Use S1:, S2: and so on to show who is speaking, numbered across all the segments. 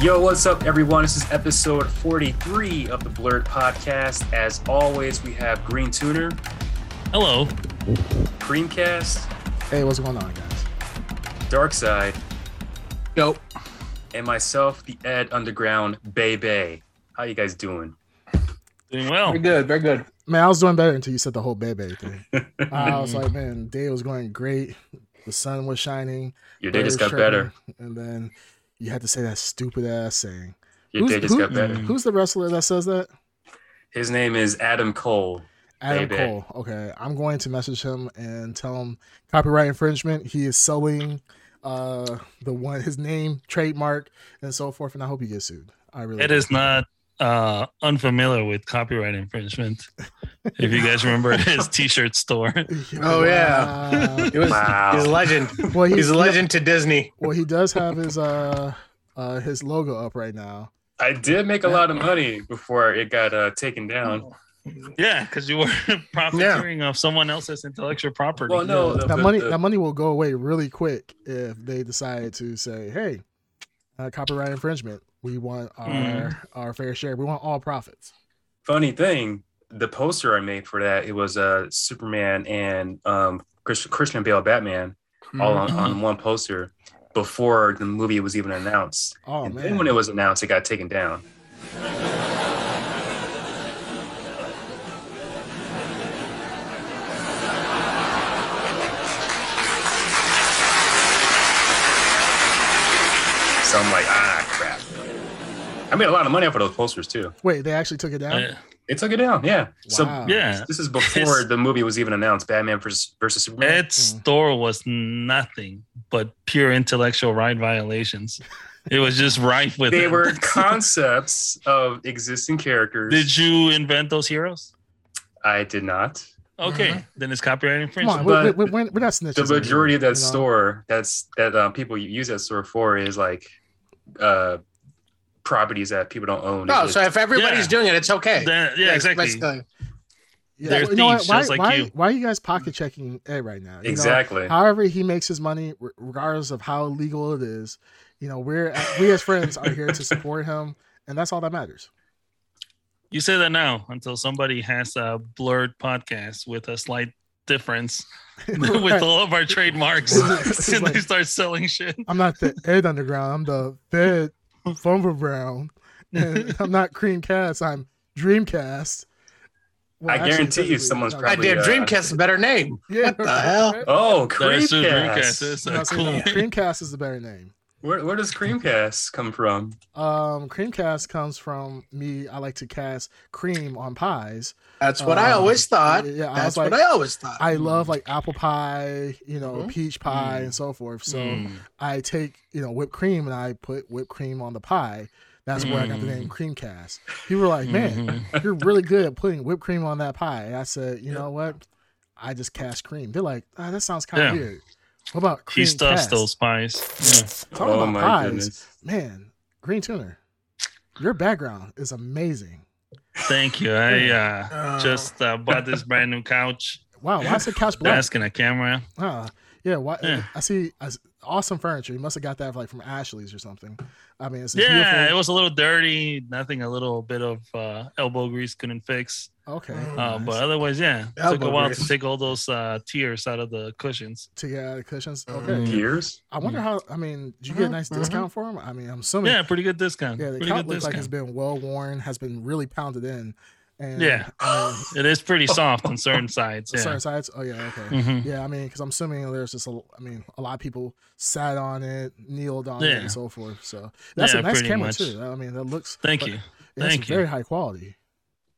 S1: Yo, what's up, everyone? This is episode 43 of the Blurred Podcast. As always, we have Green Tuner,
S2: Hello.
S1: Creamcast,
S3: Hey, what's going on, guys?
S1: Dark Side,
S3: Yo.
S1: and myself, the Ed Underground Bay Bay. How you guys doing?
S2: Doing well.
S4: Very good, very good.
S3: Man, I was doing better until you said the whole Bebe thing. I was like, man, day was going great. The sun was shining.
S1: Your day
S3: birds
S1: just got
S3: chirping,
S1: better.
S3: And then you had to say that stupid ass saying.
S1: Your
S3: Who's-
S1: day just
S3: who-
S1: got better.
S2: Mm.
S3: Who's the wrestler that says that?
S1: His name is Adam Cole.
S3: Adam
S1: Bebe.
S3: Cole. Okay. I'm going to message him and tell him copyright infringement. He is selling uh the one his name, trademark, and so forth. And I hope he gets sued. I really
S2: Ed
S3: do.
S2: is not uh, unfamiliar with copyright infringement. if you guys remember his T-shirt store,
S4: Oh, yeah.
S3: Wow.
S4: It was
S1: Wow.
S4: he's a legend.
S3: well, he-
S4: He's a
S3: he-
S4: legend to Disney.
S3: Well, he does have his uh, uh his logo up right now.
S1: I did make a lot of money before it got uh, taken down.
S2: yeah, because you were profiteering off someone else's intellectual property.
S1: Well, no, the,
S3: that
S1: the-
S3: money
S1: the-
S3: that money will go away really quick if they decide to say, "Hey, uh, copyright infringement. We want our
S2: Mhm.
S3: our fair share. We want all profits."
S1: funny thing, the poster I made for that it was uh, Superman and um, Chris, Christian Bale Batman all on,
S3: Mm-hmm.
S1: on one poster before the movie was even announced.
S3: Oh
S1: and then
S3: man,
S1: when it was announced, it got taken down. So I'm like, ah, crap. I made a lot of money off of those posters too.
S3: wait, they actually took it down.
S2: Uh,
S1: They took it down, yeah. So
S3: Wow.
S2: yeah,
S1: this is before the movie was even announced. Batman versus, versus Superman.
S2: Ed's store was nothing but pure intellectual right violations. It was just rife with.
S1: they
S2: them.
S1: were concepts of existing characters.
S2: Did you invent those heroes?
S1: I did not.
S2: Okay, then it's copyright
S3: Come on,
S2: infringement.
S3: we're,
S1: but
S3: we're, we're, we're not snitches.
S1: the
S3: in here,
S1: majority of that
S3: you know?
S1: store that's that uh, people use that store for is like uh properties that people don't own
S4: Oh, so if everybody's
S2: Yeah.
S4: doing it, it's okay.
S2: Then- yeah,
S4: That's
S2: exactly.
S4: basically-
S3: Yeah,
S2: They're
S3: you know what?
S2: thieves,
S3: Why,
S2: just like
S3: why,
S2: you.
S3: why are you guys pocket checking Ed right now? You know,
S1: exactly
S3: however he makes his money, re- regardless of how legal it is, you know, we're we as friends are here to support him, and that's all that matters.
S2: You say that now until somebody has a blurred podcast with a slight difference with all of our trademarks
S3: It's
S2: and
S3: like-
S2: they start selling shit.
S3: I'm not the Ed Underground. I'm the Fed Fumble Brown. And I'm not Creamcast. I'm Dreamcast. Well,
S1: I
S3: actually,
S1: guarantee you
S3: technically,
S1: someone's
S3: I'm
S4: I
S3: not-
S1: probably-
S4: did
S1: uh,
S4: Dreamcast is a better name.
S3: Yeah.
S4: What the hell?
S1: oh
S2: That's just Dreamcast.
S1: creamcast
S2: That's
S3: I'm
S2: a
S3: not saying
S2: cool
S3: that. Creamcast is the better name.
S1: where, where does creamcast come from
S3: Um, Creamcast comes from me. I like to cast cream on pies.
S4: That's what I
S1: Oh,
S3: Um,
S4: always thought.
S3: yeah, I was
S4: Uh, That's
S3: like-
S4: what I always thought.
S3: I love like apple pie, you know,
S4: Mhm.
S3: peach pie, and so forth. So
S2: Mm.
S3: I take you know whipped cream and I put whipped cream on the pie. That's where I got the
S4: Mm.
S3: name Creamcast. People were like,
S4: Mm-hmm.
S3: "Man,
S2: Mhm.
S3: you're really good at putting whipped cream on that pie. And I said, you know what? I just cast cream. They're like, ah, that sounds kind of
S2: Yeah.
S3: weird. What about cream
S2: he stuffs
S3: cast?
S2: those pies.
S3: Talking
S1: oh
S3: about
S1: my
S3: pies,
S1: goodness
S3: man. Green tuner, your background is amazing.
S2: Yeah. Thank you. I uh,
S4: Uh,
S2: just uh, bought this brand new couch,
S3: Wow, why is the couch black?
S2: desk, and a camera.
S3: Huh. Yeah, why,
S2: Yeah.
S3: I see I s- awesome furniture. You must have got that like from Ashley's or something. I mean, it's a
S2: Yeah, it
S3: beautiful.
S2: was a little dirty. Nothing. A little bit of uh, elbow grease couldn't fix.
S3: Okay,
S2: Uh,
S3: Oh, nice.
S2: But otherwise, yeah, it took a
S4: Elbow
S2: while to
S4: grease.
S2: take all those uh, tears out of the cushions.
S3: to get out of the cushions.
S4: Mm.
S3: Okay,
S1: years
S3: I wonder how. I mean, did you get a nice
S4: Mhm, mhm.
S3: discount for them? I mean, I'm assuming
S2: Yeah, pretty good discount.
S3: Yeah, the
S2: pretty good
S3: couch looks like it's
S2: discount.
S3: been well worn, has been really pounded in. And
S2: Yeah.
S3: I mean,
S2: It is
S3: Oh.
S2: pretty soft on certain sides. Yeah.
S3: certain sides. Oh yeah, okay.
S2: Mhm.
S3: Yeah, I mean, because I'm assuming there's just a, I mean, a lot of people sat on it, kneeled on it,
S2: Yeah.
S3: and so forth. So that's
S2: Yeah,
S3: a nice
S2: pretty
S3: camera
S2: much.
S3: too. I mean, that looks.
S2: Thank
S3: but-
S2: you.
S3: yeah, it's
S2: Thank you.
S3: Very high quality.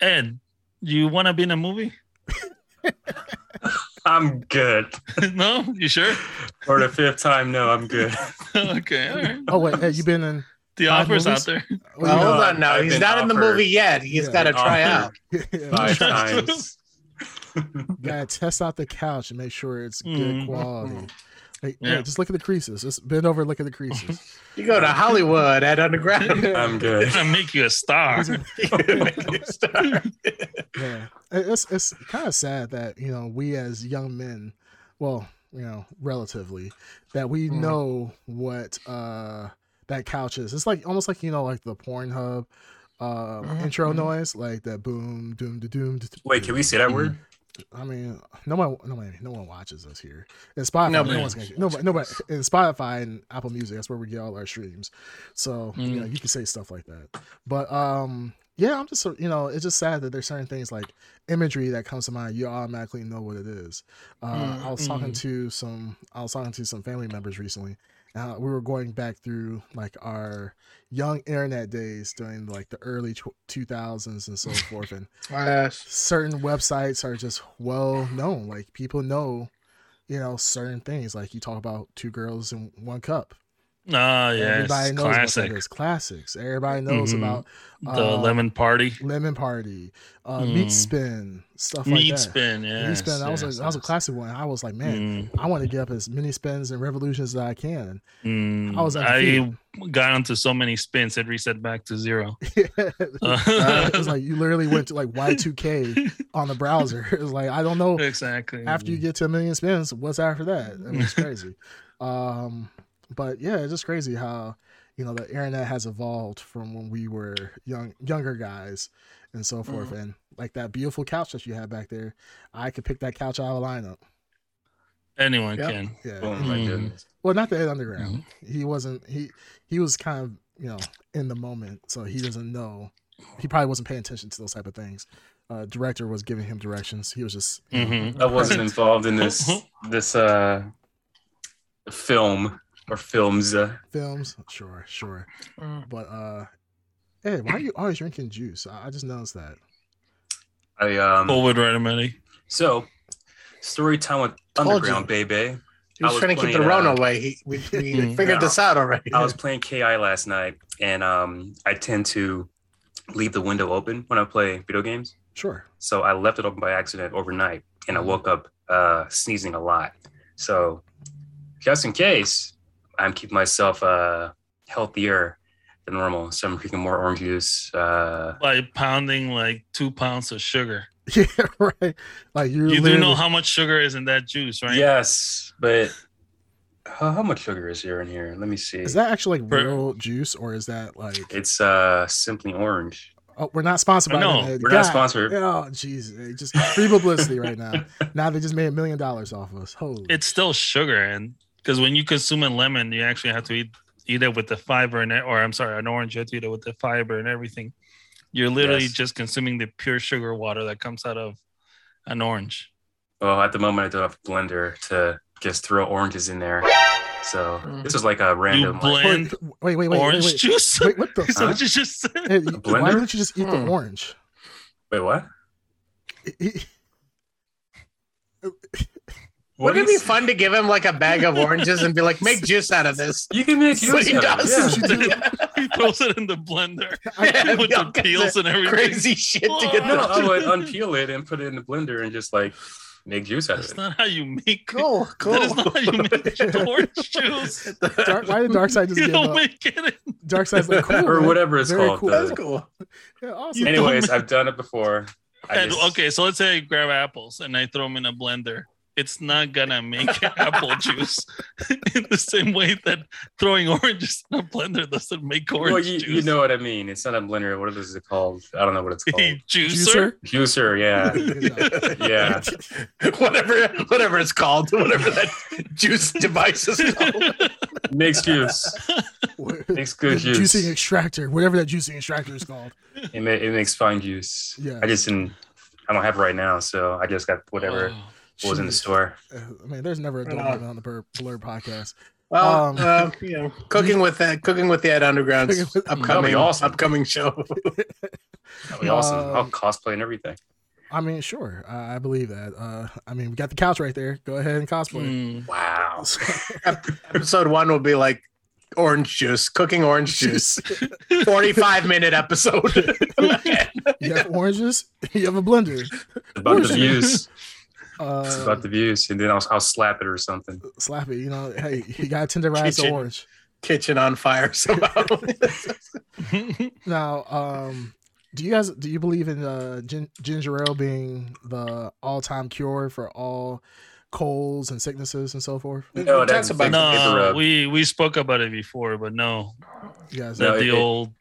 S2: Ed, you want to be in a movie?
S1: i'm good
S2: no? You sure?
S1: for the fifth time no i'm good
S2: okay. All right.
S3: Oh wait, hey, you've been in?
S2: The
S3: Five
S2: offer's
S3: movies?
S2: out there.
S4: Well,
S2: uh,
S3: you know-
S4: hold on now.
S1: I've
S4: He's
S1: been
S4: not in the
S1: offered-
S4: movie yet. He's
S3: Yeah.
S4: got to try
S1: Offered
S4: out.
S1: five
S3: yeah,
S1: times
S3: you gotta test out the couch and make sure it's
S2: Mhm.
S3: good quality. Like, yeah.
S2: Yeah.
S3: just look at the creases. Just bend over, and look at the creases.
S4: You go to Hollywood at Underground.
S1: i'm good
S2: It's going to make you a star.
S3: yeah It- it's it's kind of sad that you know we as young
S1: Mm.
S3: men well you know relatively that we
S4: Mhm.
S3: know what uh that couch is. It's like almost like you know, like the Pornhub uh,
S4: Mhm,
S3: intro
S4: mhm.
S3: noise, like that boom, doom, da, doom. da,
S1: Mm-hmm, Wait, can we say that word?
S3: I mean, no one, no one, no one watches us here. In Spotify,
S4: Nobody
S3: no one's gonna,
S4: watches
S3: nobody,
S4: us.
S3: nobody, in Spotify and Apple Music, that's where we get all our streams. So you
S2: Mm.
S3: know, you can say stuff like that. But um, yeah, I'm just, so- you know, it's just sad that there's certain things like imagery that comes to mind. You automatically know what it is. Uh, I was talking
S2: Mm.
S3: to some, I was talking to some family members recently. Uh, we were going back through like our young internet days during like the early tw- 2000s and so forth, and
S4: Yes.
S3: certain websites are just well known. Like people know, you know, certain things. Like you talk about two girls in one cup.
S2: Ah, yes,
S3: Everybody knows what
S2: classic.
S3: that is. Classics. Everybody knows
S2: Mhm.
S3: about
S2: The
S3: uh,
S2: lemon party,
S3: Lemon Party, uh, Meat
S2: Mm.
S3: Spin, stuff like
S2: meat
S3: that.
S2: spin. Yeah,
S3: meat Spin. That was a, that was a classic one. I was like, man, I want to get up as many spins and revolutions as I can.
S2: Mm,
S3: I was
S2: I
S3: undefeated.
S2: got onto so many spins it reset back to zero.
S3: Uh,
S2: Uh,
S3: it was like you literally went to like Y2K on the browser. It was like I don't know
S2: exactly.
S3: after you get to a million spins, what's after that? I mean, it's crazy. um, but yeah, it's just crazy how you know the internet has evolved from when we were young, younger guys, and so forth. And like that beautiful couch that you had back there, I could pick that couch out of a lineup.
S2: anyone
S4: Yep.
S2: can.
S3: Yeah.
S1: Oh my
S2: Mm.
S1: goodness.
S3: Well, not the Ed Underground. He wasn't. He he was kind of you know in the moment, so he doesn't know. He probably wasn't paying attention to those type of things. Uh, director was giving him directions. He was just. you know,
S2: Mhm.
S1: I wasn't involved in this this uh film or films. Uh,
S3: films. Sure, sure.
S2: Mm-hmm.
S4: Mm.
S3: But uh hey, why are you always drinking juice? I, I just noticed that.
S1: I um
S2: COVID remedy.
S1: so story time with
S4: Told
S1: Underground
S4: you.
S1: baby.
S4: He
S1: I
S4: was,
S1: was
S4: trying to keep the
S1: playing,
S4: Rona
S1: uh, Mm-hmm.
S4: away. He, we we
S2: Mm.
S4: figured this out already.
S1: I was playing KI last night, and um, I tend to leave the window open when I play video games.
S3: Sure.
S1: So I left it open by accident overnight, and I woke up uh, sneezing a lot. So just in case, I'm keeping myself uh, healthier than normal. So I'm drinking more orange juice. Uh,
S2: By pounding like two pounds of sugar.
S3: Yeah, right. Like you're
S2: You do
S3: literally-
S2: know how much sugar is in that juice, right?
S1: Yes, but how, how much sugar is there in here? Let me see.
S3: is that actually like
S2: Bro.
S3: real juice or is that like
S1: it's uh, simply orange.
S3: oh, we're not sponsored by
S2: No,
S3: Ed.
S1: We're
S3: God.
S1: not sponsored.
S3: Oh jeez, Hey, just free publicity right now. Now they just made a million dollars off us. Holy
S2: It's still sugar, and because when you consume a lemon, you actually have to eat eat it with the fiber and e, or I'm sorry, an orange, you have to eat it with the fiber and everything. You're literally
S1: Yes.
S2: just consuming the pure sugar water that comes out of an orange.
S1: Well, at the moment, I don't have a blender to just throw oranges in there. So this was like a random.
S2: you
S1: like-
S3: Wait,
S2: blend
S3: wait, wait, wait,
S2: orange
S3: wait,
S2: juice.
S3: wait. wait what the
S2: so
S3: fuck?
S2: you just said.
S3: Hey, you-
S1: blender?
S3: why don't you just eat the
S4: Hmm.
S3: orange?
S1: Wait, what? What
S4: Wouldn't it be
S1: is-
S4: fun to give him like a bag of oranges and be like, make juice out of this?
S1: You can make
S4: That's what
S1: juice.
S4: he
S1: out of it,
S4: does.
S1: yeah.
S2: he throws it in the blender
S4: Yeah,
S2: with
S4: y'all
S2: the
S4: got
S2: peels and everything.
S4: Crazy shit to get
S1: No,
S4: the
S1: I would unpeel it and put it in the blender and just like make juice out
S2: That's
S1: of it.
S2: not how you make
S4: Cool, cool.
S2: That is not how you make orange juice.
S3: Dark, why did Dark Side just
S2: You
S3: give
S2: don't
S3: up?
S2: make it. in-
S3: Dark Side's like cool.
S1: or
S3: man.
S1: whatever it's
S3: Very
S1: called.
S3: cool.
S1: though.
S4: That's cool.
S3: Yeah,
S2: You
S3: awesome.
S2: don't
S1: Anyways,
S2: make-
S1: I've done it before. I
S2: And,
S1: just-
S2: okay, so let's say I grab apples and I throw them in a blender. It's not gonna make apple juice in the same way that throwing oranges in a blender doesn't make orange
S1: Well, you,
S2: juice.
S1: you know what I mean. It's not a blender. What is it called? I don't know what it's called.
S2: juicer.
S1: oh, Juicer, yeah. Yeah.
S4: whatever, whatever it's called, whatever that juice device is called.
S1: Makes juice. Makes good
S3: The
S1: juice.
S3: Juicing extractor, whatever that juicing extractor is called.
S1: It, ma- it makes fine juice.
S3: Yeah.
S1: I just didn't. I don't have it right now, so I just got whatever
S2: Oh.
S1: was in the
S3: Jeez.
S1: store.
S3: Uh, I mean, there's never a
S4: Right
S3: dull
S4: on.
S3: moment on the Blur, Blur podcast.
S4: Well,
S3: Um,
S4: uh, you know, cooking with that, cooking with the Ed Underground's
S3: Cooking with-
S1: That'd
S4: upcoming,
S1: be awesome.
S4: upcoming show.
S1: That would be awesome.
S3: Um,
S1: I'll cosplay and everything.
S3: I mean, sure, I I believe that. Uh, I mean, we got the couch right there. Go ahead and cosplay.
S2: Mm.
S1: Wow.
S4: Episode one will be like orange juice, cooking orange juice. Forty-five minute episode.
S3: You have oranges. You have a blender.
S1: It's about the
S3: Bullshit.
S1: views. It's
S3: Uh,
S1: about the views. And then I'll, I'll slap it or something.
S3: slap it. Uh, You know, hey, you got to tenderize the
S4: Kitchen.
S3: orange.
S4: Kitchen on fire somehow.
S3: Now, um, do you guys do you believe in uh, gin- ginger ale being the all time cure for all colds and sicknesses and so forth?
S1: No,
S4: That's
S1: that's
S4: about-
S1: about paper
S2: No,
S1: rub.
S2: we we spoke about it before, but no,
S3: Yeah,
S2: is
S3: it's-
S1: No,
S2: that the
S1: it- it-
S2: old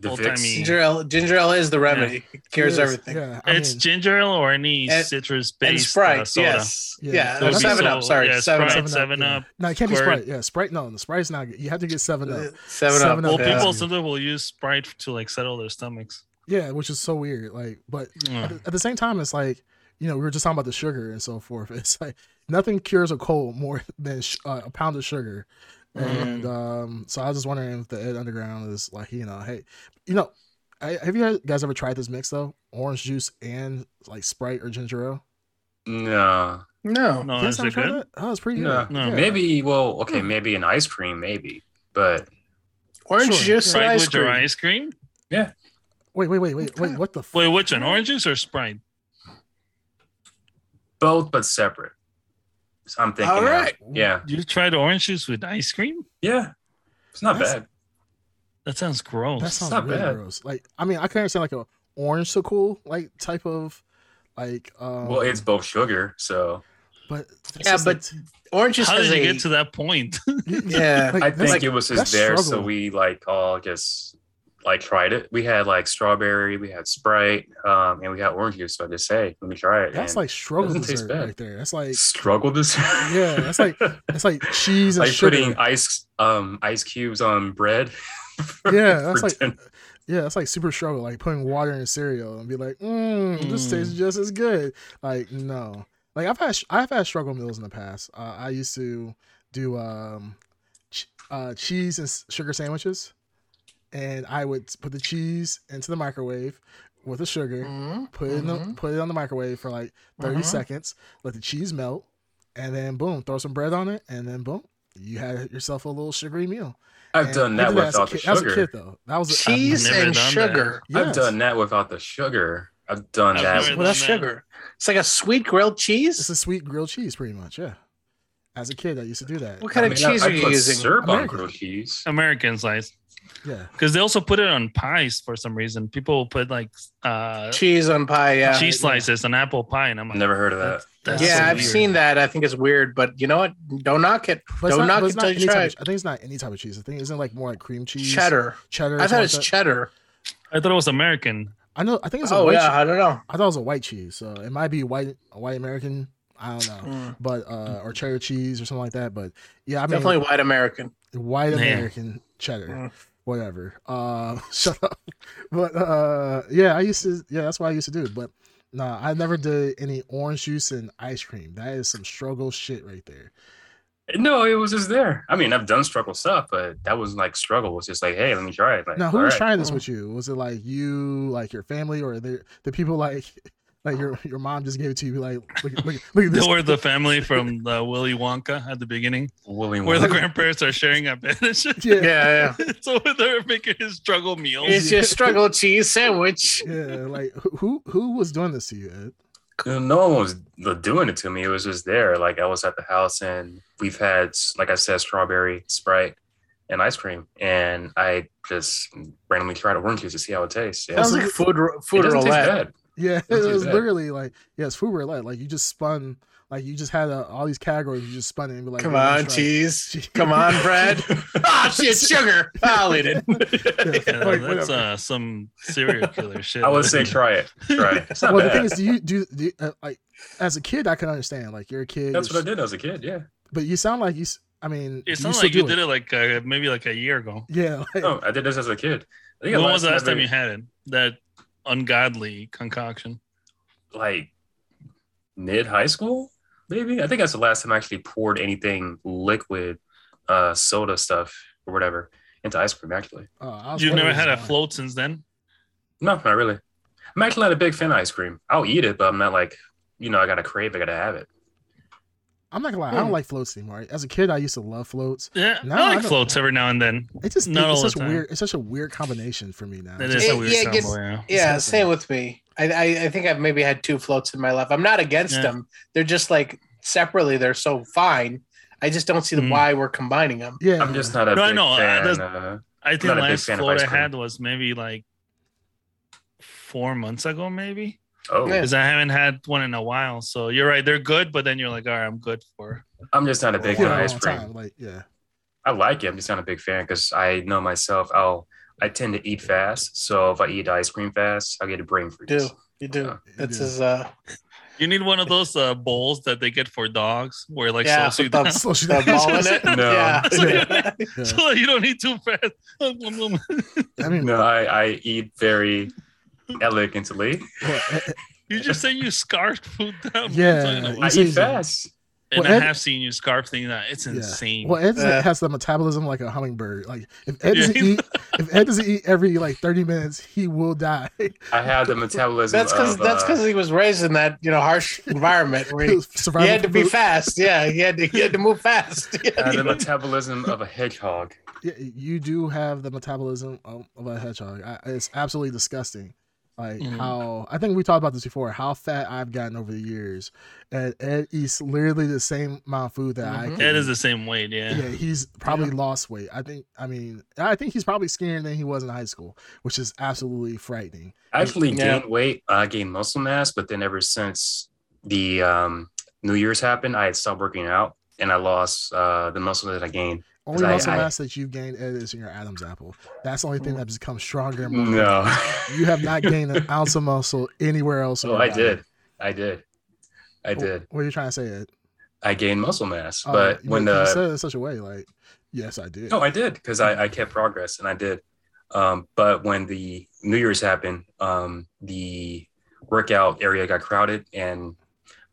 S1: the
S2: old
S1: Vicks.
S2: timey-
S4: Ginger ale, ginger ale is the remedy. It
S3: it
S4: cures
S3: is,
S4: everything.
S3: Yeah, I
S2: it's
S3: mean,
S2: ginger ale or any
S4: And-
S2: citrus
S4: And
S2: based
S4: Sprite,
S2: uh, soda.
S4: yes.
S3: Yeah.
S4: Yeah,
S3: That would be
S4: Seven Up.
S2: so-
S4: Sorry,
S2: yeah,
S4: Seven
S2: Sprite.
S4: Up.
S2: Sprite. Seven
S3: yeah.
S2: Up,
S3: No, it can't be
S2: Squirt.
S3: Sprite. Yeah, Sprite. No, the Sprite's not. good. You have to get Seven Up.
S4: Seven Up.
S3: Seven
S2: Well,
S3: Yeah.
S2: people sometimes will use Sprite to like settle their stomachs.
S3: Yeah, which is so weird. Like, but at
S2: Mm.
S3: the- at the same time, it's like you know we were just talking about the sugar and so forth. It's like nothing cures a cold more than sh- uh, a pound of sugar. And um, so I was just wondering if the Ed Underground is like you know, hey, you know, I, have you guys ever tried this mix though? Orange juice and like Sprite or ginger ale.
S1: No,
S4: No.
S2: No,
S3: You guys
S2: is
S3: haven't
S2: it
S3: tried
S2: good?
S3: that? Oh, it's pretty
S1: No.
S3: good.
S2: No.
S3: Yeah. Hmm.
S1: maybe. Well, okay, maybe an ice cream, maybe, but
S4: Orange
S3: Sure.
S4: juice and
S2: Sprite
S4: ice
S2: with your
S4: cream.
S2: ice cream?
S3: Wait, wait, wait, wait, wait. What the? F-
S2: Wait, which one? Orange juice or Sprite?
S1: both but separate. So I'm thinking.
S4: All
S1: uh,
S4: right.
S1: Yeah,
S2: You tried orange juice with ice cream?
S1: yeah. It's not
S3: That's-
S1: bad.
S2: That sounds gross.
S3: That sounds
S1: not
S3: really
S1: bad.
S3: gross. Like, I mean, I can understand like a orange so cool like type of like. Um,
S1: well, it's both sugar, so
S3: but it's
S4: Yeah,
S3: just, like,
S4: but orange juice
S2: How
S4: has
S2: did you
S4: a.
S2: get to that point?
S3: you- you-
S4: yeah.
S3: like,
S1: I
S3: that's
S1: think
S3: like-
S1: it was
S3: that's
S1: just there, so
S3: struggle.
S1: we like all just like tried it. We had like strawberry, we had Sprite, um, and we had orange juice. So I just say, let me try it.
S3: That's
S1: and
S3: like struggle
S1: Doesn't taste
S3: dessert
S1: bad.
S3: right there. That's like
S1: struggle this.
S3: yeah, that's like that's like cheese and
S1: like
S3: sugar.
S1: putting ice um ice cubes on bread.
S3: Yeah, that's
S1: for
S3: like-
S1: dinner.
S3: yeah, that's like super struggle. Like putting water in cereal and be like, mm, this
S2: Mm.
S3: tastes just as good. Like no, like I've had I've had struggle meals in the past. Uh, I used to do um, ch- uh, cheese and s- sugar sandwiches, and I would put the cheese into the microwave with the sugar.
S4: Mhm.
S3: put it in the,
S4: Mhm.
S3: put it on the microwave for like 30
S4: Mhm.
S3: seconds let the cheese melt and then boom throw some bread on it and then boom you had yourself a little sugary meal
S1: I've
S3: And
S1: done
S3: I
S1: that
S3: did as a
S1: without the
S3: kid- that was a
S1: sugar.
S3: kid though that was I've
S4: Cheese
S3: never-
S2: never
S4: and
S2: done
S4: sugar.
S1: I've
S3: Yes.
S1: done that without the sugar. I've done
S2: I've
S1: that.
S2: never
S4: Well, that's
S2: that.
S4: sugar. It's like a sweet grilled
S3: it's
S4: cheese.
S3: a sweet grilled cheese pretty much yeah as a kid i used to do that
S4: What kind
S1: I
S4: of
S1: mean, I-
S4: cheese
S1: I
S4: are you
S1: put
S4: using? Oh
S1: Syrup on
S3: American.
S1: grilled cheese.
S2: American size.
S3: yeah
S2: Because they also put it on pies for some reason. People will put like uh,
S4: Cheese on pie. Yeah.
S2: cheese slices on apple pie, and I'm
S1: I've
S2: like,
S1: never heard of that.
S2: that's
S4: Yeah,
S2: so
S4: I've
S2: weird.
S4: seen that. I think it's weird, but you know what? Don't knock it.
S3: but it's
S4: Don't
S3: not,
S4: knock
S3: but it's
S4: it
S3: not
S4: till
S3: any
S4: you try
S3: type
S4: it.
S3: of, i think it's not any type of cheese i think isn't it like more like cream cheese
S4: Cheddar.
S3: cheddar or
S4: I thought
S3: something
S4: it's
S3: like that?
S4: cheddar.
S2: I thought it was American.
S3: i know i think it's a
S4: Oh
S3: white
S4: yeah,
S3: che-
S4: I don't know.
S3: i thought it was a white cheese so it might be white a white american i don't know
S4: Mm.
S3: but uh or cheddar cheese or something like that but yeah i mean
S4: Definitely white American.
S3: white
S2: Man.
S3: American cheddar,
S4: Mm.
S3: whatever. Uh, shut up. But uh, yeah, I used to. Yeah, that's what I used to do. But nah, I never did any orange juice and ice cream. That is some struggle shit right there.
S1: No, it was just there. I mean, I've done struggle stuff, but that was like struggle. was just like, hey, let me try it. Like,
S3: Now, who
S1: all
S3: was
S1: right.
S3: trying this with you? Was it like you, like your family, or the the people like like your your mom just gave it to you? Like, look, at- look, at- look at this.
S2: They were the family from the Willy Wonka at the beginning,
S1: Willy
S2: where the
S1: Wonka.
S2: grandparents are sharing a bed. and shit.
S3: yeah,
S4: Yeah,
S2: so they're making his struggle
S4: yeah.
S2: meals.
S4: It's your struggle cheese sandwich.
S3: yeah. Like, who- who who was doing this to you? Ed?
S1: no one was doing it to me. It was just there. Like I was at the house, and we've had, like I said, strawberry Sprite and ice cream, and I just randomly tried orange juice to see how it tastes. Yeah.
S4: Sounds like food ro-
S1: it
S4: food
S1: doesn't taste
S4: roulette.
S1: bad.
S3: Yeah, it
S1: That's too
S3: was
S1: bad.
S3: literally like yeah, it's food roulette. Like you just spun, like you just had uh all these categories. You just spun it and be like,
S4: Come
S3: yeah,
S4: on,
S3: that's right.
S4: cheese. Come on, bread. Ah, shit, sugar. I'll eat it.
S2: Yeah,
S3: Like,
S2: that's
S3: whatever.
S2: uh, some serial killer shit.
S1: I would say try it. Try it. It's not
S3: well, the
S1: bad.
S3: thing is, do you do, do you, uh, like as a kid? I can understand like you're a kid,
S1: That's
S3: you're-
S1: what I did as a kid. Yeah.
S3: but you sound like you. s- I mean,
S2: It
S3: do
S2: sounds
S3: still
S2: like you
S3: do
S2: did it like uh, maybe like a year ago.
S3: Yeah, like, uh,
S1: No, I did this as a kid. I think
S2: When
S1: I
S2: was the last
S1: never-
S2: time you had it? That ungodly concoction.
S1: like mid high school, maybe. I think that's the last time I actually poured anything liquid, uh, soda stuff or whatever into ice cream. Actually,
S3: uh, I was
S2: You've never had
S3: wondering
S2: a
S3: why.
S2: float since then.
S1: no, not really. I'm actually not a big fan of ice cream. I'll eat it, but I'm not like, you know, I gotta crave, I gotta have it.
S3: I'm not gonna lie, I don't
S4: Hmm.
S3: like floats anymore. As a kid, I used to love floats.
S2: Yeah,
S3: No,
S2: I
S3: I
S2: like
S3: don't-
S2: floats every now and then.
S3: It's just
S2: Not
S3: it's
S2: all the
S3: such
S2: time.
S3: weird. It's such a weird combination for me now.
S2: That
S3: It's
S2: is
S3: just-
S2: a
S4: It-
S2: weird
S4: yeah, it
S2: combo.
S4: gets-
S2: yeah.
S4: Yeah,
S3: Exactly.
S4: same with me. I, I I think I've maybe had two floats in my life. I'm not against
S2: Yeah.
S4: them. They're just like separately, they're so fine. I just don't see the
S2: Mm.
S4: why we're combining them.
S3: yeah,
S1: I'm just not a
S2: No, I
S1: big
S2: know, uh, that's-
S1: fan. Uh,
S2: I think
S1: not a big
S2: last
S1: fan of
S2: float
S1: ice
S2: I
S1: cream.
S2: had was maybe like four months ago, maybe.
S1: Oh,
S4: Yeah.
S2: because I haven't had one in a while. So you're right, they're good, but then you're like, all right, I'm good for.
S1: I'm just not a big
S3: Yeah,
S1: fan of
S3: a
S1: ice
S3: long
S1: cream.
S3: time, Like yeah,
S1: I like it. I'm just not a big fan because I know myself. I'll I tend to eat fast, so if I eat ice cream fast, I get a brain freeze.
S4: do you do?
S1: Yeah.
S4: That's
S3: Yeah.
S4: his. Uh,
S2: You need one of those uh, bowls that they get for dogs, where like
S4: yeah,
S2: slows you down.
S4: with the,
S3: slow you
S4: the
S3: down.
S4: ball in it.
S1: No.
S4: Yeah.
S3: Yeah.
S2: so you don't eat too fast. you
S3: I mean,
S1: No, I, I eat very elegantly.
S3: well, eh, eh,
S2: just say you scarfed food down.
S3: Yeah.
S2: What are you talking about?
S1: I
S3: It's
S1: eat
S3: easy.
S1: fast.
S2: and
S3: Well,
S2: I
S3: Ed-
S2: have seen you scarf thing that it's
S3: Yeah.
S2: insane.
S3: well, Ed doesn't-
S4: Yeah.
S3: has the metabolism like a hummingbird. Like if Ed doesn't
S2: Yeah.
S3: eat, if Ed doesn't eat every like thirty minutes, he will die.
S1: I have the metabolism.
S4: That's because
S1: of,
S4: that's
S1: uh,
S4: because he was raised in that you know harsh environment where he, he
S3: Survival
S4: had to be
S3: food.
S4: fast. Yeah, he had to he had to move fast.
S1: I have the
S4: Yeah.
S1: metabolism of a hedgehog.
S3: Yeah, you do have the metabolism of, of a hedgehog. I, it's absolutely disgusting. Like
S2: Mhm.
S3: how I think we talked about this before. How fat I've gotten over the years, and Ed eats literally the same amount of food that I.
S4: Mhm.
S3: Can.
S2: Ed is the same weight, Mm-hmm. yeah.
S3: Yeah, he's probably lost weight. I think. I mean, I think he's probably skinnier than he was in high school, which is absolutely frightening.
S1: I actually
S4: Yeah.
S1: gained weight. uh, I gained muscle mass, but then ever since the um, New Year's happened, I had stopped working out and I lost uh, the muscle that I gained.
S3: Only
S1: I-
S3: muscle
S1: I-
S3: mass that you've gained Ed, is in your Adam's apple. That's the only thing that becomes stronger. and more-
S1: No,
S3: You have not gained an ounce of muscle anywhere else.
S1: so
S3: in your
S1: Oh, I
S3: body.
S1: did. I did. I
S3: Wh-
S1: did.
S3: What are you trying to say, Ed?
S1: I gained muscle mass,
S3: Oh,
S1: but
S3: you-
S1: when
S3: you
S1: the
S3: said it in such a way, like, yes, I did.
S1: No, I did because I, I kept progress and I did. Um, but when the New Year's happened, um, the workout area got crowded and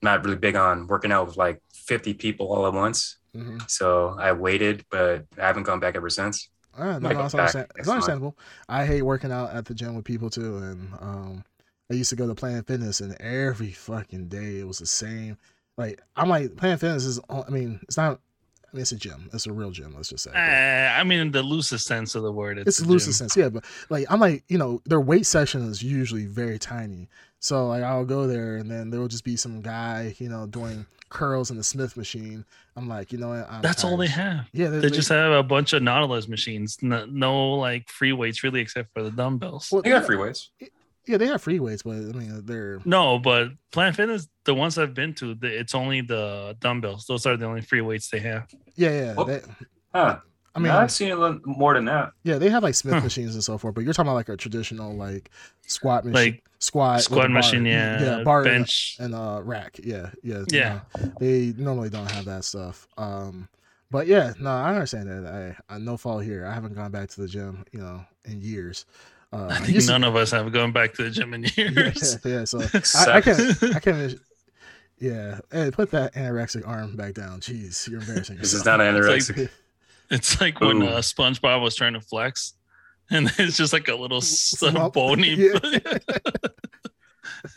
S1: not really big on working out with like 50 people all at once.
S3: Mhm.
S1: So I waited, but I haven't gone back ever since.
S3: Ah, no,
S1: Might
S3: no,
S1: go
S3: it's,
S1: back
S3: understand-
S1: next
S3: it's
S1: month.
S3: understandable. I hate working out at the gym with people too, and um, I used to go to Planet Fitness, and every fucking day it was the same. Like I'm like Planet Fitness is, all- I mean, it's not, I mean, it's a gym, it's a real gym. Let's just say
S2: Uh, I mean, in the loosest sense of the word,
S3: it's
S2: it's,
S3: the
S2: a
S3: loosest
S2: gym.
S3: sense, yeah. But like I'm like, you know, their weight section is usually very tiny, so like I'll go there, and then there will just be some guy, you know, doing curls in the Smith machine. I'm like, you know what? I'm
S2: That's all
S3: tired.
S2: they have.
S3: Yeah,
S2: They just have a bunch of Nautilus machines, no, no like free weights really, except for the dumbbells.
S3: well,
S1: I got free weights.
S3: Yeah, they have free weights, but I mean, they're
S2: No, but Planet Fitness, the ones I've been to, the- it's only the dumbbells. Those are the only free weights they have.
S3: yeah, yeah.
S2: Oh,
S1: Well,
S3: They,
S1: Huh.
S3: I mean,
S1: seen a lot more than that.
S3: yeah, they have like Smith
S2: Huh.
S3: machines and so forth, but you're talking about like a traditional like squat machine,
S2: Like
S3: squat, with a
S2: Squat
S3: bar.
S2: machine, yeah,
S3: yeah, bar and-
S2: bench.
S3: and uh rack, yeah, yeah,
S2: Yeah.
S3: no, they normally don't have that stuff. Um, but yeah, no, I understand that. I, I no fault here. I haven't gone back to the gym, you know, in years. Uh,
S2: I
S3: I
S2: think
S3: used to-
S2: none of us have gone back to the gym in
S3: yeah,
S2: years.
S3: yeah, so I, I
S1: Suck.
S3: can't, I can't. even- Yeah, hey, put that anorexic arm back down. Jeez, you're embarrassing.
S1: This is
S3: yourself.
S1: not an
S2: It's
S1: anorexic.
S2: like, it's like when
S1: Ooh.
S2: uh, SpongeBob was trying to flex, and it's just like a little s-
S3: Lump.
S2: bony.
S3: Yeah.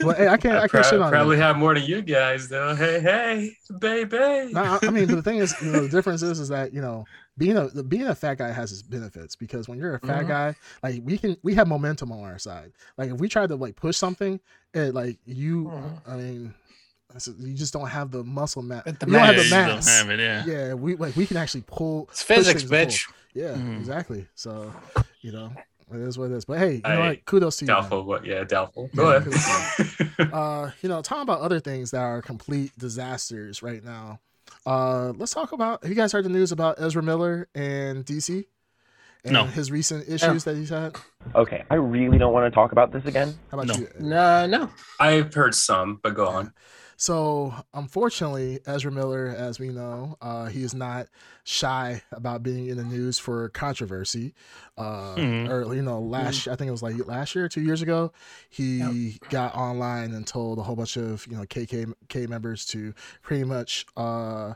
S3: Well, hey, I can't. I,
S1: I,
S3: can't shit
S1: prob-
S3: on
S1: probably
S3: it.
S1: have more than you guys, though. Hey, hey, baby.
S3: No, I, I mean, but the thing is, you know, the difference is, is that you know, being a the- being a fat guy has its benefits because when you're a fat
S1: Mhm.
S3: guy, like we can we have momentum on our side. Like if we try to like push something, it like you,
S4: Mhm.
S3: I mean, that's- you just don't have the muscle mass. You
S4: But the
S3: don't have
S2: Yeah,
S3: the
S2: you don't
S3: mass.
S2: have it, yeah.
S3: Yeah, we like we can actually pull.
S4: It's
S3: push things
S4: physics,
S3: and
S4: bitch.
S3: pull. Yeah,
S2: Mm.
S3: exactly. So, you know, it is what it is. But hey, you know
S1: I-
S3: what? Kudos to you. man.
S1: Doubtful, but yeah, doubtful.
S3: Yeah,
S1: Go ahead.
S3: uh, you know, talking about other things that are complete disasters right now. Uh, let's talk about. Have you guys heard the news about Ezra Miller and DC? And
S2: No.
S3: His recent issues that he's had. How
S5: Okay, I really don't want to talk about this again.
S3: about
S2: No.
S3: you? Ed?
S4: No, no.
S1: I've heard some, but go on.
S3: So, unfortunately, Ezra Miller, as we know, uh, he is not shy about being in the news for controversy. Uh,
S2: Mhm.
S3: Or you know, last I think it was like last year, two years ago, he got online and told a whole bunch of you know KKK members to pretty much uh,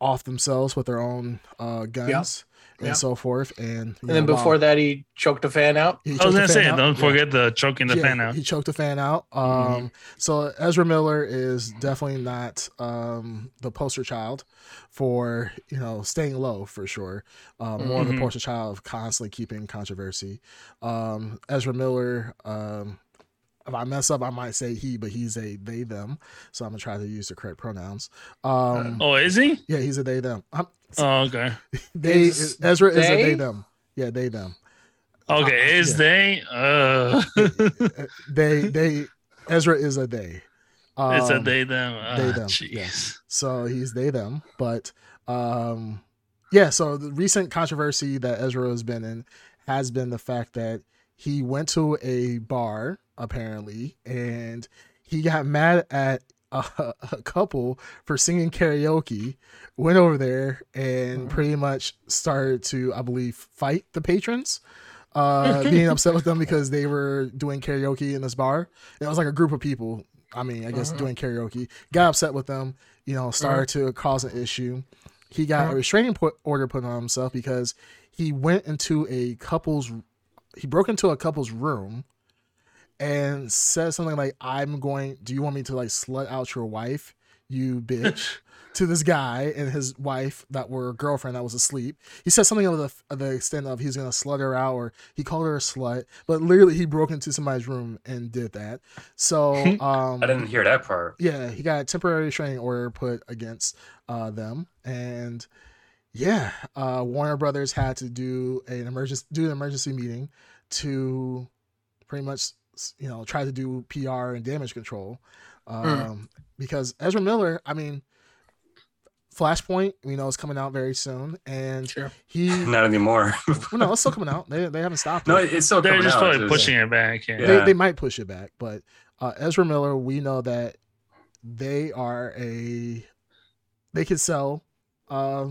S3: off themselves with their own uh, guns and
S4: Yeah.
S3: so forth. And,
S4: And then before that, he choked a fan out.
S2: I was gonna say, don't forget the choking the
S3: yeah,
S2: fan out. Mm-hmm.
S3: He choked the fan out. Um, So Ezra Miller is definitely not um, the poster child for you know staying low for sure. Uh, More of the
S2: Mhm.
S3: poster child of constantly keeping controversy. Um, Ezra Miller. Um, if I mess up, I might say he, but he's a they them. So I'm gonna try to use the correct pronouns. Um,
S2: Oh, is he?
S3: Yeah, he's a they them. Um,
S2: Oh, okay.
S3: they
S4: Is
S3: Ezra is a
S4: they?
S3: they them. Yeah, they them. Uh,
S2: Okay, is
S3: Yeah.
S2: they? Uh,
S3: they they Ezra is a they. Um,
S2: it's a they them.
S3: they,
S2: Ah,
S3: them,
S2: Jeez.
S3: yeah. So he's they them, but um, yeah. So the recent controversy that Ezra has been in has been the fact that he went to a bar apparently, and he got mad at a, a couple for singing karaoke. Went over there and pretty much started to, I believe, fight the patrons. Uh, being upset with them because they were doing karaoke in this bar. And it was like a group of people. I mean, I guess
S4: Mhm.
S3: doing karaoke. Got upset with them. You know, started to cause an issue. He got a
S4: Mhm.
S3: restraining put, order put on himself because he went into a couple's. He broke into a couple's room and said something like, "I'm going. Do you want me to like slut out your wife, you bitch?" to this guy and his wife that were girlfriend that was asleep. He said something of the of the extent of he's gonna slut her out or he called her a slut, but literally he broke into somebody's room and did that. So um,
S1: I didn't hear that part.
S3: yeah, he got a temporary restraining order put against uh, them, and yeah, uh, Warner Brothers had to do an emergency do an emergency meeting to pretty much you know try to do PR and damage control um, because Ezra Miller, I mean, Flashpoint, we know is coming out very soon, and
S4: Sure.
S3: he well,
S1: Not anymore.
S3: no, it's still coming out. They they haven't stopped.
S1: no,
S3: it
S1: it's still
S2: They're
S1: coming
S2: just
S1: out,
S2: probably
S1: it's
S2: pushing it back. Yeah.
S1: Yeah.
S3: they, they might push it back, but uh, Ezra Miller, we know that they are a they could sell uh,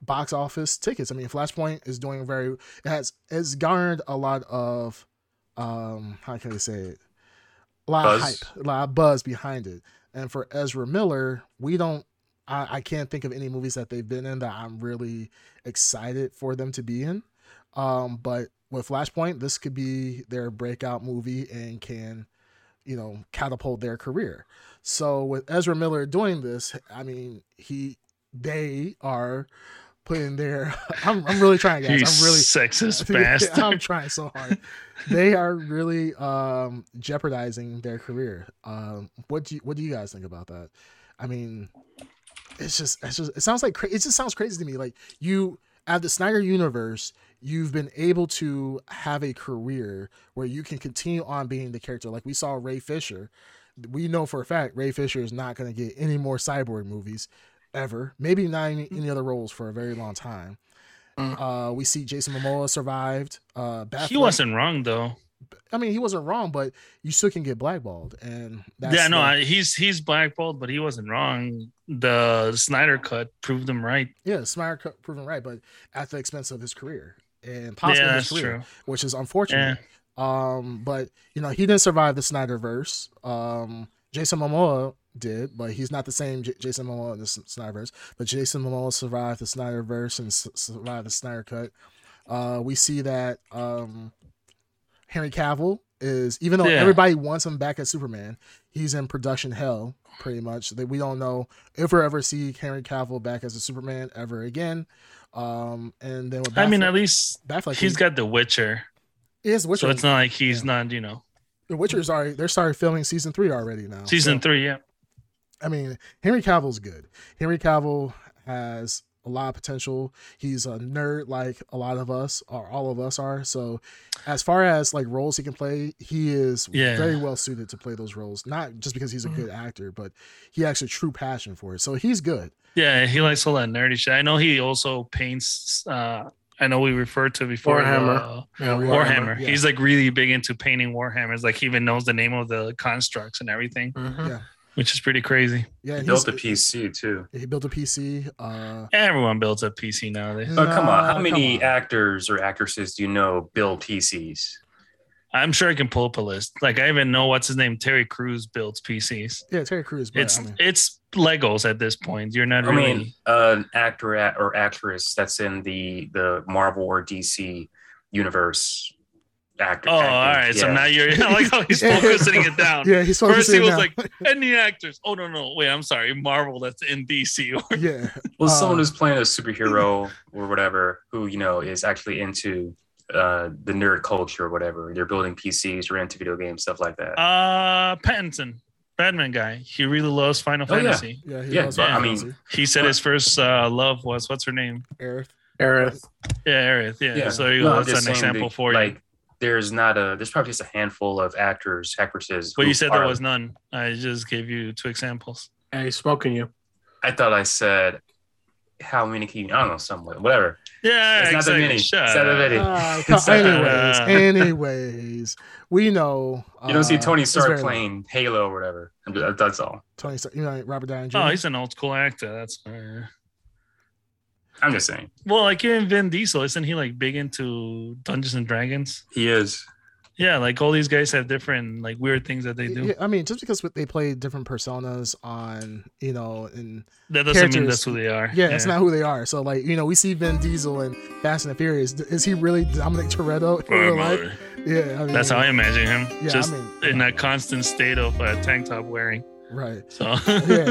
S3: box office tickets. I mean, Flashpoint is doing very it has has garnered a lot of um how can I say it a lot
S1: Buzz.
S3: of hype, a lot of buzz behind it. And for Ezra Miller, we don't. I, I can't think of any movies that they've been in that I'm really excited for them to be in. Um, but with Flashpoint, this could be their breakout movie and can, you know, catapult their career. So with Ezra Miller doing this, I mean, he they are putting their. I'm, I'm really trying, guys.
S2: You
S3: I'm really
S2: sexist
S3: yeah, I'm
S2: bastard.
S3: trying so hard. they are really um, jeopardizing their career. Um, what do you, what do you guys think about that? I mean, it's just it's just it sounds like cra- it just sounds crazy to me. Like you at the Snyder universe, you've been able to have a career where you can continue on being the character. Like we saw Ray Fisher. We know for a fact Ray Fisher is not going to get any more cyborg movies ever. Maybe not any,
S2: Mm-hmm.
S3: any other roles for a very long time. Uh, we see Jason Momoa survived. Uh, Batfleck,
S2: Mm. He wasn't wrong though.
S3: I mean, he wasn't wrong, but you still can get blackballed, and that's
S2: yeah, no,
S3: the-
S2: I, he's he's blackballed, but he wasn't wrong. The Snyder cut proved him right.
S3: yeah, Smyer co- proven right, but at the expense of his career and possibly
S2: yeah,
S3: his
S2: that's
S3: career,
S2: true.
S3: which is
S2: Yeah.
S3: unfortunate. Um, but you know, he didn't survive the Snyderverse. Um, Jason Momoa did, but he's not the same J- Jason Momoa in the S- Snyderverse. But Jason Momoa survived the Snyderverse and s- survived the Snyder Cut. Uh, we see that um, Henry Cavill is, even though
S2: Yeah.
S3: everybody wants him back as Superman, he's in production hell pretty much. That we don't know if we'll ever see Henry Cavill back as a Superman ever again. Um, and then with
S2: I mean,
S3: Batfleck-
S2: at least
S3: Batfleck,
S2: he's got The Witcher,
S3: he is Witcher.
S2: so it's not like he's not, you know,
S3: The Witcher's already they're started filming season three already now.
S2: season
S3: So,
S2: three. Yeah,
S3: I mean, Henry Cavill's good. Henry Cavill has a lot of potential. He's a nerd like a lot of us or all of us are. So as far as like roles he can play, he is
S2: Yeah. Mm-hmm.
S3: very well suited to play those roles. Not just because he's a good actor, but he has a true passion for it. So he's good.
S2: yeah, he likes all that nerdy shit. I know he also paints. uh I know we referred to before
S4: Warhammer.
S2: uh,
S4: Yeah,
S2: Warhammer.
S3: yeah.
S2: He's like really big into painting Warhammers. Like he even knows the name of the constructs and everything,
S4: Mhm.
S3: Yeah.
S2: which is pretty crazy.
S3: Yeah,
S1: They
S3: and
S1: built the
S3: he's-
S1: PC too.
S3: He built a PC. Uh,
S2: Everyone builds a PC nowadays.
S1: Oh come on!
S3: nah,
S1: How many
S3: on.
S1: actors or actresses do you know build PCs?
S2: I'm sure I can pull up a list. Like I even know what's his name. Terry Crews builds PCs.
S3: Yeah, Terry Crews. But,
S2: It's
S3: I mean,
S2: it's Legos at this point. You're not
S1: I
S2: really.
S1: mean, an actor at- or actress that's in the the Marvel or DC universe. Actor.
S2: oh, all
S1: actors,
S2: right. So
S1: yeah.
S2: now you're. I like how he's
S3: Yeah.
S2: focusing it down.
S3: yeah, he's supposed
S2: um, First
S3: to
S2: he
S3: say
S2: was
S3: now.
S2: like, any actors? Oh no no wait. I'm sorry. Marvel. That's in DC.
S3: yeah,
S1: Well,
S3: Uh,
S1: someone who's playing a superhero or whatever, who you know is actually into uh, the nerd culture or whatever. They're building PCs or into video games, stuff like that.
S2: Uh, Pattinson, Batman guy. He really loves Final
S1: Oh, yeah.
S2: Fantasy.
S3: yeah, he
S1: Yeah,
S3: loves
S2: but I
S3: Fantasy,
S1: mean-
S2: He said his first uh, love was what's her name?
S3: Aerith.
S4: Aerith.
S2: Yeah, Aerith. Yeah. So there
S1: No,
S2: you go.
S1: I'm
S2: That's
S1: just
S2: an
S1: saying
S2: example
S1: they-
S2: for you.
S1: Like there's not a there's probably just a handful of actors, actresses.
S2: But
S1: who
S2: you said there
S1: are-
S2: was none. I just gave you two examples.
S4: Hey, smoking you.
S1: I thought I said how many can you? I don't know, somewhat, whatever.
S2: Yeah,
S1: It's not that
S2: exactly.
S1: many.
S2: Shut
S1: It's not that
S2: up.
S1: many.
S2: Oh,
S3: Ah,
S1: It's, uh,
S3: anyways, anyways, we know.
S1: You don't see
S3: uh,
S1: Tony
S3: it's
S1: Stark
S3: very low.
S1: playing Halo or whatever. I'm just- That's all.
S3: Tony Stark, you know Robert Downey Jr.
S2: Oh, he's an old school actor. That's uh,
S1: I'm just saying
S2: well, like even Vin Diesel, isn't he like big into Dungeons and Dragons?
S1: he is.
S2: Yeah, like all these guys have different like weird things that they do.
S3: Yeah, I mean, just because they play different personas on, you know, and
S2: That doesn't mean
S3: Characters.
S2: that's who they are.
S3: yeah, it's not who they are. So, like, you know, we see Vin Diesel in Fast and the Furious. Is he really Dominic Toretto? in real life? Yeah, I mean,
S2: That's how I imagine him.
S3: Yeah,
S2: just
S3: I mean,
S2: in a constant state of uh, tank top wearing.
S3: right.
S2: So
S3: Yeah,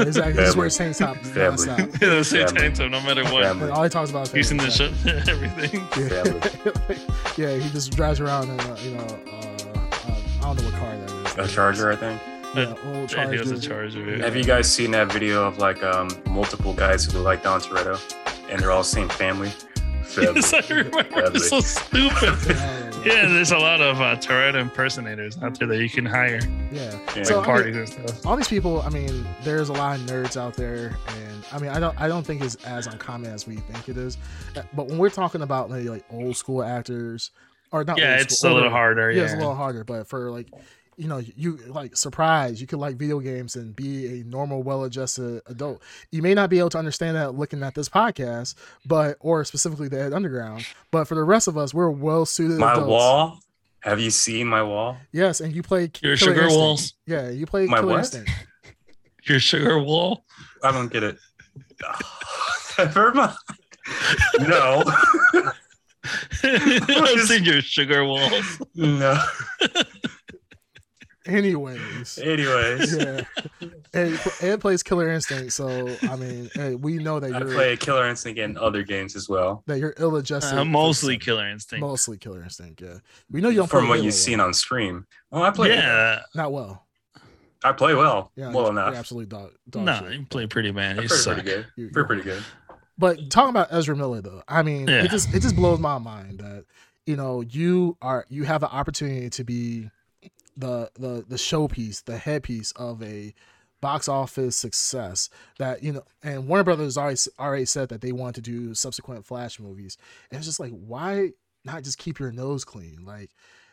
S3: exactly. Just
S1: Family.
S3: wears tank top
S1: Family.
S3: nonstop.
S2: the same
S1: Yeah,
S2: tank top, no matter what.
S1: Yeah,
S3: And all he talks about is
S2: Using the
S3: family.
S2: shut everything.
S3: Yeah. yeah, he just drives around in a, you know, uh, uh, I don't know what car that is.
S1: A charger, I think.
S3: Yeah, old
S2: Yeah, he was a
S3: charger.
S2: charger.
S1: Have you guys seen that video of like um multiple guys who look like Don Toretto, and they're all same family? Family.
S2: Yes, I remember. It's so stupid.
S3: Yeah,
S2: Yeah, there's a lot of uh, Toretto impersonators out there that you can hire
S3: yeah.
S1: Yeah.
S3: So,
S2: like
S3: I
S2: parties and stuff.
S3: all these people i mean there's a lot of nerds out there and i mean i don't i don't think it's as uncommon as we think it is Uh, but when we're talking about like, like old school actors or not
S2: Yeah,
S3: old
S2: it's a
S3: school,
S2: little
S3: older-
S2: harder.
S3: yeah,
S2: Yeah,
S3: it's a little harder but for like you know you like surprise you could like video games and be a normal well-adjusted adult you may not be able to understand that looking at this podcast but or specifically the Ed underground but for the rest of us we're well suited
S1: My
S3: adults.
S1: wall. Have you seen my wall?
S3: yes and you play
S2: your
S3: Killer
S2: sugar
S3: Instinct.
S2: walls,
S3: yeah you play
S1: My
S3: Killer
S1: what?
S3: Instinct.
S2: your sugar wall.
S1: I don't get it. Never mind. No,
S2: it's in your sugar walls.
S1: no.
S3: anyways
S1: Anyways,
S3: yeah. Ed, Ed plays Killer Instinct, so I mean, Ed, we know that
S1: I
S3: you're
S1: play Killer Instinct in other games as well.
S3: that you're ill-adjusted.
S2: Uh, mostly Killer Instinct.
S3: Mostly Killer Instinct. Yeah, we know you don't.
S1: From
S3: play
S1: what
S3: Halo
S1: you've seen on stream, well, I play.
S2: yeah,
S3: well. not well.
S1: I play well.
S3: Yeah,
S1: well
S3: you're
S1: enough.
S3: absolutely dog. dog
S2: no,
S3: shit.
S2: you play pretty bad.
S1: I
S2: You
S1: play
S2: suck.
S1: pretty good.
S3: You-
S1: We're pretty good.
S3: But talking about Ezra Miller, though, I mean,
S2: Yeah.
S3: it just it just blows my mind that you know you are you have an opportunity to be the the the showpiece, the headpiece of a box office success that you know and warner brothers already, already said that they want to do subsequent flash movies and it's just like why not just keep your nose clean like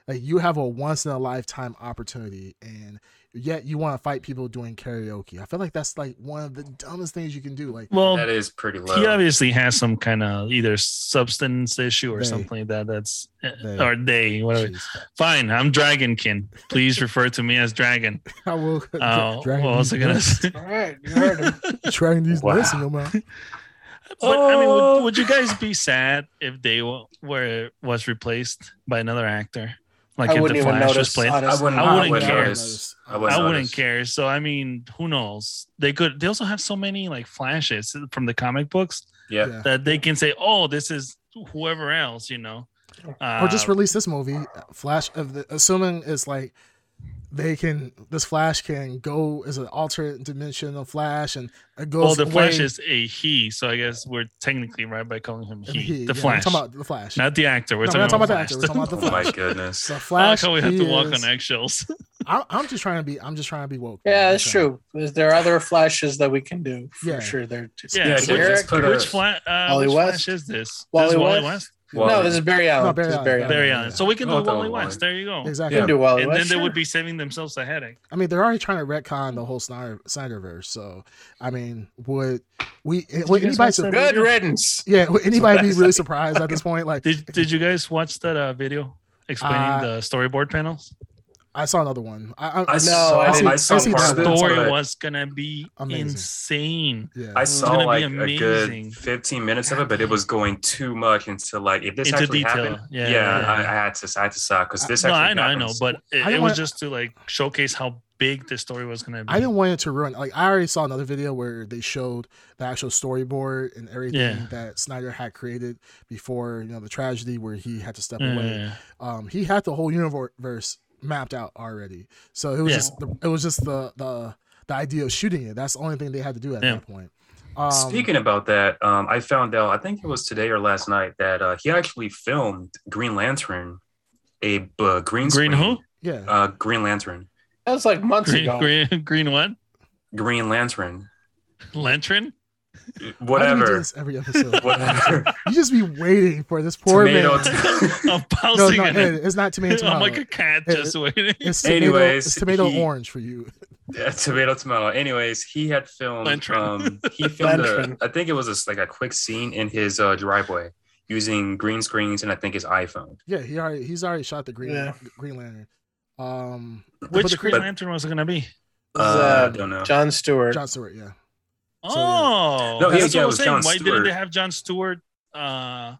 S3: like you have a once in a lifetime opportunity and yet you want to fight people doing karaoke i feel like that's like one of the dumbest things you can do like
S2: Well,
S1: that is pretty low.
S2: he obviously has some kind of either substance issue or
S3: They.
S2: something like that. That's eh,
S3: They.
S2: or they whatever.
S3: jeez.
S2: Fine, I'm Dragonkin. Please refer to me as Dragon.
S3: I will
S2: Oh,
S3: drag
S2: what was I
S3: these
S2: gonna
S3: nuts-
S2: say?
S4: All right, you heard him.
S3: drag these
S1: Wow.
S3: nuts in your mouth.
S2: But I mean, would,
S1: Oh.
S2: would you guys be sad if they wa- were was replaced by another actor? Like
S4: I
S2: if
S4: wouldn't
S2: the
S4: even
S2: Flash was
S4: notice,
S2: played, I,
S1: I
S4: honestly.
S1: wouldn't,
S2: I wouldn't care.
S1: notice. I wouldn't
S2: wouldn't
S1: notice.
S2: care. So I mean, who knows? They could. They also have so many like flashes from the comic books
S1: Yeah.
S3: Yeah.
S2: that they can say, "Oh, this is whoever else," you know. Uh,
S3: Or just release this movie, Flash of the assuming it's like they can this Flash can go as an alternate dimension of Flash and uh, it goes
S2: well, the
S3: away
S2: Flash is a he, so I guess we're technically right by calling him
S3: and
S2: he.
S3: he-
S2: the
S3: yeah,
S2: Flash,
S3: We're talking about the Flash.
S2: not the actor. We're
S3: No,
S2: talking,
S3: we're not
S2: about,
S3: talking about
S2: Flash.
S3: the actor, we're
S1: Oh
S3: talking
S1: my
S3: about
S1: goodness.
S3: the
S2: I like
S3: Flash.
S2: how we have
S3: he
S2: to walk
S3: is-
S2: on eggshells.
S3: I'm, I'm just trying to be. I'm just trying to be woke.
S4: Yeah,
S3: man.
S4: that's true. Is there other flashes that we can do? For
S3: Yeah.
S4: sure. They're just,
S2: Yeah,
S4: It's
S2: dude,
S4: Eric-
S1: just put a-
S2: Which, fla- uh,
S4: Wally
S2: which
S4: West?
S2: Flash is this?
S4: Wally
S2: this is Wally
S4: West?
S2: West?
S4: no, this is Barry Allen.
S3: No, Barry
S4: This is
S3: Allen,
S4: Barry
S3: Yeah.
S4: Allen.
S2: Barry
S3: yeah,
S2: Allen.
S3: yeah.
S2: So we can
S1: Oh,
S2: do
S1: the
S2: Wally
S1: Wally.
S2: West. There you go.
S3: Exactly.
S4: You can do Wally
S2: And then
S4: West.
S2: they
S4: sure.
S2: would be saving themselves a headache.
S3: I mean, they're already trying to retcon the whole Snyder, Snyderverse. So, I mean, would we? Would
S2: you guys
S3: anybody?
S2: watch
S3: Su-
S2: that?
S4: Good riddance.
S3: yeah, would anybody be really surprised at this point? Like,
S2: Did Did you guys watch that uh, video explaining
S3: Uh,
S2: the storyboard panels?
S3: I saw another one. I, I,
S1: I
S4: No,
S1: saw,
S4: I
S1: I,
S4: see-
S1: saw
S3: I see
S1: part of
S3: that.
S1: it, but
S2: Story was gonna be
S3: Amazing.
S2: insane.
S3: yeah.
S1: I
S2: gonna
S1: saw
S2: be
S1: like a
S2: amazing.
S1: good 15 minutes of it, but it was going too much into like if this
S2: Into
S1: actually
S2: detail.
S1: happened.
S2: Yeah,
S1: Yeah,
S2: yeah, yeah.
S1: I, I had to, I had to stop because this
S2: No, I
S1: actually
S2: know, I know,
S1: happens.
S2: but it,
S3: I
S2: it
S3: don't
S2: was
S3: wanna-
S2: just to like showcase how big the story was gonna be.
S3: I didn't want it to ruin. Like I already saw another video where they showed the actual storyboard and everything
S2: Yeah.
S3: that Snyder had created before you know the tragedy where he had to step
S2: Yeah,
S3: away.
S2: yeah,
S3: Um, he had the whole universe mapped out already, so it was
S2: Yeah.
S3: just the, it was just the the the idea of shooting it. That's the only thing they had to do at
S2: Yeah.
S3: that point. Um,
S1: Speaking about that, um, I found out I think it was today or last night that uh, he actually filmed Green Lantern a uh, green
S2: Green
S1: screen.
S2: who?
S3: Yeah.
S1: Uh, Green Lantern.
S4: That's like months
S2: Green,
S4: ago.
S2: green, green what?
S1: Green Lantern.
S2: Lantern?
S3: Why do we do
S1: Whatever.
S3: this every episode.
S1: Whatever.
S3: you just be waiting for this poor
S1: Tomato
S3: man.
S1: t-
S2: I'm
S3: no,
S2: bouncing
S3: no,
S2: on
S3: hey,
S2: it.
S3: it's not tomato.
S2: I'm
S3: tomato.
S2: like a cat
S3: Hey,
S2: just waiting.
S3: it's tomato,
S1: Anyways,
S3: it's tomato
S1: he-
S3: orange for you.
S1: Yeah, tomato, tomato. Anyways, he had filmed.
S2: Lantern.
S1: Um, he filmed. A,
S4: Lantern.
S1: I think it was just like a quick scene in his uh, driveway using green screens and I think his iPhone.
S3: Yeah, he already he's already shot the green
S4: Yeah.
S3: Green Lantern. Um,
S2: Which
S3: the-
S2: Green
S1: but-
S2: Lantern was it gonna be?
S4: This is,
S1: Uh, I
S4: uh,
S1: don't know.
S4: John Stewart.
S3: John Stewart. Yeah, So, yeah.
S2: Oh,
S1: No, yeah,
S2: that's what
S1: yeah,
S2: I
S1: it
S2: was
S1: was
S2: saying.
S1: John
S2: Why didn't
S1: Stewart.
S2: they have John Stewart uh,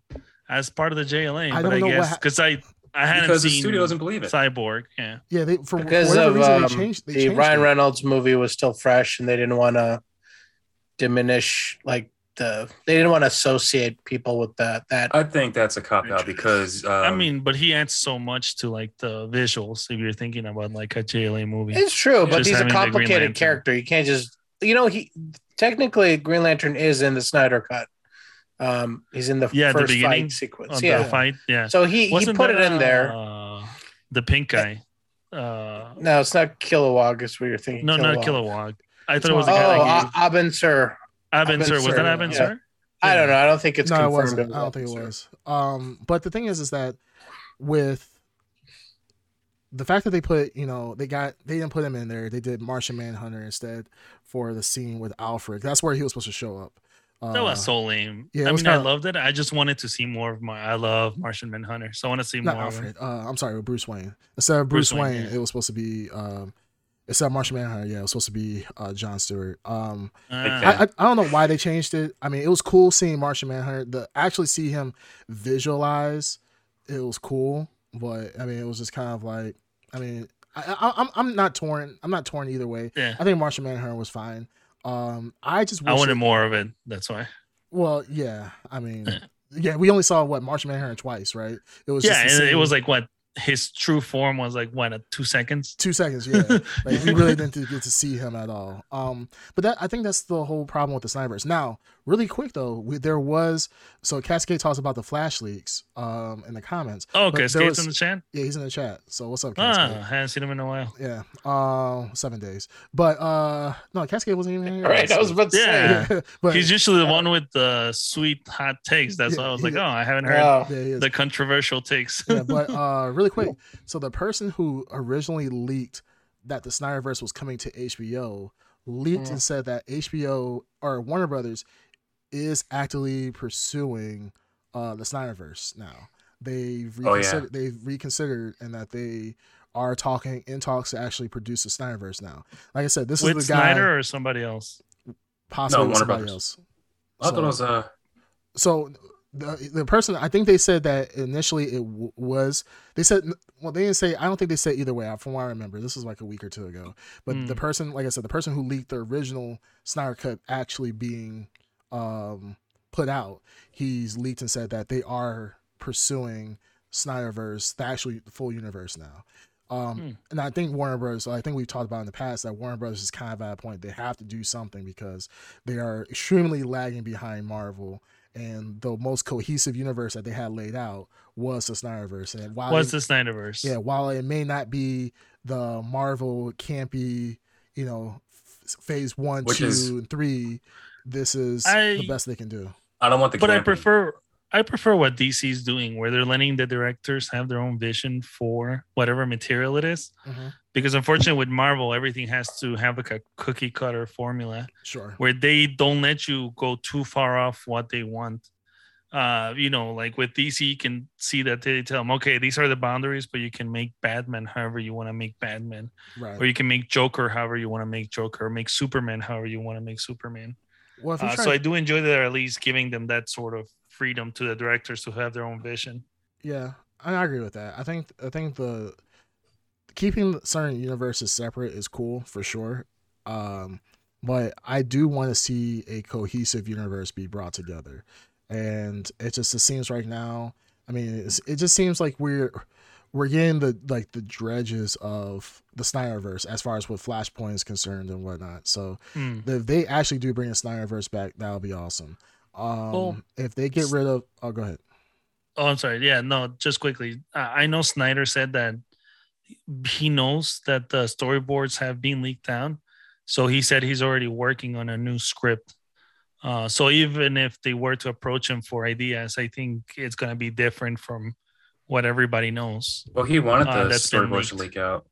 S2: as part of the JLA? but
S3: I don't
S2: I
S3: know what
S2: guess
S3: hap-
S2: because I I hadn't
S1: Because the
S2: seen
S1: studio doesn't believe it.
S2: Cyborg. Yeah,
S3: yeah. They for
S4: because
S3: whatever
S4: of
S3: reason they
S4: um,
S3: changed. They
S4: the
S3: changed
S4: Ryan
S3: it.
S4: Reynolds movie was still fresh, and they didn't want to diminish like the they didn't want to associate people with that
S2: Oh,
S4: that
S1: I think that's a cop out because um,
S2: I mean, but he adds so much to like the visuals. If you're thinking about like a JLA movie,
S4: It's true,
S2: Just
S4: but he's
S2: having
S4: a
S2: the Green
S4: complicated
S2: Lantern.
S4: character. You can't just, you know, he technically Green Lantern is in the Snyder cut. Um, he's in the
S2: Yeah, the
S4: first
S2: beginning
S4: fight sequence.
S2: on
S4: yeah,
S2: the fight, yeah.
S4: so he he
S2: Wasn't
S4: put
S2: that,
S4: it in there. Eh.
S2: Uh, the pink guy. Uh,
S4: no, it's not Kilowog. Is what you're thinking.
S2: no, not
S4: Kilowog.
S2: Kilowog. I
S3: It's
S2: thought it was
S4: Oh,
S2: the
S3: not-
S2: guy. that
S4: uh,
S2: gave-
S4: Abin Sur.
S2: Abin Sur. Was
S4: Abin
S2: that
S4: Sur,
S2: Abin
S4: yeah.
S2: Sur?
S4: I don't know. I don't think it's
S3: no, it
S4: confirmed.
S3: wasn't. I don't think it
S4: Abin Sur.
S3: was. Um, but the thing is, is that with the fact that they put, you know, they got they didn't put him in there. They did Martian Manhunter instead for the scene with Alfred. That's where he was supposed to show up. Uh,
S2: That was so lame.
S3: yeah, it
S2: I
S3: was
S2: mean, I
S3: kinda-
S2: loved it. I just wanted to see more of my. I love Martian Manhunter, so I want to see
S3: not
S2: more. Of
S3: Alfred.
S2: it.
S3: Uh, I'm sorry, with Bruce Wayne. Instead of Bruce,
S2: Bruce
S3: Wayne,
S2: Wayne, yeah.
S3: it was supposed to be um, instead of Martian Manhunter. Yeah, it was supposed to be uh, John Stewart. Um,
S2: Ah,
S1: Yeah.
S3: I, I, I don't know why they changed it. I mean, it was cool seeing Martian Manhunter. The actually see him visualize, it was cool. But I mean, it was just kind of like, I mean, I, I, I'm I'm not torn. I'm not torn either way.
S2: yeah.
S3: I think Martian Manhunter was fine. Um, I just wish
S2: I wanted
S3: it-
S2: more of it. That's why.
S3: Well, yeah. I mean,
S2: Yeah.
S3: yeah. We only saw what Martian Manhunter twice, right? It was
S2: Yeah,
S3: just the
S2: and it
S3: same
S2: was like what his true form was like. What uh, two seconds?
S3: two seconds. Yeah. Like we really didn't get to see him at all. Um, but that I think that's the whole problem with the snipers. Now, really quick though, we, there was so Cascade talks about the flash leaks um in the comments.
S2: oh,
S3: but
S2: okay,
S3: there
S2: skates
S3: was-
S2: in the chat.
S3: Yeah, he's in the chat. So what's up,
S2: Ah,
S3: Cascade?
S2: haven't seen him in a while.
S3: Yeah, um, seven days. But uh, no, Cascade wasn't even here.
S4: All right, I was about to say.
S2: Yeah.
S3: yeah, but
S2: He's usually the one with the sweet hot takes. That's
S3: Yeah,
S2: why I was
S3: he-
S2: like, oh, I haven't heard
S4: Wow.
S3: yeah, he is.
S2: the controversial takes.
S3: yeah, but uh, really quick. So the person who originally leaked that the Snyderverse was coming to HBO leaked
S4: Mm.
S3: and said that HBO or Warner Brothers is actively pursuing uh, the Snyderverse now. They've
S1: Oh, yeah.
S3: reconsidered, they've reconsidered and that they are talking in talks to actually produce the Snyderverse now. Like I said, this
S2: With
S3: is the guy
S2: Snyder or somebody else?
S3: possibly
S1: No,
S3: with
S1: Warner
S3: somebody
S1: Brothers.
S3: else.
S1: I thought it was uh,
S3: so the the person I think they said that initially it w- was they said well they didn't say I don't think they said either way from what I remember this was like a week or two ago but the
S2: Mm.
S3: person like I said the person who leaked the original Snyder cut actually being um put out he's leaked and said that they are pursuing Snyderverse the actually the full universe now um
S2: Hmm.
S3: and I think Warner Brothers I think we've talked about in the past that Warner Brothers is kind of at a point they have to do something because they are extremely lagging behind Marvel, and the most cohesive universe that they had laid out was the Snyderverse. And while
S2: Was
S3: it-
S2: the Snyderverse?
S3: yeah, while it may not be the Marvel campy, you know, f- phase one,
S1: Which
S3: two,
S1: is-
S3: and three, this is
S2: I-
S3: the best they can do.
S1: I don't want the.
S2: but I
S1: campy.
S2: prefer I prefer what DC's doing, where they're letting the directors have their own vision for whatever material it is.
S3: Mhm.
S2: Because unfortunately, with Marvel, everything has to have like a cookie cutter formula
S3: Sure.
S2: where they don't let you go too far off what they want. Uh, you know, like with DC, you can see that they tell them, okay, these are the boundaries, but you can make Batman however you want to make Batman, or
S3: Right.
S2: you can make Joker however you want to make Joker, or make Superman however you want to make Superman.
S3: Well, if you're
S2: Uh,
S3: trying,
S2: so I do enjoy that they're at least giving them that sort of freedom to the directors to have their own vision.
S3: yeah, I I agree with that. I think I think the keeping certain universes separate is cool for sure. Um, but I do want to see a cohesive universe be brought together, and it just it seems right now. I mean, it's, it just seems like we're we're getting the like the dredges of the Snyderverse as far as what Flashpoint is concerned and whatnot. So
S2: Hmm.
S3: if they actually do bring the Snyderverse back, that would be awesome. Um,
S2: Well,
S3: if they get rid of, oh, go ahead.
S2: Oh, I'm sorry. Yeah, no, just quickly. I I know Snyder said that he knows that the storyboards have been leaked out. So he said he's already working on a new script. Uh, so even if they were to approach him for ideas, I think it's going to be different from what everybody knows.
S1: Well, he wanted
S2: Uh,
S1: the
S2: that's been
S1: storyboard to
S2: leaked.
S1: leak out.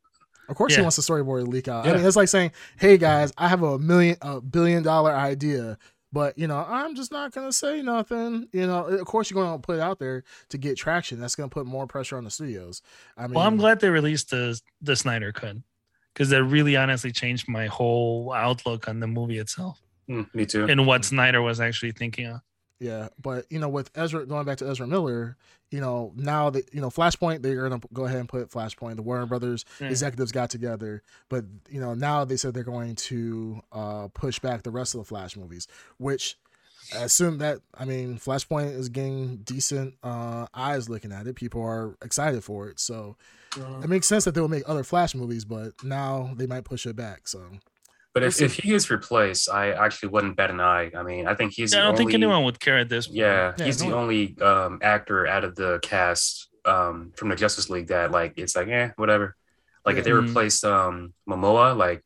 S3: Of course, he
S2: Yeah.
S3: wants the storyboard to leak out. I
S1: Yeah.
S3: mean, it's like saying, "Hey guys, I have a million, a billion dollar idea, but you know, I'm just not gonna say nothing." You know, of course, you're gonna put it out there to get traction. That's gonna put more pressure on the studios. I mean,
S2: Well,
S1: Mm.
S2: I'm glad they released the the Snyder cut because that really honestly changed my whole outlook on the movie itself
S1: Mm, me too.
S2: Hmm. and what Snyder was actually thinking of.
S3: Yeah, but you know, with Ezra going back to Ezra Miller, you know, now that you know Flashpoint, they're gonna go ahead and put Flashpoint. The Warner Brothers
S2: Yeah.
S3: executives got together, but you know, now they said they're going to uh, push back the rest of the Flash movies, which I assume that I mean Flashpoint is getting decent uh, eyes looking at it. People are excited for it, so it makes sense that they will make other Flash movies, but now they might push it back. So
S1: But if, if he is replaced, I actually wouldn't bat an eye. I mean, I think he's.
S2: Yeah, I
S1: the
S2: don't think
S1: only-
S2: anyone would care at this. point.
S1: Yeah,
S3: Yeah,
S1: he's
S3: no
S1: the
S3: one-
S1: only um, actor out of the cast um, from the Justice League that like it's like eh, whatever. Like if they
S2: Yeah. Mhm.
S1: replaced um, Momoa, like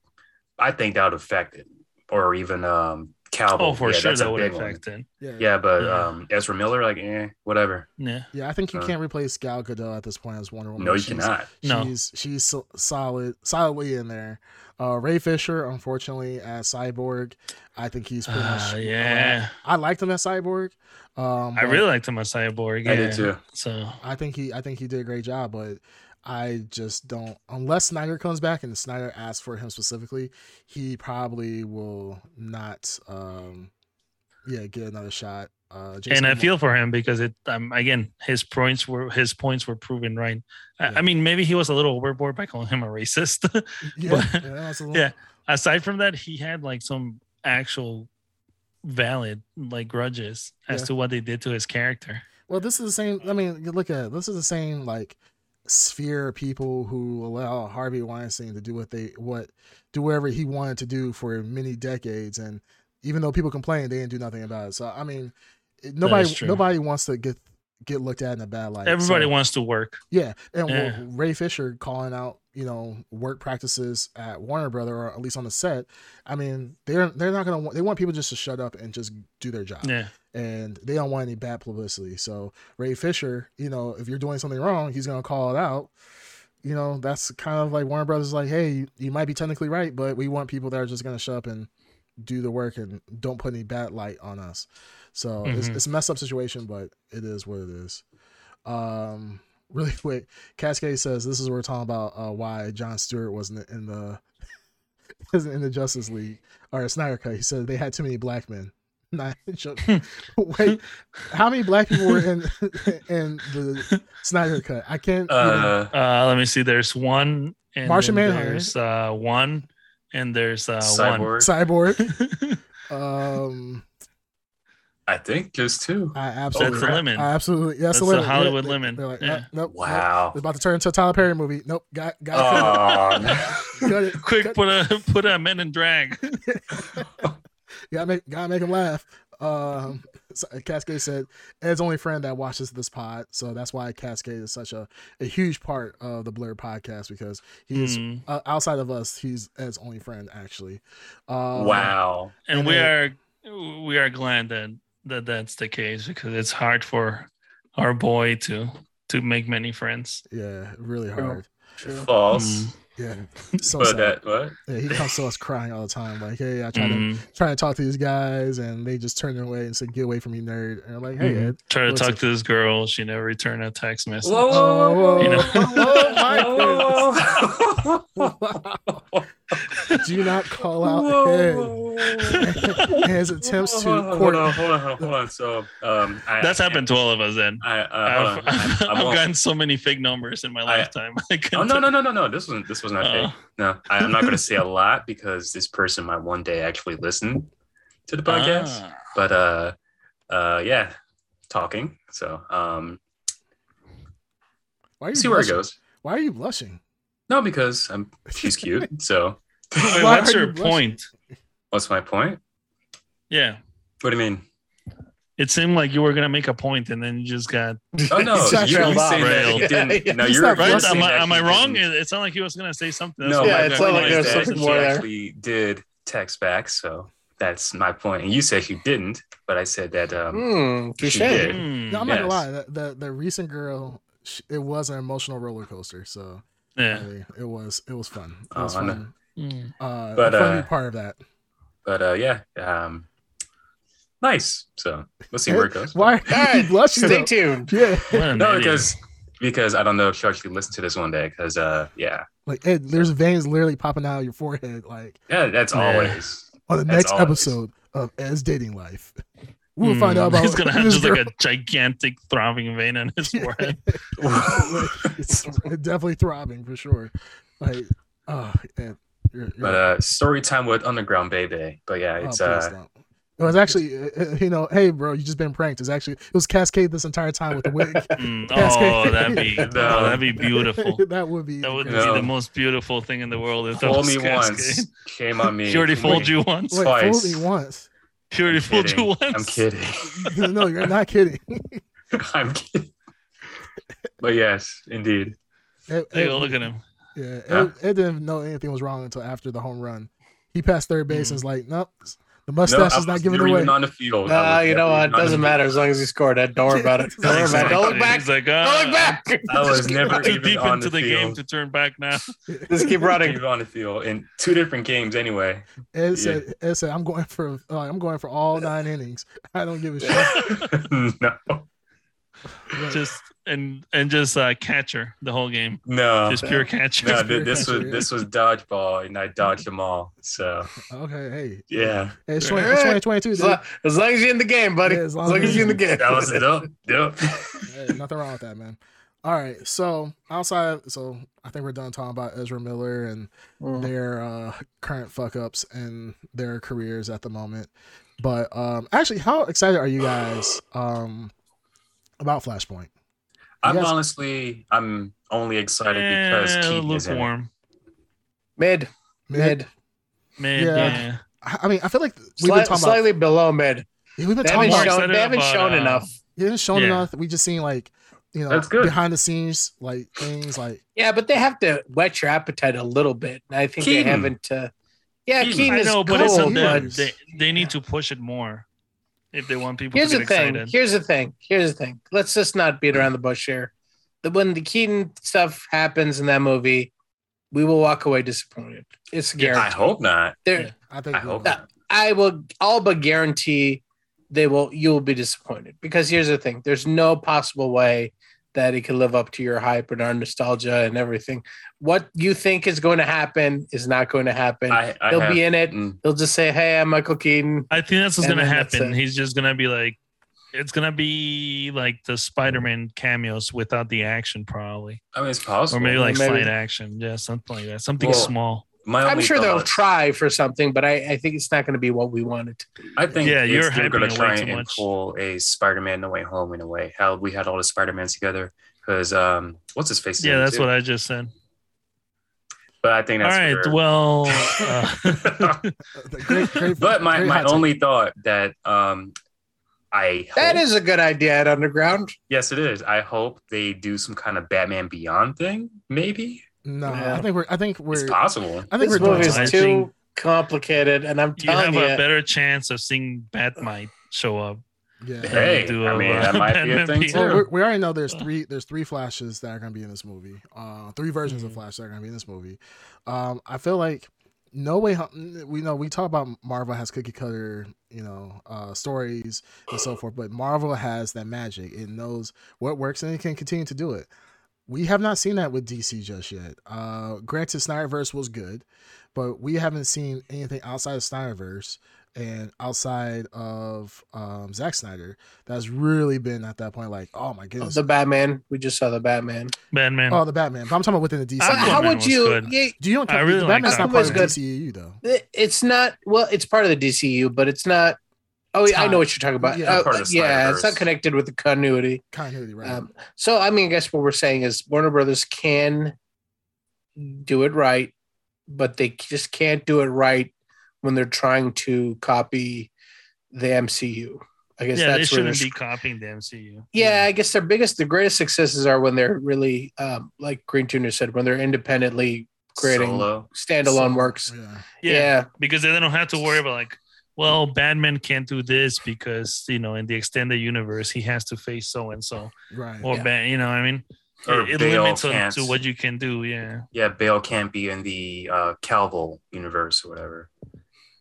S1: I think that would affect it, or even um, Cowboy.
S2: Oh, for
S1: Yeah,
S2: sure
S1: that's a
S2: that would
S1: big one.
S2: affect it. Mm-hmm.
S3: yeah,
S1: Yeah, but
S2: Yeah.
S1: Um, Ezra Miller, like eh, whatever.
S2: Yeah.
S3: yeah, I think you
S1: Uh.
S3: can't replace Gal Gadot at this point as Wonder Woman.
S1: No, you
S3: She's-
S1: cannot.
S2: No.
S3: She's she's so- solid solidly in there. Uh Ray Fisher, unfortunately, as Cyborg, I think he's pretty much
S2: Ah, yeah.
S3: I liked him as Cyborg. Um
S2: I
S3: but
S2: really liked him as Cyborg. Yeah.
S1: I did too.
S2: So
S3: I think he I think he did a great job, but I just don't unless Snyder comes back and Snyder asks for him specifically, he probably will not um yeah, get another shot. Uh Jason
S2: and I
S3: Momoa-
S2: feel for him because it um, again his points were his points were proven right. I,
S3: Yeah.
S2: I mean maybe he was a little overboard by calling him a racist.
S3: yeah,
S2: but-
S3: yeah, that's a little-
S2: yeah. Aside from that, he had like some actual valid like grudges as
S3: Yeah.
S2: to what they did to his character.
S3: Well, this is the same. I mean, you look at it. This is the same like sphere of people who allow Harvey Weinstein to do what they what do whatever he wanted to do for many decades, and even though people complain, they didn't do nothing about it. So I mean, it- nobody
S2: is true.
S3: nobody wants to get get looked at in a bad light.
S2: Everybody
S3: So-
S2: wants to work.
S3: yeah, and well,
S2: Yeah.
S3: Ray Fisher calling out, you know, work practices at Warner Brother or at least on the set. I mean, they're they're not gonna want they want people just to shut up and just do their job
S2: Yeah.
S3: and they don't want any bad publicity. So Ray Fisher, you know, if you're doing something wrong, he's gonna call it out. You know, that's kind of like Warner Brothers, is like, hey, you, you might be technically right, but we want people that are just gonna shut up and do the work and don't put any bad light on us. So it's,
S2: Mhm.
S3: it's a messed up situation, but it is what it is. Um, really quick, Cascade says this is where we're talking about uh, why John Stewart wasn't in the wasn't in the Justice League or Snyder Cut. He said they had too many black men. Not joke. Wait, how many black people were in in the Snyder Cut? I can't. even-
S1: Uh,
S2: Uh, let me see. There's one. And
S3: Martian
S2: then
S3: Manhunter.
S2: There's uh, one, and there's uh, one.
S1: Cyborg.
S3: Cyborg.
S2: That's
S3: Um,
S1: I think just two.
S3: I absolutely.
S2: the
S1: crap.
S2: lemon.
S3: I absolutely.
S2: That's
S3: That's, the
S2: the
S3: limit.
S2: Hollywood
S3: They-
S2: lemon.
S3: They're like,
S2: Yeah.
S3: uh, nope. nope.
S1: Wow.
S3: It's about to turn into a Tyler Perry movie. Nope. Got got.
S1: Oh,
S3: it. got it.
S2: Quick, put a put a men in drag.
S3: gotta make gotta make him laugh. Um, so Cascade said Ed's only friend that watches this pod, so that's why Cascade is such a, a huge part of the Blur podcast because he is
S2: Mm.
S3: uh, outside of us, he's Ed's only friend actually. Um,
S1: wow.
S2: and
S3: And
S2: we
S3: it-
S2: are we are glad that that that's the case because it's hard for our boy to to make many friends.
S3: Yeah, really hard.
S1: False.
S2: Mm,
S3: Yeah, so
S1: But uh,
S3: sad.
S1: that what?
S3: yeah, he comes to us crying all the time, like, "Hey, I try
S1: Mm-hmm.
S3: to
S2: mm,
S3: try to talk to these guys, and they just turn away and say, get away from me, nerd.'" And I'm like, "Hey,
S2: mm.
S1: Mm-hmm.
S3: Ed,
S2: Try to
S3: listen.
S2: talk to this girl. She never returned a text message.
S1: Whoa,
S3: Oh,
S1: whoa, whoa,
S2: you
S1: whoa,
S2: know.
S1: whoa, my goodness.
S3: do not call out Ed."
S1: Whoa.
S3: and his attempts to
S1: Hold on,
S3: court.
S1: Hold on, hold on, hold on, hold on. So, um, I,
S2: That's happened to all of us. Then
S1: I, uh,
S2: I've,
S1: hold on. I,
S2: I've,
S1: I won't-
S2: gotten so many fake numbers in my lifetime. I
S1: Oh
S2: couldn't-
S1: no, no, no, no, no. This wasn't. This was not
S2: Uh,
S1: fake. No, I, I'm not going to say a lot because this person might one day actually listen to the podcast.
S2: ah.
S1: But uh, uh, yeah, talking. So, um,
S3: Why are you
S1: see where it
S3: blushing?
S1: goes.
S3: Why are you blushing?
S1: No, because I'm, she's cute. so,
S2: Wait,
S3: Why
S2: what's
S3: are
S2: your
S3: you blushing?
S2: point?
S1: what's my point?
S2: Yeah,
S1: What do you mean?
S2: It seemed like you were gonna make a point, and then you just got
S1: Oh no, you, you
S3: It's
S1: saying
S4: not
S1: that
S2: real.
S1: he didn't?
S4: Yeah,
S1: No,
S3: he's
S1: you're
S3: not
S1: you're
S2: right.
S1: saying
S2: Am I,
S1: that
S2: am
S1: he
S2: I wrong?
S1: didn't-
S2: It, it sounded like he was gonna say something.
S1: no,
S4: Yeah,
S1: my
S4: it's
S1: point
S4: not
S1: is
S4: like there's
S1: that
S4: something
S1: he
S4: more there.
S1: actually did text back, so that's my point. And you said you didn't, but I said that. Um,
S4: Hmm. touche.
S1: did.
S2: Hmm,
S3: No, I'm
S1: Mm, Yes.
S3: not gonna lie. The, the the recent girl, sh it was an emotional roller coaster. So I
S2: yeah.
S3: mean, it was it was fun. It
S1: Oh,
S3: was
S1: I know.
S3: fun.
S2: Hmm.
S3: Uh,
S1: But,
S3: fun to
S1: uh,
S3: be part of that.
S1: But uh, yeah, um, nice. So we'll see where it goes.
S3: Why?
S4: All right,
S3: bless you.
S4: Stay
S3: though.
S4: tuned.
S3: Yeah.
S2: What an
S1: No,
S2: idiot.
S1: because because I don't know if she'll actually listen to this one day. Because uh, yeah,
S3: Like Ed, there's veins literally popping out of your forehead. Like
S1: yeah, that's
S2: Yeah.
S1: always.
S3: on the
S1: That's
S3: next
S1: always.
S3: episode of Ed's dating life, we'll find out
S2: Hmm.
S3: about.
S2: He's gonna have
S3: this
S2: just
S3: girl.
S2: like a gigantic throbbing vein on his forehead.
S3: it's definitely throbbing for sure. Like, oh, Ed, you're, you're
S1: but uh, story time with Underground Baby. But yeah,
S3: Oh,
S1: it's
S3: please
S1: uh,
S3: don't. It was actually, uh, uh, you know, hey, bro, you just been pranked. It's actually, it was Cascade this entire time with the wig.
S2: Hmm.
S3: That's
S2: Oh,
S3: great.
S2: that'd be oh, that'd be beautiful.
S3: that would be.
S2: That would
S1: No.
S2: be the most beautiful thing in the world. If that
S1: fool
S2: was
S1: me
S2: Cascade.
S1: once, shame on me.
S2: She already
S1: Wait,
S2: fooled you once.
S3: Wait,
S1: twice.
S3: fool me once.
S2: She already
S1: I'm
S2: fooled you
S1: kidding.
S2: once.
S1: I'm kidding.
S3: no, you're not kidding.
S1: I'm kidding. But yes, indeed.
S3: Ed,
S2: Take a
S3: Ed-
S2: look at him.
S3: Yeah, Ed,
S1: Huh?
S3: Ed didn't know anything was wrong until after the home run. He passed third base and was like, nope, the mustache
S1: Hmm. I
S3: is not
S1: was
S3: giving
S1: never
S3: away.
S1: even on the field. I
S4: Nah,
S1: was
S4: you know
S1: never
S4: what?
S1: even on the
S4: Doesn't
S1: field.
S4: matter as long as he scored it. Don't worry about it. Don't worry about it. Don't look
S2: Exactly.
S4: back.
S2: He's like,
S4: Don't look
S2: "Ah,
S4: back.
S1: I was never
S2: Too
S1: even
S2: deep
S1: on
S2: into
S1: the
S2: the, game
S1: field.
S2: to turn back now.
S4: Just keep running.
S1: Even on the field in two different games anyway.
S3: Ed said, Ed said, I'm going for, uh, I'm going for all nine innings. I don't give a shit.
S1: no,
S3: But-
S2: just and and just uh, catcher the whole game.
S1: no,
S2: Just pure catcher.
S1: no.
S3: just
S1: th- This
S3: pure
S1: was
S3: country.
S1: this was dodgeball, and I dodged them all. So
S3: okay, hey,
S1: yeah,
S3: it's,
S2: All
S3: 20,
S4: right.
S3: it's 2022,
S4: As
S3: dude.
S4: lo- as long as you're in the game, buddy.
S3: Yeah,
S4: as long as, you're in the game.
S1: that was it. Up, up.
S3: Hey, nothing wrong with that, man. All right, so outside, so I think we're done talking about Ezra Miller and
S4: Mm.
S3: their uh, current fuck ups and their careers at the moment. But um, actually, how excited are you guys um, about Flashpoint?
S1: I'm
S3: Yes.
S1: honestly, I'm only excited because
S2: Eh,
S1: Keaton is in it.
S2: lukewarm.
S4: Mid, mid,
S2: Man,
S3: Yeah.
S2: yeah.
S3: I I mean, I feel like we've
S4: Slight
S3: been talking
S4: slightly below mid.
S3: about we've been
S4: They
S3: talking
S4: haven't
S2: more
S3: about
S4: shown,
S2: excited
S4: they haven't
S2: about,
S4: shown
S2: uh,
S4: enough.
S3: it hasn't shown
S2: Yeah.
S3: enough. We just seen like you know
S1: That's good.
S3: behind the scenes like things like
S4: Yeah, but they have to wet your appetite a little bit. And I think
S1: Keaton.
S4: they haven't. Uh, yeah,
S1: Keaton.
S4: Keaton,
S2: I
S4: is
S2: know, but
S4: cool,
S2: it's on
S4: but
S2: them. They, they need to push it more if they want people
S4: here's
S2: to
S4: the
S2: get
S4: thing.
S2: excited.
S4: Here's the thing. Here's the thing. Let's just not beat around the bush here. The, when the Keaton stuff happens in that movie, we will walk away disappointed. It's
S1: I
S4: guaranteed.
S1: hope not.
S4: There,
S2: Yeah.
S3: I think
S1: I hope
S4: That-
S1: not.
S4: I will all but guarantee they will you will be disappointed because here's the thing there's no possible way that it could live up to your hype and our nostalgia and everything. What you think is going to happen is not going to happen.
S1: I, I
S4: He'll
S1: have,
S4: be in it.
S1: mm,
S4: He'll just say, Hey, I'm Michael Keaton.
S2: I think that's what's
S4: And
S2: gonna
S4: then that's
S2: happen.
S4: it.
S2: He's just gonna be like, it's gonna be like the Spider-Man cameos without the action, probably,
S1: I mean, it's possible.
S2: or maybe like
S4: Maybe.
S2: slight action, yeah, something like that, something
S1: Well,
S2: small.
S1: My
S4: I'm
S1: only
S4: sure they'll
S1: thought-
S4: try for something, but I, I think it's not going to be what we wanted. to.
S1: I think yeah,
S2: Yeah, you're
S1: you're still going
S2: hyping
S1: to
S2: it
S1: try
S2: way too
S1: and
S2: much.
S1: pull a Spider-Man No Way Home in a way. How we had all the Spider-Mans together because um, what's his face?
S2: Yeah, that's what I just said.
S1: But I think
S2: All
S1: that's
S2: right,
S1: where-
S2: well, uh,
S3: the great, great,
S1: but my,
S3: great
S1: my
S3: hot take.
S1: only thought that um, I
S4: That
S1: hope-
S4: is a good idea at Underground.
S1: yes, it is. I hope they do some kind of Batman Beyond thing. Maybe
S3: no,
S4: Yeah.
S3: I think we're I
S1: it's
S3: think we're
S1: possible.
S3: I think we're
S4: This
S3: doing
S4: movie
S2: I
S4: is
S3: something.
S4: too complicated, and I'm
S2: you have
S4: telling you,
S2: a better chance of seeing Batmite show up.
S3: Yeah.
S2: than
S1: Hey,
S2: you do
S1: I
S2: of,
S1: mean,
S2: uh,
S1: that might be a
S2: Batman
S1: thing,
S2: Beyond.
S1: too.
S3: Well, we we already know there's
S2: Uh.
S3: three there's three flashes that are going to be in this movie. Uh, three versions of
S4: Mm-hmm.
S2: Mhm.
S3: Flash that are going to be in this movie. Um, I feel like no way Home- we know we talk about Marvel has cookie cutter you know uh, stories and so forth, but Marvel has that magic. It knows what works and it can continue to do it. We have not seen that with DC just yet. Uh, granted, Snyderverse was good, but we haven't seen anything outside of Snyderverse and outside of um, Zack Snyder that's really been at that point like, oh my goodness,
S4: the Batman. We just saw the Batman.
S2: Batman.
S3: oh the Batman. But I'm talking about within the DC.
S4: Uh, how
S2: Aquaman
S4: would
S2: was
S4: you?
S2: good.
S4: Yeah,
S3: Do you don't?
S2: I really
S3: the
S2: like
S3: Batman's not
S4: Aquaman.
S3: part of the
S4: Good.
S3: DCU though.
S4: it- it's not. Well, it's part of the DCU, but it's not. Oh, yeah, I know what you're talking about.
S3: Yeah,
S4: Yeah,
S1: part of the
S4: yeah
S1: Snyderverse.
S4: it's not connected with the continuity.
S3: Continuity, right?
S4: Um, so, I mean, I guess what we're saying is Warner Brothers can do it right, but they just can't do it right when they're trying to copy the MCU. I guess
S2: yeah, they
S4: that's where
S2: shouldn't
S4: they're
S2: be copying the MCU.
S4: Yeah, I guess their biggest, the greatest successes are when they're really, um, like Green Junior said, when they're independently creating
S1: Solo.
S4: standalone
S3: So,
S4: works.
S3: Yeah.
S4: Yeah.
S2: because then they don't have to worry about like, well, Batman can't do this because you know in the extended universe he has to face so and so
S3: Right.
S2: or
S4: Yeah.
S2: Bat. You know, what I mean,
S1: Or
S2: it, it
S1: Bale
S2: limits them
S1: can't.
S2: to what you can do. Yeah,
S1: Yeah, Bale can't be in the uh, Calville universe or whatever.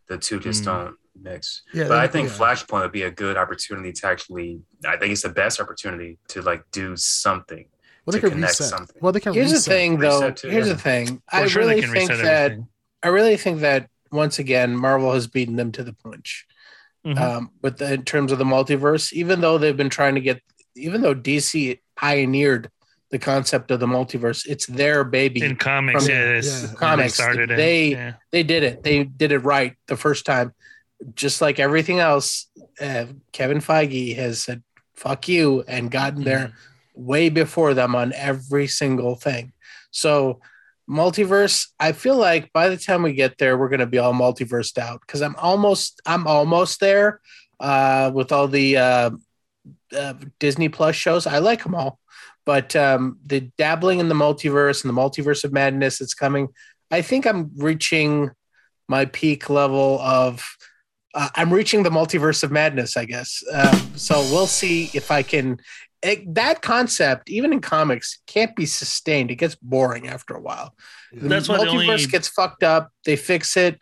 S1: The two just
S2: Hmm.
S1: don't mix.
S3: yeah.
S1: But I
S3: they-
S1: think
S3: yeah.
S1: Flashpoint would be a good opportunity to actually. I think it's the best opportunity to like do something.
S3: well, they
S1: to
S3: can
S1: connect
S3: reset.
S1: something.
S3: Well, they can
S4: Here's the
S3: reset.
S4: thing, though.
S1: Reset too,
S4: Here's
S1: yeah.
S4: the thing.
S2: for
S4: I
S2: sure
S4: really
S2: they can
S4: think
S2: reset
S4: that
S2: everything.
S4: I really think that once again, Marvel has beaten them to the punch
S2: Mhm.
S4: um, with the, in terms of the multiverse. Even though they've been trying to get, even though DC pioneered the concept of the multiverse, it's their baby.
S2: in comics,
S4: from-
S2: yeah, it's
S3: yeah.
S2: when they
S4: Comics,
S2: started it,
S4: they-
S2: yeah.
S4: they did it. They did it right the first time. Just like everything else, uh, Kevin Feige has said "fuck you" and
S2: Mm-hmm.
S4: gotten there way before them on every single thing. So, multiverse. I feel like by the time we get there, we're going to be all multiversed out because I'm almost I'm almost there uh, with all the uh, uh, Disney Plus shows. I like them all, but um, the dabbling in the multiverse and the multiverse of madness that's coming. I think I'm reaching my peak level of. Uh, I'm reaching the multiverse of madness, I guess. Um, so we'll see if I can. It, that concept, even in comics, can't be sustained. It gets boring after a while. The
S2: That's why the
S4: multiverse
S2: only-
S4: gets fucked up. They fix it.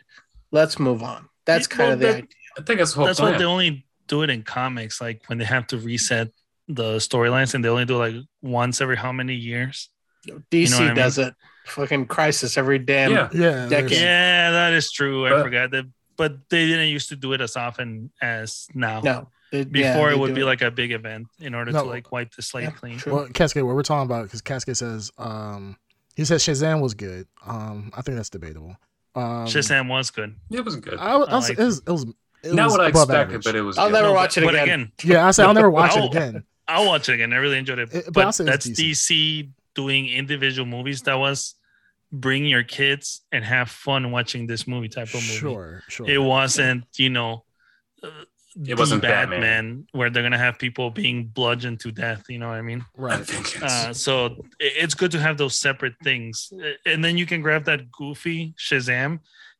S4: Let's move on. That's
S2: Yeah,
S4: kind
S2: well,
S4: of the
S2: that-
S4: idea.
S1: I think that's the whole
S2: that's
S1: plan.
S2: why they only do it in comics, like when they have to reset the storylines, and they only do like once every how many years?
S4: DC
S2: know what I mean?
S4: does it. Fucking crisis every damn.
S1: Yeah.
S3: Yeah.
S4: Decade.
S3: there's-
S2: Yeah, that is true. I
S1: But-
S2: forgot that, but they didn't used to do it as often as now.
S4: No. They- yeah,
S2: Before
S4: they
S2: it would
S4: do
S2: be like a big event in order
S3: No.
S2: to like wipe the slate
S4: Yeah,
S2: clean.
S4: true.
S3: Well, Cascade, what we're talking about, because Cascade says, um, he says Shazam was good. Um, I think that's debatable. Um,
S2: Shazam was good.
S1: It was good.
S3: I, was- I
S2: I
S3: was-
S2: like
S3: it was, it was, it
S1: Not
S3: was
S1: what I
S3: above
S1: expected,
S3: average.
S1: but it was.
S4: I'll
S1: good.
S4: never
S2: No,
S4: watch
S2: but-
S4: it
S2: but
S4: again.
S3: yeah, I said I'll never watch it
S2: Oh.
S3: again.
S2: I'll watch it again. I really enjoyed it.
S3: It- but
S2: but
S3: I'll say it's
S2: that's
S3: decent.
S2: DC doing individual movies. That was bring your kids and have fun watching this movie type of movie.
S3: Sure, sure.
S2: It wasn't, you know, uh, the
S1: wasn't Batman.
S2: where they're gonna have people being bludgeoned to death. You know what I mean?
S1: I
S3: right.
S1: think it's-
S2: Uh, so i- it's good to have those separate things, Uh, and then you can grab that goofy Shazam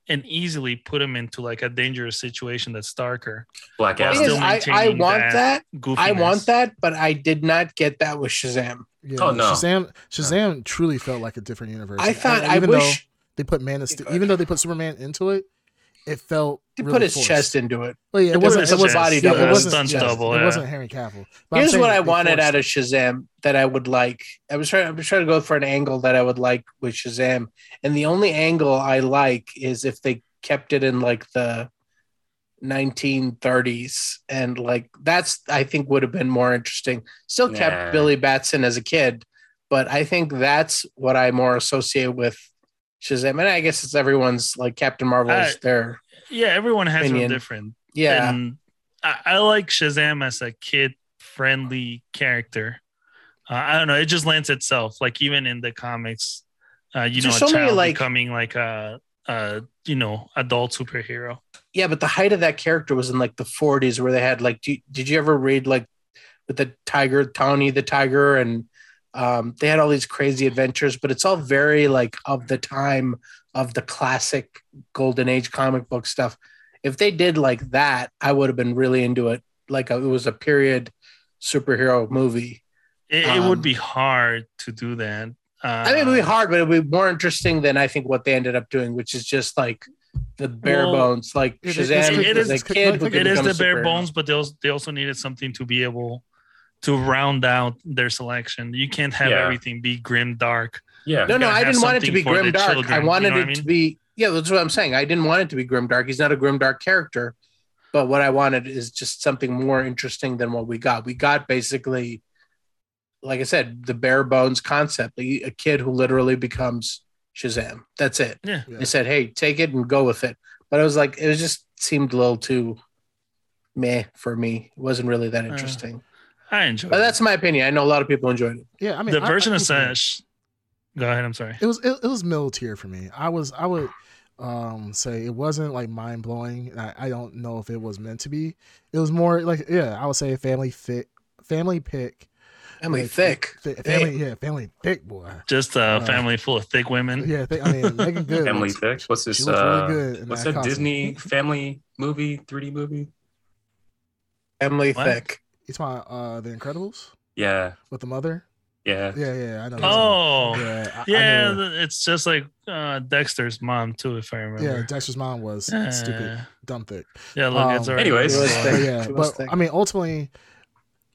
S2: and easily put him into like a dangerous situation that's darker.
S1: Black
S2: Well,
S4: Thing
S1: Adam.
S4: is,
S2: still
S4: I, I
S2: maintaining
S4: want
S2: that
S4: that.
S2: Goofy.
S4: I want that, but I did not get that with Shazam.
S3: Yeah,
S1: Oh, no.
S3: Shazam, Shazam truly felt like a different universe.
S4: I
S3: And
S4: thought I
S3: even
S4: wish
S3: though they put Man of Steel, even though they put Superman into it, it felt
S4: to
S3: really
S4: put his
S3: forced.
S4: chest into it.
S3: Well, yeah, it
S2: They put
S3: wasn't.
S2: his
S3: It wasn't
S2: chest.
S3: body
S2: Yeah,
S3: double.
S2: it
S3: It wasn't
S2: stunt
S3: yes,
S2: double,
S3: It
S2: yeah.
S3: wasn't Henry Cavill. But I'm
S4: Here's
S3: saying
S4: what
S3: that
S4: I
S3: they
S4: wanted
S3: forced
S4: out
S3: it.
S4: of Shazam that I would like. I was trying. I was trying to go for an angle that I would like with Shazam, and the only angle I like is if they kept it in like the 1930s, and like that's I think would have been more interesting. Still kept
S1: Yeah.
S4: Billy Batson as a kid, but I think that's what I more associate with Shazam. And I guess it's everyone's like Captain Marvel's
S2: I-
S4: there.
S2: Yeah, everyone has
S4: Opinion.
S2: one different.
S4: Yeah,
S2: And I, I like Shazam as a kid friendly character. Uh, I don't know. It just lends itself. Like even in the comics, uh, you
S4: There's
S2: know, a
S4: so many,
S2: child
S4: like-
S2: becoming like a, a you know adult superhero.
S4: yeah, but the height of that character was in like the 40s, where they had like, do, did you ever read like with the tiger, Tony the tiger, and um, they had all these crazy adventures, but it's all very like of the time of the classic golden age comic book stuff. If they did like that, I would have been really into it. Like uh, it was a period superhero movie.
S2: It, it would
S4: Um,
S2: be hard to do that. Uh,
S4: I mean, it would be hard, but it would be more interesting than I think what they ended up doing, which is just like the bare
S2: Well,
S4: bones, like
S3: it-
S4: Shazam
S2: it's- it
S4: is
S2: is-
S4: a kid. who
S3: it
S4: could
S2: It is
S4: become
S2: the
S4: a
S2: bare
S4: superhero.
S2: bones, but they also, they also needed something to be able to round out their selection. You can't have
S1: Yeah.
S2: everything be grim dark.
S1: yeah.
S4: No,
S2: You
S4: no,
S2: gotta
S4: I
S2: have
S4: didn't want it to
S2: something
S4: be
S2: for the
S4: grim dark. I
S2: children, you
S4: wanted
S2: know what
S4: it
S2: I
S4: to
S2: mean?
S4: be yeah, that's what I'm saying. I didn't want it to be grim dark. He's not a grim dark character, but what I wanted is just something more interesting than what we got. We got basically, like I said, the bare bones concept. A a kid who literally becomes Shazam. That's it.
S2: Yeah.
S3: Yeah.
S4: They said, "Hey, take it and go with it," but it was like it was just seemed a little too meh for me. It wasn't really that
S2: Uh,
S4: interesting.
S2: I enjoy.
S4: but that's my opinion. I know a lot of people enjoyed it.
S3: Yeah, I mean
S2: the
S3: I-
S2: version
S3: I
S2: of
S3: think-
S2: Sash. Go ahead. I'm sorry.
S3: It was it, it was middle tier for me. I was I would um say it wasn't like mind blowing. I, I don't know if it was meant to be. It was more like yeah, I would say a family fit family pick.
S4: Emily
S3: like,
S4: Thick.
S3: fi- family yeah, family pick boy.
S2: Just a
S3: Uh,
S2: family full of thick women.
S3: Yeah, th- I mean Megan Good.
S1: Family
S3: looks-
S1: Thick. What's
S3: She
S1: this?
S3: looks
S1: Uh,
S3: really good. in
S1: what's
S3: that
S1: that
S3: costume.
S1: Disney family movie? 3D movie?
S4: Emily
S2: What?
S4: Thick.
S3: It's my uh The Incredibles
S1: Yeah,
S3: with the mother.
S1: yeah.
S3: Yeah, yeah, I know.
S2: Oh, yeah.
S3: yeah, I- I know.
S2: th- it's just like uh, Dexter's mom too, if I
S3: Yeah,
S2: remember. Uh.
S3: Dexter's mom was stupid,
S2: Yeah.
S3: dumb thick.
S2: Yeah, look,
S3: Um,
S2: it's already.
S1: Anyways.
S4: It was
S2: Yeah.
S4: thick.
S3: But yeah,
S4: She was
S3: but
S4: thick.
S3: I mean, ultimately,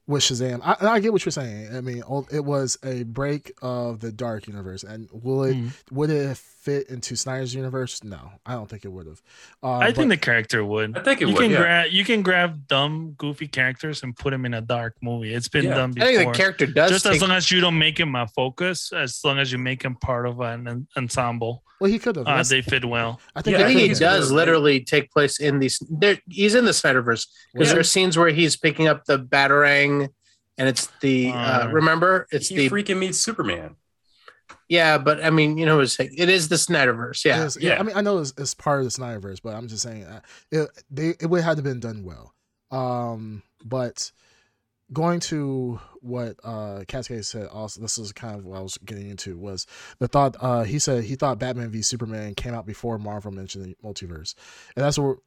S3: with Shazam, I, and I get what you're saying. I mean, ul- it was a break of the dark universe, and will it
S2: Mm.
S3: would it have fit into Snyder's universe? No, I don't think it would have. Uh,
S2: I think
S3: but-
S2: the character would.
S1: I think it
S2: you
S1: would.
S2: can
S1: yeah.
S2: grab you can grab dumb, goofy characters and put them in a dark movie. It's been
S1: Yeah.
S2: done
S4: I
S2: before.
S4: think the character does
S2: just
S4: take
S2: as long as you don't make him a focus, as long as you make him part of an, en- ensemble,
S3: well, he could have.
S2: uh,
S3: That's-
S2: they fit well.
S3: I think,
S1: Yeah,
S4: I
S1: I
S4: think
S1: think
S4: he
S1: it's
S4: does
S1: good.
S4: literally take place in these. There, he's in the Snyderverse because
S1: Yeah.
S4: there are scenes where he's picking up the batarang, and it's the uh,
S2: Uh,
S4: remember it's
S1: he
S4: the
S1: freaking meets Superman.
S4: yeah. But I mean, you know, it's like, it is the Snyderverse. Yeah,
S3: It is- yeah.
S1: yeah.
S3: I mean, I know it's, it's part of the Snyderverse, but I'm just saying uh, it, they it would have been done well. Um, but going to what uh Cascade said, also this is kind of what I was getting into was the thought. Uh, he said he thought Batman v Superman came out before Marvel mentioned the multiverse, and that's what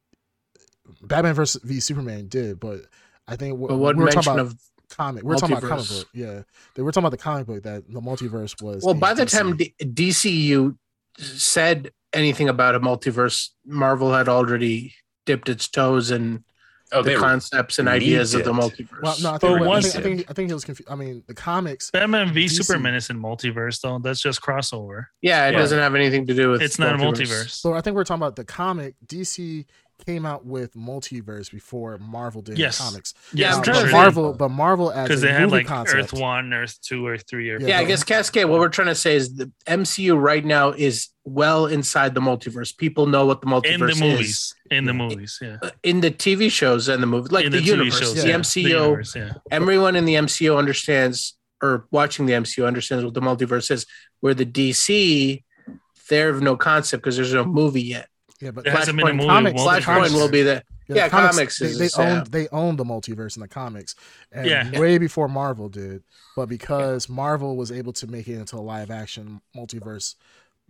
S3: Batman versus v Superman did. But I think what,
S4: but what
S3: we were talking
S4: mention
S3: about
S4: of
S3: comic, we we're talking about comic
S4: multiverse?
S3: book, yeah. They were talking about the comic book that the multiverse was.
S4: well,
S3: a
S4: by the
S3: DC.
S4: time D- DCU said anything about a multiverse, Marvel had already dipped its toes in
S1: Oh,
S4: the
S1: they were.
S4: concepts and
S1: leaked
S4: ideas of the
S1: it.
S4: multiverse.
S3: Well, no, I
S2: But
S3: think, I,
S2: once
S3: think, I
S1: it-
S3: think I think he was confused. I mean, the comics.
S2: Batman v
S3: DC.
S2: Superman is in multiverse though. That's just crossover.
S4: yeah, it
S1: Yeah.
S4: doesn't have anything to do with
S2: It's not a multiverse.
S3: So I think we're talking about the comic. DC came out with multiverse before Marvel did
S2: Yes.
S3: comics.
S4: Yeah,
S2: Yes,
S4: I'm
S3: Uh,
S4: trying
S2: sure
S4: to
S3: but
S2: it
S4: think.
S3: Marvel, but Marvel as
S2: because
S3: a
S2: they had
S3: movie
S2: like
S3: concept.
S2: Earth One, Earth Two, Earth Three, or
S3: Yeah.
S4: Yeah, I guess Cascade. What we're trying to say is the MCU right now is well inside the multiverse. People know what the multiverse
S2: in the
S4: is.
S2: movies, in the
S3: Yeah.
S2: movies, yeah,
S4: Uh, in the TV shows and the movie, like
S2: in
S4: the,
S2: TV
S4: universe,
S2: shows,
S4: the
S2: yeah.
S4: MCU.
S2: universe, yeah.
S4: Everyone in the MCU understands, or watching the MCU understands what the multiverse is. Where the DC, they have no concept because there's no movie yet.
S3: Yeah, but
S2: It hasn't been a
S4: Flashpoint
S2: movie.
S3: comics-
S2: multiverse.
S4: Flashpoint will be the
S3: the
S4: yeah, comics
S3: they,
S4: is-
S3: they
S4: yeah.
S3: owned they owned the multiverse in the comics, and
S2: Yeah.
S3: way before Marvel did. But because Marvel was able to make it into a live action multiverse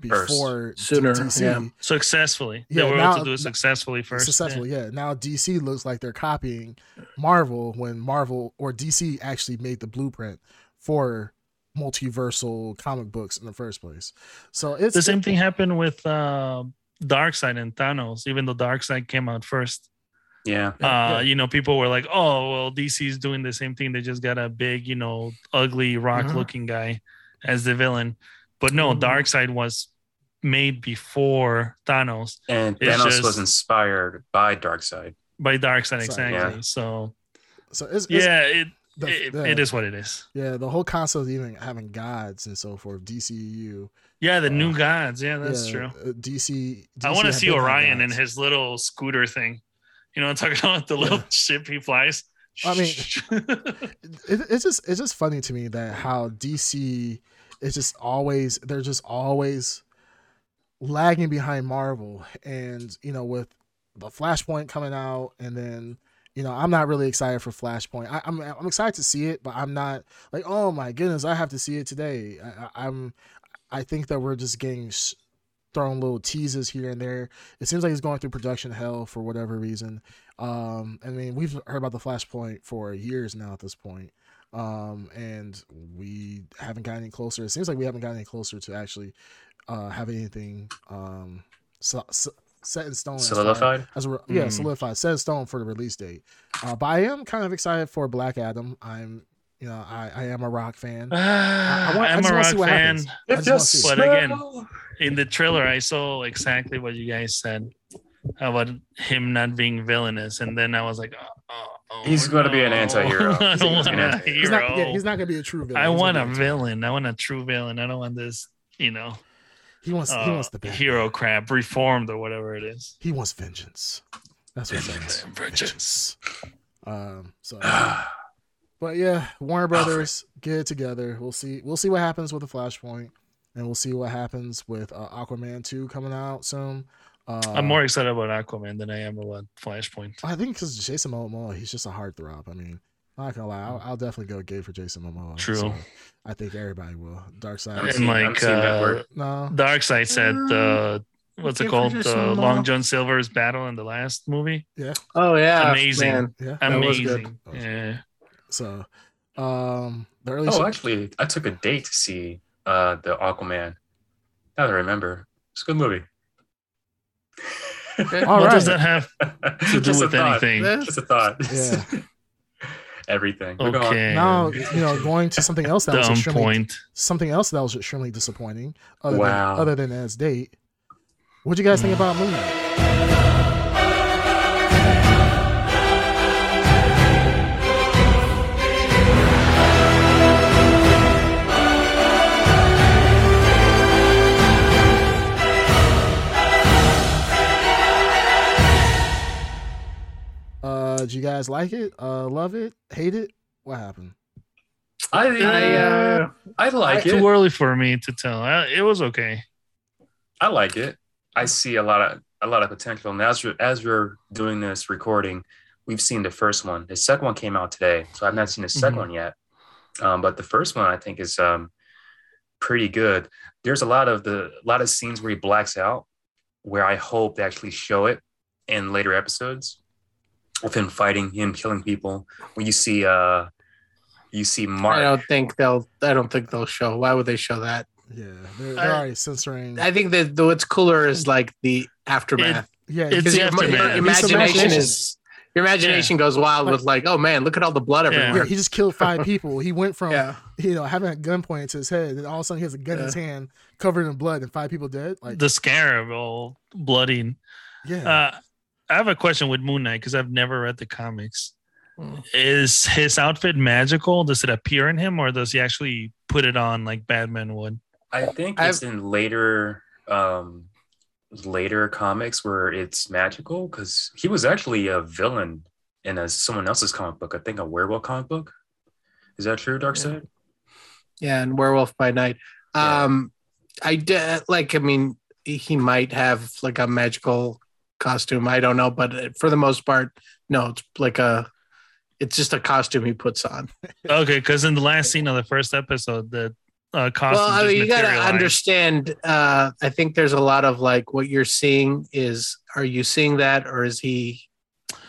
S1: First.
S3: before
S4: Sooner,
S3: DC,
S4: yeah.
S2: successfully.
S3: Yeah,
S2: they were
S3: now-
S2: able to do it successfully first.
S3: successful. Yeah. Now DC looks like they're copying Marvel when Marvel or DC actually made the blueprint for multiversal comic books in the first place. So it's
S2: The same thing happened with uh, Darkseid and Thanos, even though Darkseid came out first.
S1: Yeah.
S2: uh you know people were like oh well dc's doing the same thing they just got a big you know ugly rock looking guy as the villain but no
S4: Mhm.
S2: dark side was made before thanos
S1: And
S2: It's
S1: Thanos
S2: just-
S1: was inspired by Darkseid.
S2: by dark side exactly
S1: Yeah.
S2: so
S3: So it's, it's
S2: yeah it,
S3: the-
S2: it,
S3: the-
S2: it is what it is
S3: Yeah, the whole concept of even having gods and so forth. DCU.
S2: yeah the
S3: Uh,
S2: new gods yeah that's
S3: yeah,
S2: true
S3: uh, DC.
S2: i
S3: DC
S2: want to
S3: have
S2: see
S3: been had
S2: orion and
S3: gods.
S2: his little scooter thing you know i'm talking about the little ship he flies
S3: I it, it's just it's just funny to me that how DC is just always they're just always lagging behind Marvel, and you know with the Flashpoint coming out, and then you know I'm not really excited for Flashpoint. I, I'm I'm excited to see it, but I'm not like oh my goodness I have to see it today. I, I, I'm I think that we're just getting. Sh- thrown little teases here and there it seems like he's going through production hell for whatever reason um, I mean, we've heard about the Flashpoint for years now at this point, um, and we haven't gotten any closer. It seems like we haven't gotten any closer to actually uh, having anything um, so, so- set in stone. as far-
S1: Solidified.
S3: as a, re- yeah,
S2: Mm.
S3: solidified, set in stone for the release date. Uh, but I am kind of excited for Black Adam. I'm, you know, I, I am a rock fan. I want- I
S2: am
S3: just
S2: a
S3: wanna see
S2: rock
S3: what
S2: fan
S3: happens. I just wanna see.
S2: But again, in the trailer i saw exactly what you guys said about him not being villainous and then i was like oh, oh, oh,
S1: He's gonna be an
S2: no.
S1: anti-hero.
S2: I don't
S1: He's
S2: want
S1: an
S2: a
S1: anti-
S3: He's
S2: hero
S3: not, yeah, he's not gonna be a true villain.
S2: i
S3: He's
S2: want
S3: gonna
S2: a
S3: be
S2: villain i want a true villain i don't want this you know
S3: He wants. he
S2: uh,
S3: wants the Batman.
S2: hero crap reformed or whatever it is
S3: He wants vengeance. That's what he wants.
S2: Vengeance.
S3: Um. So. But yeah, Warner
S1: Alfred.
S3: Brothers get it together. We'll see. We'll see what happens with the Flashpoint, and we'll see what happens with uh, Aquaman two coming out soon. Uh,
S2: I'm more excited about Aquaman than I am about Flashpoint.
S3: I think because Jason Momoa, he's just a heartthrob. I mean, not gonna lie, I'll, I'll definitely go gay for Jason Momoa.
S2: True.
S3: I think everybody will. Dark
S1: I'm
S3: Side.
S2: And
S1: seeing- I'm
S2: like,
S1: seeing that
S2: uh,
S1: word.
S3: No.
S2: Dark Side said the what's it
S4: Okay,
S2: called?
S4: for Uh, just
S2: The
S4: some uh,
S2: Long
S4: more.
S2: John Silver's battle in the last movie.
S4: Oh yeah,
S2: Amazing.
S4: man.
S3: Yeah.
S4: That was good.
S2: Amazing.
S3: That was
S2: Yeah.
S3: So, um, the early.
S1: Oh, actually, I took a date to see uh, the Aquaman. Now that I remember, it's a good movie.
S3: All
S2: what does
S3: right.
S2: that have to do
S1: Just a
S2: with
S1: thought.
S2: anything?
S4: That-
S1: Just a thought.
S3: Yeah.
S1: Everything. We're going-
S2: Okay.
S3: now you know going to something else that was
S2: Dumb
S3: extremely
S2: point.
S3: something else that was extremely disappointing. Other
S1: Wow.
S3: Than, other than as date, what would you guys think about Moon? Uh, do you guys like it? Uh, love it? Hate it? What happened?
S1: I,
S4: I,
S1: uh,
S4: uh,
S1: I like
S2: Too
S1: it.
S2: early for me to tell. I, it was okay.
S1: I like it. I see a lot of a lot of potential. And as we're, as we're doing this recording, we've seen the first one. The second one came out today, so I've not seen the 2nd
S2: Mhm.
S1: one yet. Um, but the first one I think is um, pretty good. There's a lot of the a lot of scenes where he blacks out, where I hope they actually show it in later episodes of him fighting, him killing people. When you see uh, you see
S4: I
S1: Mark.
S4: don't think they'll. I don't think they'll show. Why would they show that?
S3: Yeah, they're, they're
S2: I-
S3: already censoring.
S4: I think that the, what's cooler is like the aftermath.
S3: yeah,
S2: it's
S4: Because
S2: the
S4: your, your
S2: aftermath.
S4: imagination is your imagination goes wild
S3: Like-
S4: with like, oh man, look at all the blood
S2: Yeah.
S3: Yeah,
S4: everywhere.
S3: he just killed five people. He went from
S4: Yeah.
S3: you know having a gun pointed to his head, and all of a sudden he has a gun in his hand, covered in blood, and five people dead. Like,
S2: the scarab all bloodied.
S3: yeah,
S2: Uh, I have a question with Moon Knight because I've never read the comics.
S4: Mm.
S2: Is his outfit magical? Does it appear in him, or does he actually put it on like Batman would?
S1: I think
S4: I've-
S1: it's in later um later comics where it's magical because he was actually a villain in a someone else's comic book. I think a werewolf comic book. Is that true, Darkseid?
S4: Yeah, and Werewolf by Night.
S1: Yeah.
S4: Um, I de- like. I mean, he might have like a magical costume. I don't know, but for the most part, no. It's like a. It's just a costume he puts on.
S2: Okay, because in the last scene of the first episode, the uh, costume
S4: well, I
S2: just
S4: mean, you gotta
S2: materialized.
S4: understand. Uh, I think there's a lot of like what you're seeing is. Are you seeing that, or is he?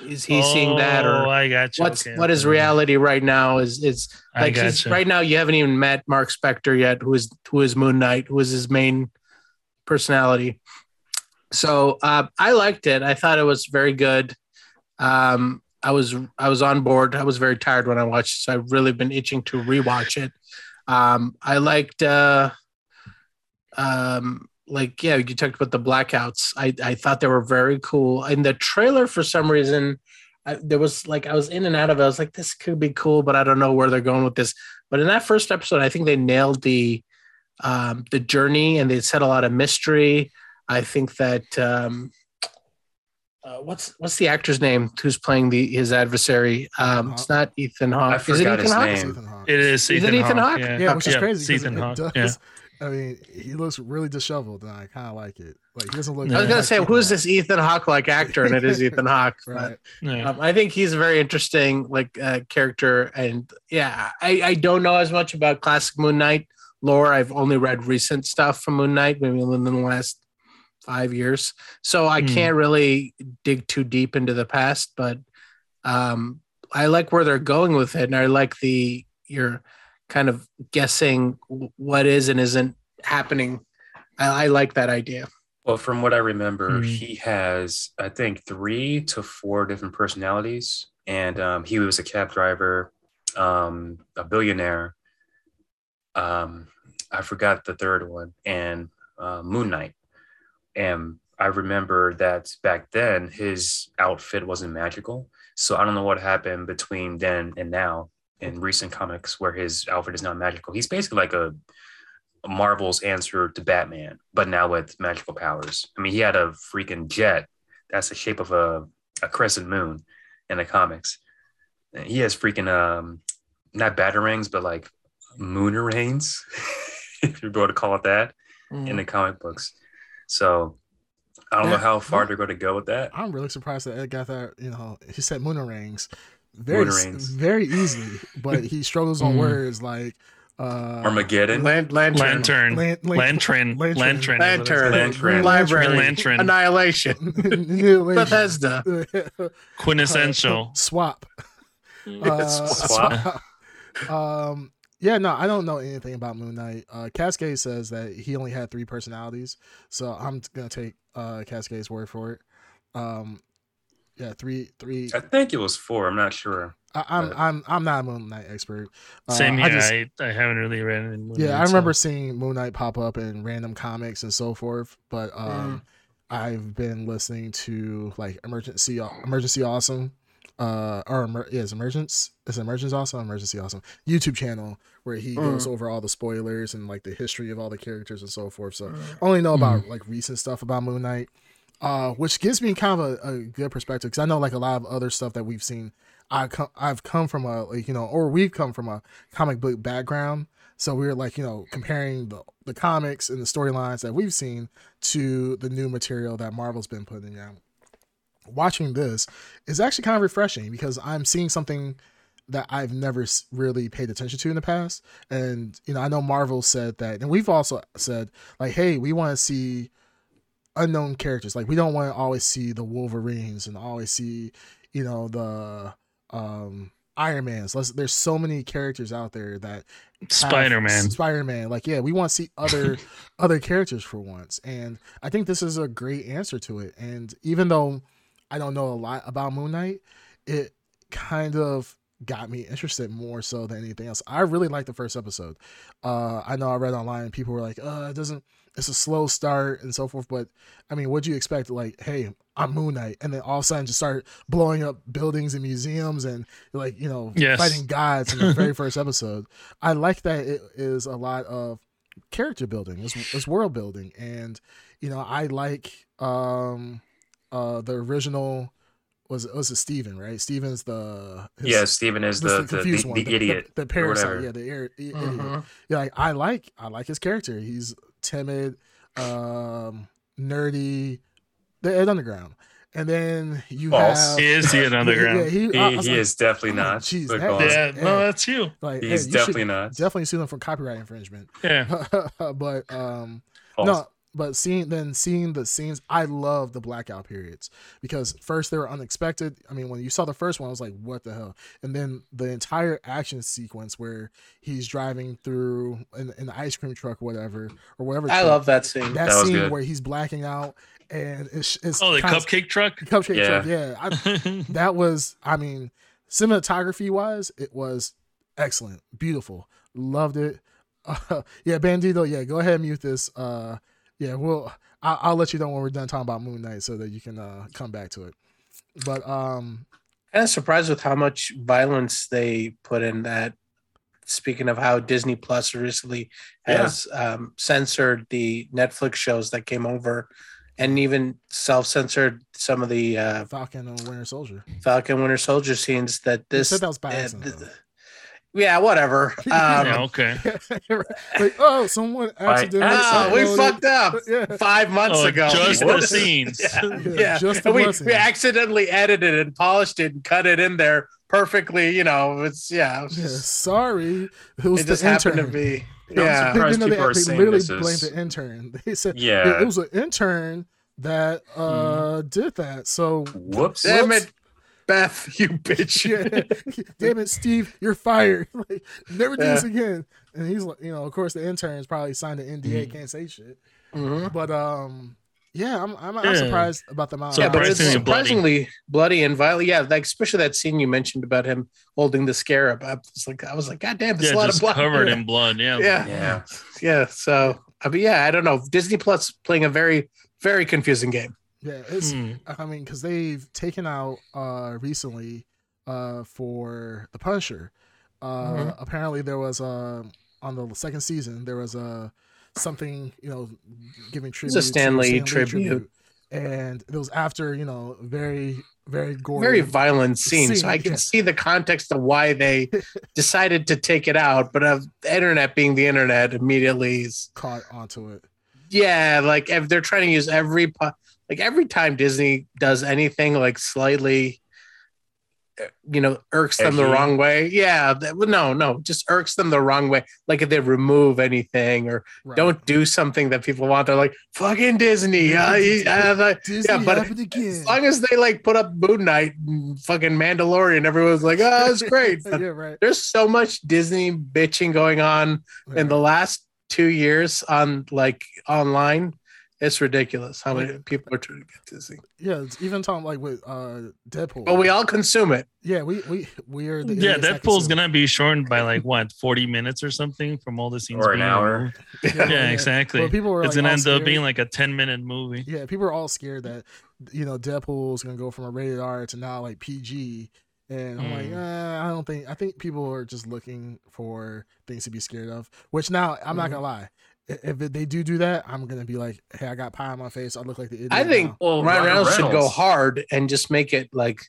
S4: Is he seeing that,
S2: Oh,
S4: or
S2: I got you.
S4: what's what is reality right now? Is is
S2: Mm. I
S4: like
S2: got
S4: he's,
S2: you.
S4: right now you haven't even met Mark Spector yet, who is who is Moon Knight, who is his main personality. So uh, I liked it. I thought it was very good. Um, I was I was on board. I was very tired when I watched it, so I've really been itching to rewatch it. Um, I liked uh, um, like yeah, you talked about the blackouts. I I thought they were very cool. In the trailer, for some reason, I, there was like I was in and out of it. I was like, this could be cool, but I don't know where they're going with this. But in that first episode, I think they nailed the um, the journey and they set a lot of mystery. I think that um, uh, what's what's the actor's name who's playing the his adversary? Um, it's not Ethan
S1: I
S4: Hawke. Is it
S1: forgot
S4: Ethan
S1: his
S4: Hawke?
S1: name.
S3: It's Ethan Hawke.
S2: It is
S4: Is it
S2: Ethan,
S4: Ethan
S2: Hawke.
S4: Hawke?
S2: Yeah,
S3: yeah, which is
S2: yeah,
S3: crazy. 'cause
S2: it's Ethan
S3: it
S2: Hawke.
S3: does-
S2: Yeah.
S3: I mean, he looks really disheveled, and I kind of like it. Like he doesn't look.
S2: I
S4: I was gonna
S3: like
S4: say,
S3: Ethan
S4: who's
S3: Hawke.
S4: this Ethan Hawke like actor? And it is Ethan Hawke. but-
S3: Right.
S2: Yeah.
S4: Um, I think he's a very interesting like uh, character, and yeah, I, I don't know as much about classic Moon Knight lore. I've only read recent stuff from Moon Knight, maybe in the last five years, so I
S2: Hmm.
S4: can't really dig too deep into the past. But um, I like where they're going with it, and I like the you're kind of guessing w- what is and isn't happening. I, I like that idea.
S1: Well, from what I remember,
S2: Mhm.
S1: he has I think three to four different personalities, and um, he was a cab driver, um, a billionaire. Um, I forgot the third one, and uh, Moon Knight. And I remember that back then his outfit wasn't magical, so I don't know what happened between then and now in recent comics where his outfit is not magical. He's basically like a Marvel's answer to Batman, but now with magical powers. I mean, he had a freaking jet that's the shape of a, a crescent moon in the comics. And he has freaking um not batarangs, but like moonerangs,
S2: Hmm.
S1: if you want to call it that, in the comic books. So I don't know
S3: Yeah.
S1: how far they're going to go with that.
S3: I'm really surprised that Ed got that. You know, he said moon rings very
S1: Moonarangs.
S3: very easily, but he struggles on
S2: Mm.
S3: words like uh,
S1: Armageddon.
S4: Land, lantern.
S2: Lantern.
S3: Lan- lan-
S2: Lantern. Lantern.
S3: Lantern.
S4: Lantern.
S1: Lantern.
S4: Library.
S2: Lantern.
S4: Annihilation. Bethesda.
S2: Quintessential.
S3: swap. Uh,
S1: Swap.
S3: swap. um, yeah, no, I don't know anything about Moon Knight. Uh, Cascade says that he only had three personalities, so I'm gonna take uh, Cascade's word for it. Um, yeah, three, three.
S1: I think it was four. I'm not sure.
S3: I, I'm, I'm, I'm not a Moon Knight expert. Uh,
S2: Same here.
S3: I just-
S2: I, I haven't really read it. in
S3: yeah, I
S2: so-
S3: remember seeing Moon Knight pop up in random comics and so forth, but um, I've been listening to like emergency emergency awesome, uh, or emer- yeah, it's emergence it's emergence awesome emergency awesome YouTube channel where he
S4: Mm.
S3: goes over all the spoilers and like the history of all the characters and so forth. So I only know about like recent stuff about Moon Knight, uh, which gives me kind of a, a good perspective because I know like a lot of other stuff that we've seen. I come, I've come from a like you know, or we've come from a comic book background, so we were like you know comparing the the comics and the storylines that we've seen to the new material that Marvel's been putting out. Watching this is actually kind of refreshing because I'm seeing something that I've never s- really paid attention to in the past. And you know, I know Marvel said that, and we've also said like, hey, we want to see unknown characters. Like, we don't want to always see the Wolverines and always see, you know, the um Iron Man's. Let's, there's so many characters out there that
S2: Spider Man.
S3: Spider Man. Like, yeah, we want to see other other characters for once. And I think this is a great answer to it. And even though I don't know a lot about Moon Knight, it kind of got me interested more so than anything else. I really liked the first episode. Uh I know I read online people were like, uh, it doesn't it's a slow start and so forth. But I mean, what do you expect? Like, hey, I'm Moon Knight, and then all of a sudden just start blowing up buildings and museums and like, you know,
S2: Yes.
S3: fighting gods in the very first episode. I like that it is a lot of character building, it's, it's world building, and you know I like um uh the original was was it Steven, right? Steven's the his-
S1: yeah, Steven is the the,
S3: confused
S1: the, the idiot.
S3: the, parasite,
S1: whatever. Mm-hmm.
S3: yeah, the ir- i- idiot
S4: Mhm.
S3: yeah, like I like I like his character. He's timid, um, nerdy, the Ed Underground, and then you
S1: False.
S3: have
S2: Is he an
S3: Yeah,
S2: underground?
S3: he,
S1: He,
S3: Uh, I- I was
S1: he
S3: like,
S1: is definitely
S3: oh,
S1: not.
S3: jeez,
S1: But
S3: that-
S1: go on.
S3: yeah.
S2: Yeah, no, that's you.
S3: like,
S1: He's
S3: hey, you should
S1: definitely not.
S3: definitely sue them for copyright infringement.
S2: Yeah.
S3: but um,
S1: False.
S3: no, but seeing then seeing the scenes, I love the blackout periods because first they were unexpected. I mean, when you saw the first one, I was like, "What the hell?" And then the entire action sequence where he's driving through an, an ice cream truck, whatever or whatever.
S4: I
S3: truck,
S4: love that scene.
S3: that,
S1: That was
S3: scene
S1: good.
S3: where he's blacking out and it's, it's
S2: Oh, the
S3: kind of-
S2: cupcake truck.
S3: cupcake
S1: Yeah.
S3: truck. Yeah, I,
S4: Um,
S3: that was i mean cinematography wise it was excellent beautiful loved it uh, yeah bandito yeah go ahead and mute this uh yeah we'll I, i'll let you know when we're done talking about moon knight so that you can uh come back to it but um
S4: kind of surprised with how much violence they put in that. Speaking of how Disney Plus recently has um, censored the Netflix shows that came over, and even self-censored some of the uh,
S3: falcon and winter soldier You
S4: Falcon Winter Soldier scenes. That this,
S3: said that was by
S4: uh,
S3: accident,
S4: th- yeah, whatever. Um,
S2: yeah, okay.
S3: though. like oh someone accidentally
S4: ah, we
S3: uploaded-
S4: fucked up
S3: yeah
S4: five months
S2: Oh,
S4: ago.
S2: just the
S1: What?
S2: scenes.
S4: Yeah.
S3: Yeah,
S4: yeah.
S3: just the
S4: And we,
S3: blessing.
S4: we accidentally edited and polished it and cut it in there perfectly. You know, it's yeah. it was
S3: Yeah,
S4: just-
S3: sorry it was
S4: it
S3: the
S4: just happened to
S3: intern.
S4: be
S1: I'm
S3: they,
S4: yeah.
S1: surprised
S3: they, know they,
S1: people are
S3: they
S1: saying
S3: literally
S1: this
S3: blamed
S1: is-
S3: the intern they said it,
S1: Yeah.
S3: it was an intern that uh
S4: Mm-hmm.
S3: did that so
S1: Whoops.
S4: Damn it, Beth, you bitch.
S3: yeah. damn it steve you're fired like never do this
S4: Yeah.
S3: again and he's like you know of course the intern's probably signed an nda
S4: Mm-hmm.
S3: can't say shit
S4: Mhm.
S3: but um yeah i'm i'm, I'm
S2: Yeah.
S3: surprised about the amount
S4: Yeah, but it's
S2: Surprisingly bloody.
S4: surprisingly bloody. and violent. Yeah, like especially that scene you mentioned about him holding the scarab. I was like, I was like, God damn, it's
S2: Yeah,
S4: a lot
S2: just
S4: of blood.
S2: covered
S4: yeah.
S2: in blood. Yeah.
S4: Yeah,
S1: Yeah.
S4: yeah. So, I mean, yeah, I don't know. Disney Plus playing a very, very confusing game.
S3: yeah it's
S2: Hmm.
S3: I mean, because they've taken out uh recently uh for the Punisher. Uh,
S4: Mhm.
S3: apparently there was uh on the second season there was a something you know giving tribute. to
S4: Stan Lee tribute.
S3: and it was after you know very very gory.
S4: very violent scene, so
S3: Scene,
S4: I can
S3: yeah.
S4: see the context of why they decided to take it out. But of the internet being the internet, immediately is
S3: caught onto it.
S4: yeah, like if they're trying to use every po- like every time Disney does anything like slightly, uh, you know, irks them the
S1: Edgy.
S4: wrong way. Yeah, that, well, no, no, just irks them the wrong way. Like if they remove anything or
S3: Right.
S4: don't do something that people want, they're like fucking Disney. uh, uh, uh,
S3: Disney
S4: yeah, but
S3: happened again.
S1: Hmm.
S4: as long as they like put up Moon Knight, and fucking Mandalorian, everyone's like, oh, it's great.
S3: yeah, right.
S4: There's so much Disney bitching going on in the last two years on like online it's ridiculous how many
S3: Yeah.
S4: people are trying to get disney
S3: yeah, it's even talking like with uh Deadpool.
S4: but we all consume it
S3: yeah, we we we are the
S2: yeah,
S3: idiots that
S2: Deadpool's
S3: consume-
S2: gonna be shortened by like what, forty minutes or something from all the scenes.
S1: Or an
S2: being
S1: hour.
S2: removed.
S4: Yeah,
S2: Yeah, exactly.
S3: Well, people were
S2: it's
S3: like, "Oh,
S2: gonna
S3: all
S2: end
S3: scared.
S2: up being like a ten minute movie.
S3: yeah, people are all scared that you know Deadpool's gonna go from a rated R to now like PG, and I'm like,
S2: Mm.
S3: uh, I don't think I think people are just looking for things to be scared of. Which now I'm not
S4: Mhm.
S1: Mm-hmm.
S3: gonna lie, I- if they do do that, I'm gonna be like, hey, I got pie on my face. I look like the idiot.
S4: I think-
S3: now.
S1: Well,
S4: ryan
S1: Oh, Ryan
S4: reynolds should go
S1: Reynolds.
S4: hard and just make it like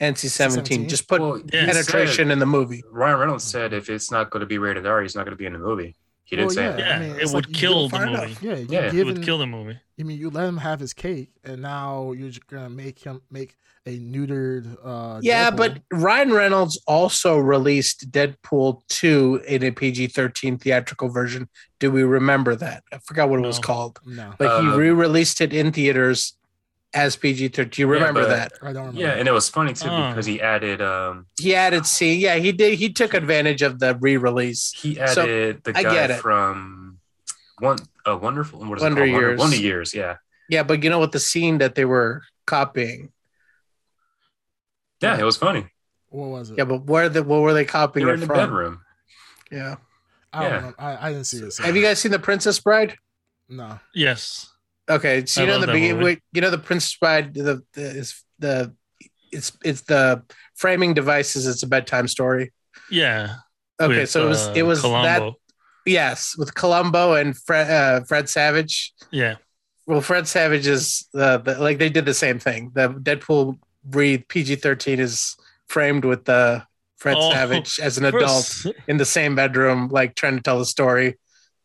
S4: nc-17
S3: 17?
S4: just put
S1: Well, he
S2: Yeah.
S4: penetration
S1: said-
S4: in the movie
S1: Ryan Reynolds said if it's not going to be rated R, he's not going to be in the movie. He did
S3: Well,
S1: say
S2: Yeah,
S3: I mean,
S2: it
S3: it's
S2: would
S3: like you
S2: kill
S4: go far
S2: the movie.
S4: enough.
S3: Yeah, you
S1: Yeah. It
S2: It
S3: give
S2: would
S3: him-
S2: kill the movie.
S3: I mean, you let him have his cake, and now you're just gonna make him make a neutered. uh
S4: yeah
S3: Deadpool.
S4: but ryan reynolds also released deadpool 2 in a pg-13 theatrical version do we remember that i forgot what it was
S2: No.
S4: called
S3: no,
S4: but he
S1: Uh,
S4: re-released it in theaters as pg-13 do you
S1: Yeah,
S4: remember
S1: but-
S4: that
S3: I don't
S1: that.
S3: remember.
S1: Yeah, and it was funny too
S2: Oh.
S1: because he added um
S4: he added scene yeah he did he took advantage of the re-release
S1: he
S4: So,
S1: added the
S4: I get
S1: guy
S4: it.
S1: from one a wonderful what is
S4: Wonder
S1: it called?
S4: Years.
S1: Wonder, Wonder Years. Yeah,
S4: Yeah, but you know what? The scene that they were copying.
S1: yeah, it was funny.
S3: what was it?
S4: Yeah, but where the what were they
S1: They
S4: copying
S1: were
S4: it
S1: in the
S4: from?
S1: bedroom.
S4: Yeah.
S3: I don't
S1: yeah.
S3: remember. I, I didn't see it. so-
S4: Have you guys seen the Princess Bride?
S3: No.
S2: Yes.
S4: Okay, so you
S2: I
S4: know
S2: love
S4: the
S2: that
S4: beginning.
S2: movie.
S4: wait, You know the Princess Bride. The, the is the it's it's the framing devices. It's a bedtime story.
S2: Yeah.
S4: Okay,
S2: with,
S4: so it was
S2: uh,
S4: it was that
S2: Columbo.
S4: yes with Columbo and Fred uh, Fred Savage.
S2: Yeah.
S4: Well, Fred Savage is uh, the, like they did the same thing. The Deadpool breathe PG thirteen is framed with the Fred
S2: Oh,
S4: Savage as an
S2: For a
S4: adult.
S2: s-
S4: in the same bedroom, like trying to tell the story,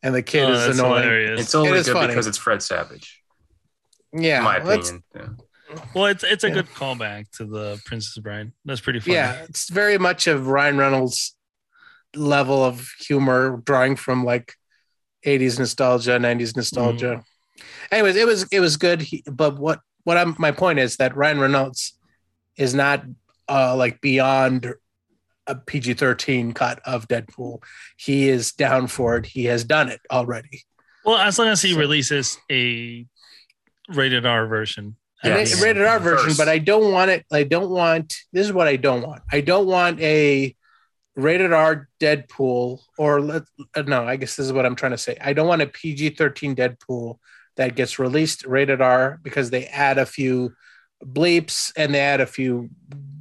S4: and the kid
S2: Oh,
S4: is
S2: that's
S4: annoying.
S2: hilarious.
S1: It's only
S4: It is
S1: good
S4: funny.
S1: because it's Fred Savage.
S4: Yeah,
S1: in my
S4: well, it's-
S1: opinion. Yeah.
S2: well, it's it's a
S4: Yeah.
S2: good callback to the Princess Bride. That's pretty funny.
S4: yeah, it's very much of Ryan Reynolds' level of humor, drawing from like '80s nostalgia, '90s nostalgia.
S2: Mm-hmm.
S4: Anyways, it was it was good, He- but what what I'm my point is that Ryan Reynolds is not uh, like beyond a PG-13 cut of Deadpool. He is down for it. He has done it already.
S2: Well, as long as he
S4: So-
S2: releases a rated R version.
S4: And
S1: Yes.
S4: it- rated R version,
S1: First.
S4: but I don't want it. I don't want. This is what I don't want. I don't want a rated R Deadpool, or let uh, no. I guess this is what I'm trying to say. I don't want a PG thirteen Deadpool that gets released rated R because they add a few bleeps and they add a few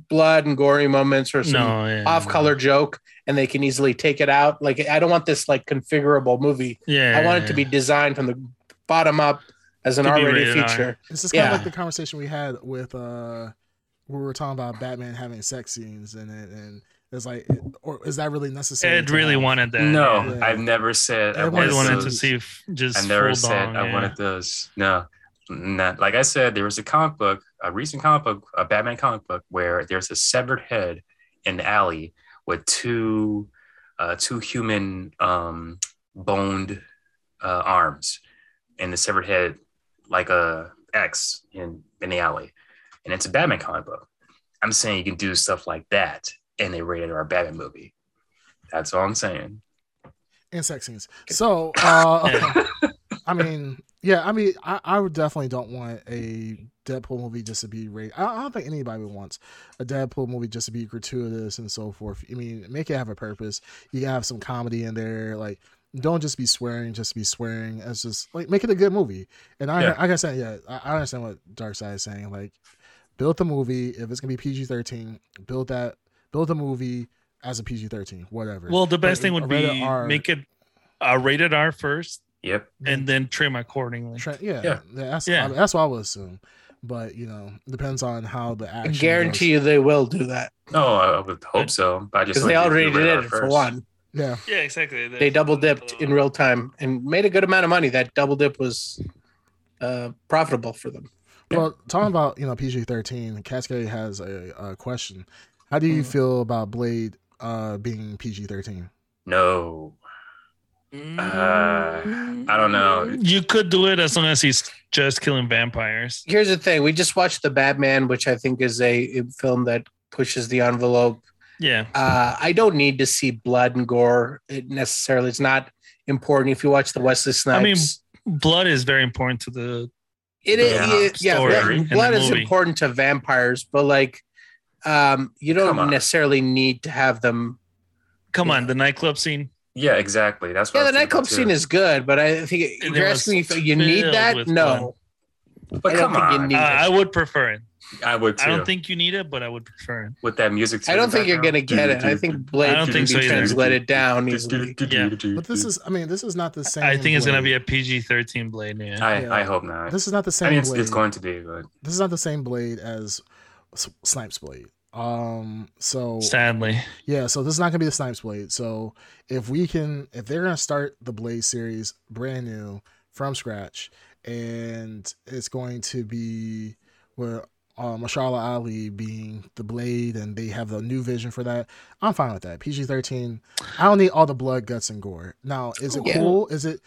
S4: blood and gory moments or some
S2: no, yeah,
S4: off color joke, and they can easily take it out. Like I don't want this like configurable movie.
S2: Yeah.
S4: I want it to be designed from the bottom up as an
S2: To be
S4: R rated
S2: rated R.
S4: feature.
S3: It's just kind
S4: Yeah.
S3: of like the conversation we had with uh where we were talking about Batman having sex scenes and and, and it's like or is that really necessary?
S2: Ed
S3: to
S2: really
S3: have?
S2: wanted that. uh,
S1: No,
S3: Yeah.
S1: I've never said I
S3: Everyone
S2: I
S1: wanted,
S3: Yes,
S2: wanted
S1: those.
S2: to see if just.
S1: I never
S2: full
S1: said
S2: dong,
S1: I
S2: yeah.
S1: wanted those. No, not like I said. There was a comic book, a recent comic book, a Batman comic book, where there's a severed head in the alley with two, uh, two human um, boned uh, arms, and the severed head like a X in in the alley, and it's a Batman comic book. I'm saying you can do stuff like that in a rated R Batman movie. That's all I'm saying.
S3: and sex scenes. So uh I mean yeah, I mean I, I would definitely don't want a Deadpool movie just to be rated. I, I don't think anybody wants a Deadpool movie just to be gratuitous and so forth. I mean, make it have a purpose. You gotta have some comedy in there, like don't just be swearing, just be swearing. It's just like make it a good movie. And I,
S1: Yeah.
S3: like I gotta say, yeah, I, I understand what Dark Side is saying. Like, build the movie if it's gonna be PG thirteen, build that, build the movie as a PG thirteen, whatever.
S2: Well, the best
S3: But
S2: thing would
S3: a
S2: be
S3: rated R-
S2: make it a rated R first,
S1: Yep.
S2: and then trim accordingly.
S3: Tra- yeah,
S1: Yeah.
S3: that's
S2: Yeah.
S3: that's what I would assume. But you know, depends on how the
S4: I
S3: action.
S4: guarantee you they will do that.
S1: No, I would hope so. But I just
S4: because they
S1: like
S4: already
S1: the radar
S4: did it for
S1: first.
S4: one.
S3: you, yeah,
S2: Yeah, exactly.
S4: They double dipped in real time and made a good amount of money. That double dip was uh, profitable for them.
S1: Yeah.
S3: Well, talking about you know PG thirteen, Cascade has a, a question. How do you
S4: Mm.
S3: feel about Blade uh, being PG thirteen?
S1: No, Uh, I don't know.
S2: You could do it as long as he's just killing vampires.
S4: here's the thing we just watched the batman which i think is a, a film that pushes the envelope
S2: Yeah.
S4: uh, i don't need to see blood and gore it necessarily it's not important if you watch the wesley
S2: I
S4: snipes
S2: mean, Blood is very important to the
S4: it is
S1: Yeah.
S4: yeah,
S2: Story
S4: blood-
S2: in the
S4: blood is
S2: movie.
S4: important to vampires but like um, you
S1: Come on.
S4: don't necessarily need to have them
S2: come
S4: Yeah.
S2: on, the nightclub scene.
S1: Yeah, exactly. That's what
S4: yeah
S1: I
S4: the
S1: was thinking
S4: nightclub
S1: too.
S4: scene is good but i think
S2: It
S4: you're
S2: was
S4: asking me if you need
S2: filled
S4: that
S2: with
S4: no
S1: But
S4: I
S1: come
S4: don't think you
S1: on,
S2: Uh,
S4: need-
S2: I would prefer it.
S1: I would too.
S2: I don't think you need it, but I would prefer it.
S1: with that music.
S4: i don't think you're gonna get it i think blade
S2: I don't
S4: can
S2: think
S4: be
S2: so either.
S4: translated down easily
S2: Yeah.
S3: But this is, I mean, this is not the same.
S2: I think it's gonna be
S3: Blade.
S2: a PG thirteen blade. Yeah.
S1: I,
S3: Yeah.
S1: I hope not.
S3: This is not
S1: I
S3: the same.
S1: mean, it's,
S3: Blade.
S1: it's going to be, but
S3: This is not the same Blade as S- Snipes Blade. Um. So
S2: Sadly,
S3: yeah. So this is not gonna be the Snipes Blade. So if we can, if they're gonna start the Blade series brand new from scratch, and it's going to be with uh, Mashallah Ali being the Blade, and they have the new vision for that. I'm fine with that. PG thirteen. I don't need all the blood, guts, and gore. Now, is it
S4: Yeah.
S3: cool? Is it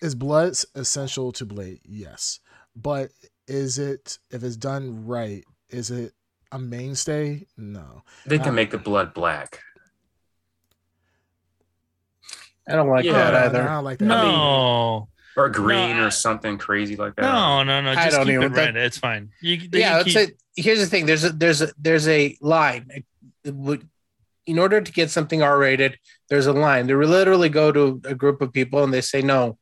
S3: is blood essential to Blade? Yes, but is it if it's done right? Is it a mainstay? No.
S1: they can
S3: Uh,
S1: make the blood black.
S4: i don't like
S1: Yeah.
S4: that
S3: Uh,
S4: either
S3: no, I don't like that.
S2: no,
S1: Or green
S2: I-
S1: or something crazy like that.
S2: no, no, no.
S4: Uh, I
S2: Just
S4: don't
S2: keep
S4: even-
S2: it red. It's fine. You, they
S4: yeah,
S2: can
S4: it's
S2: keep-
S4: a, here's the thing. There's a there's a there's a line. It would- In order to get something R rated, there's a line. They literally go to a group of people and they say, "No,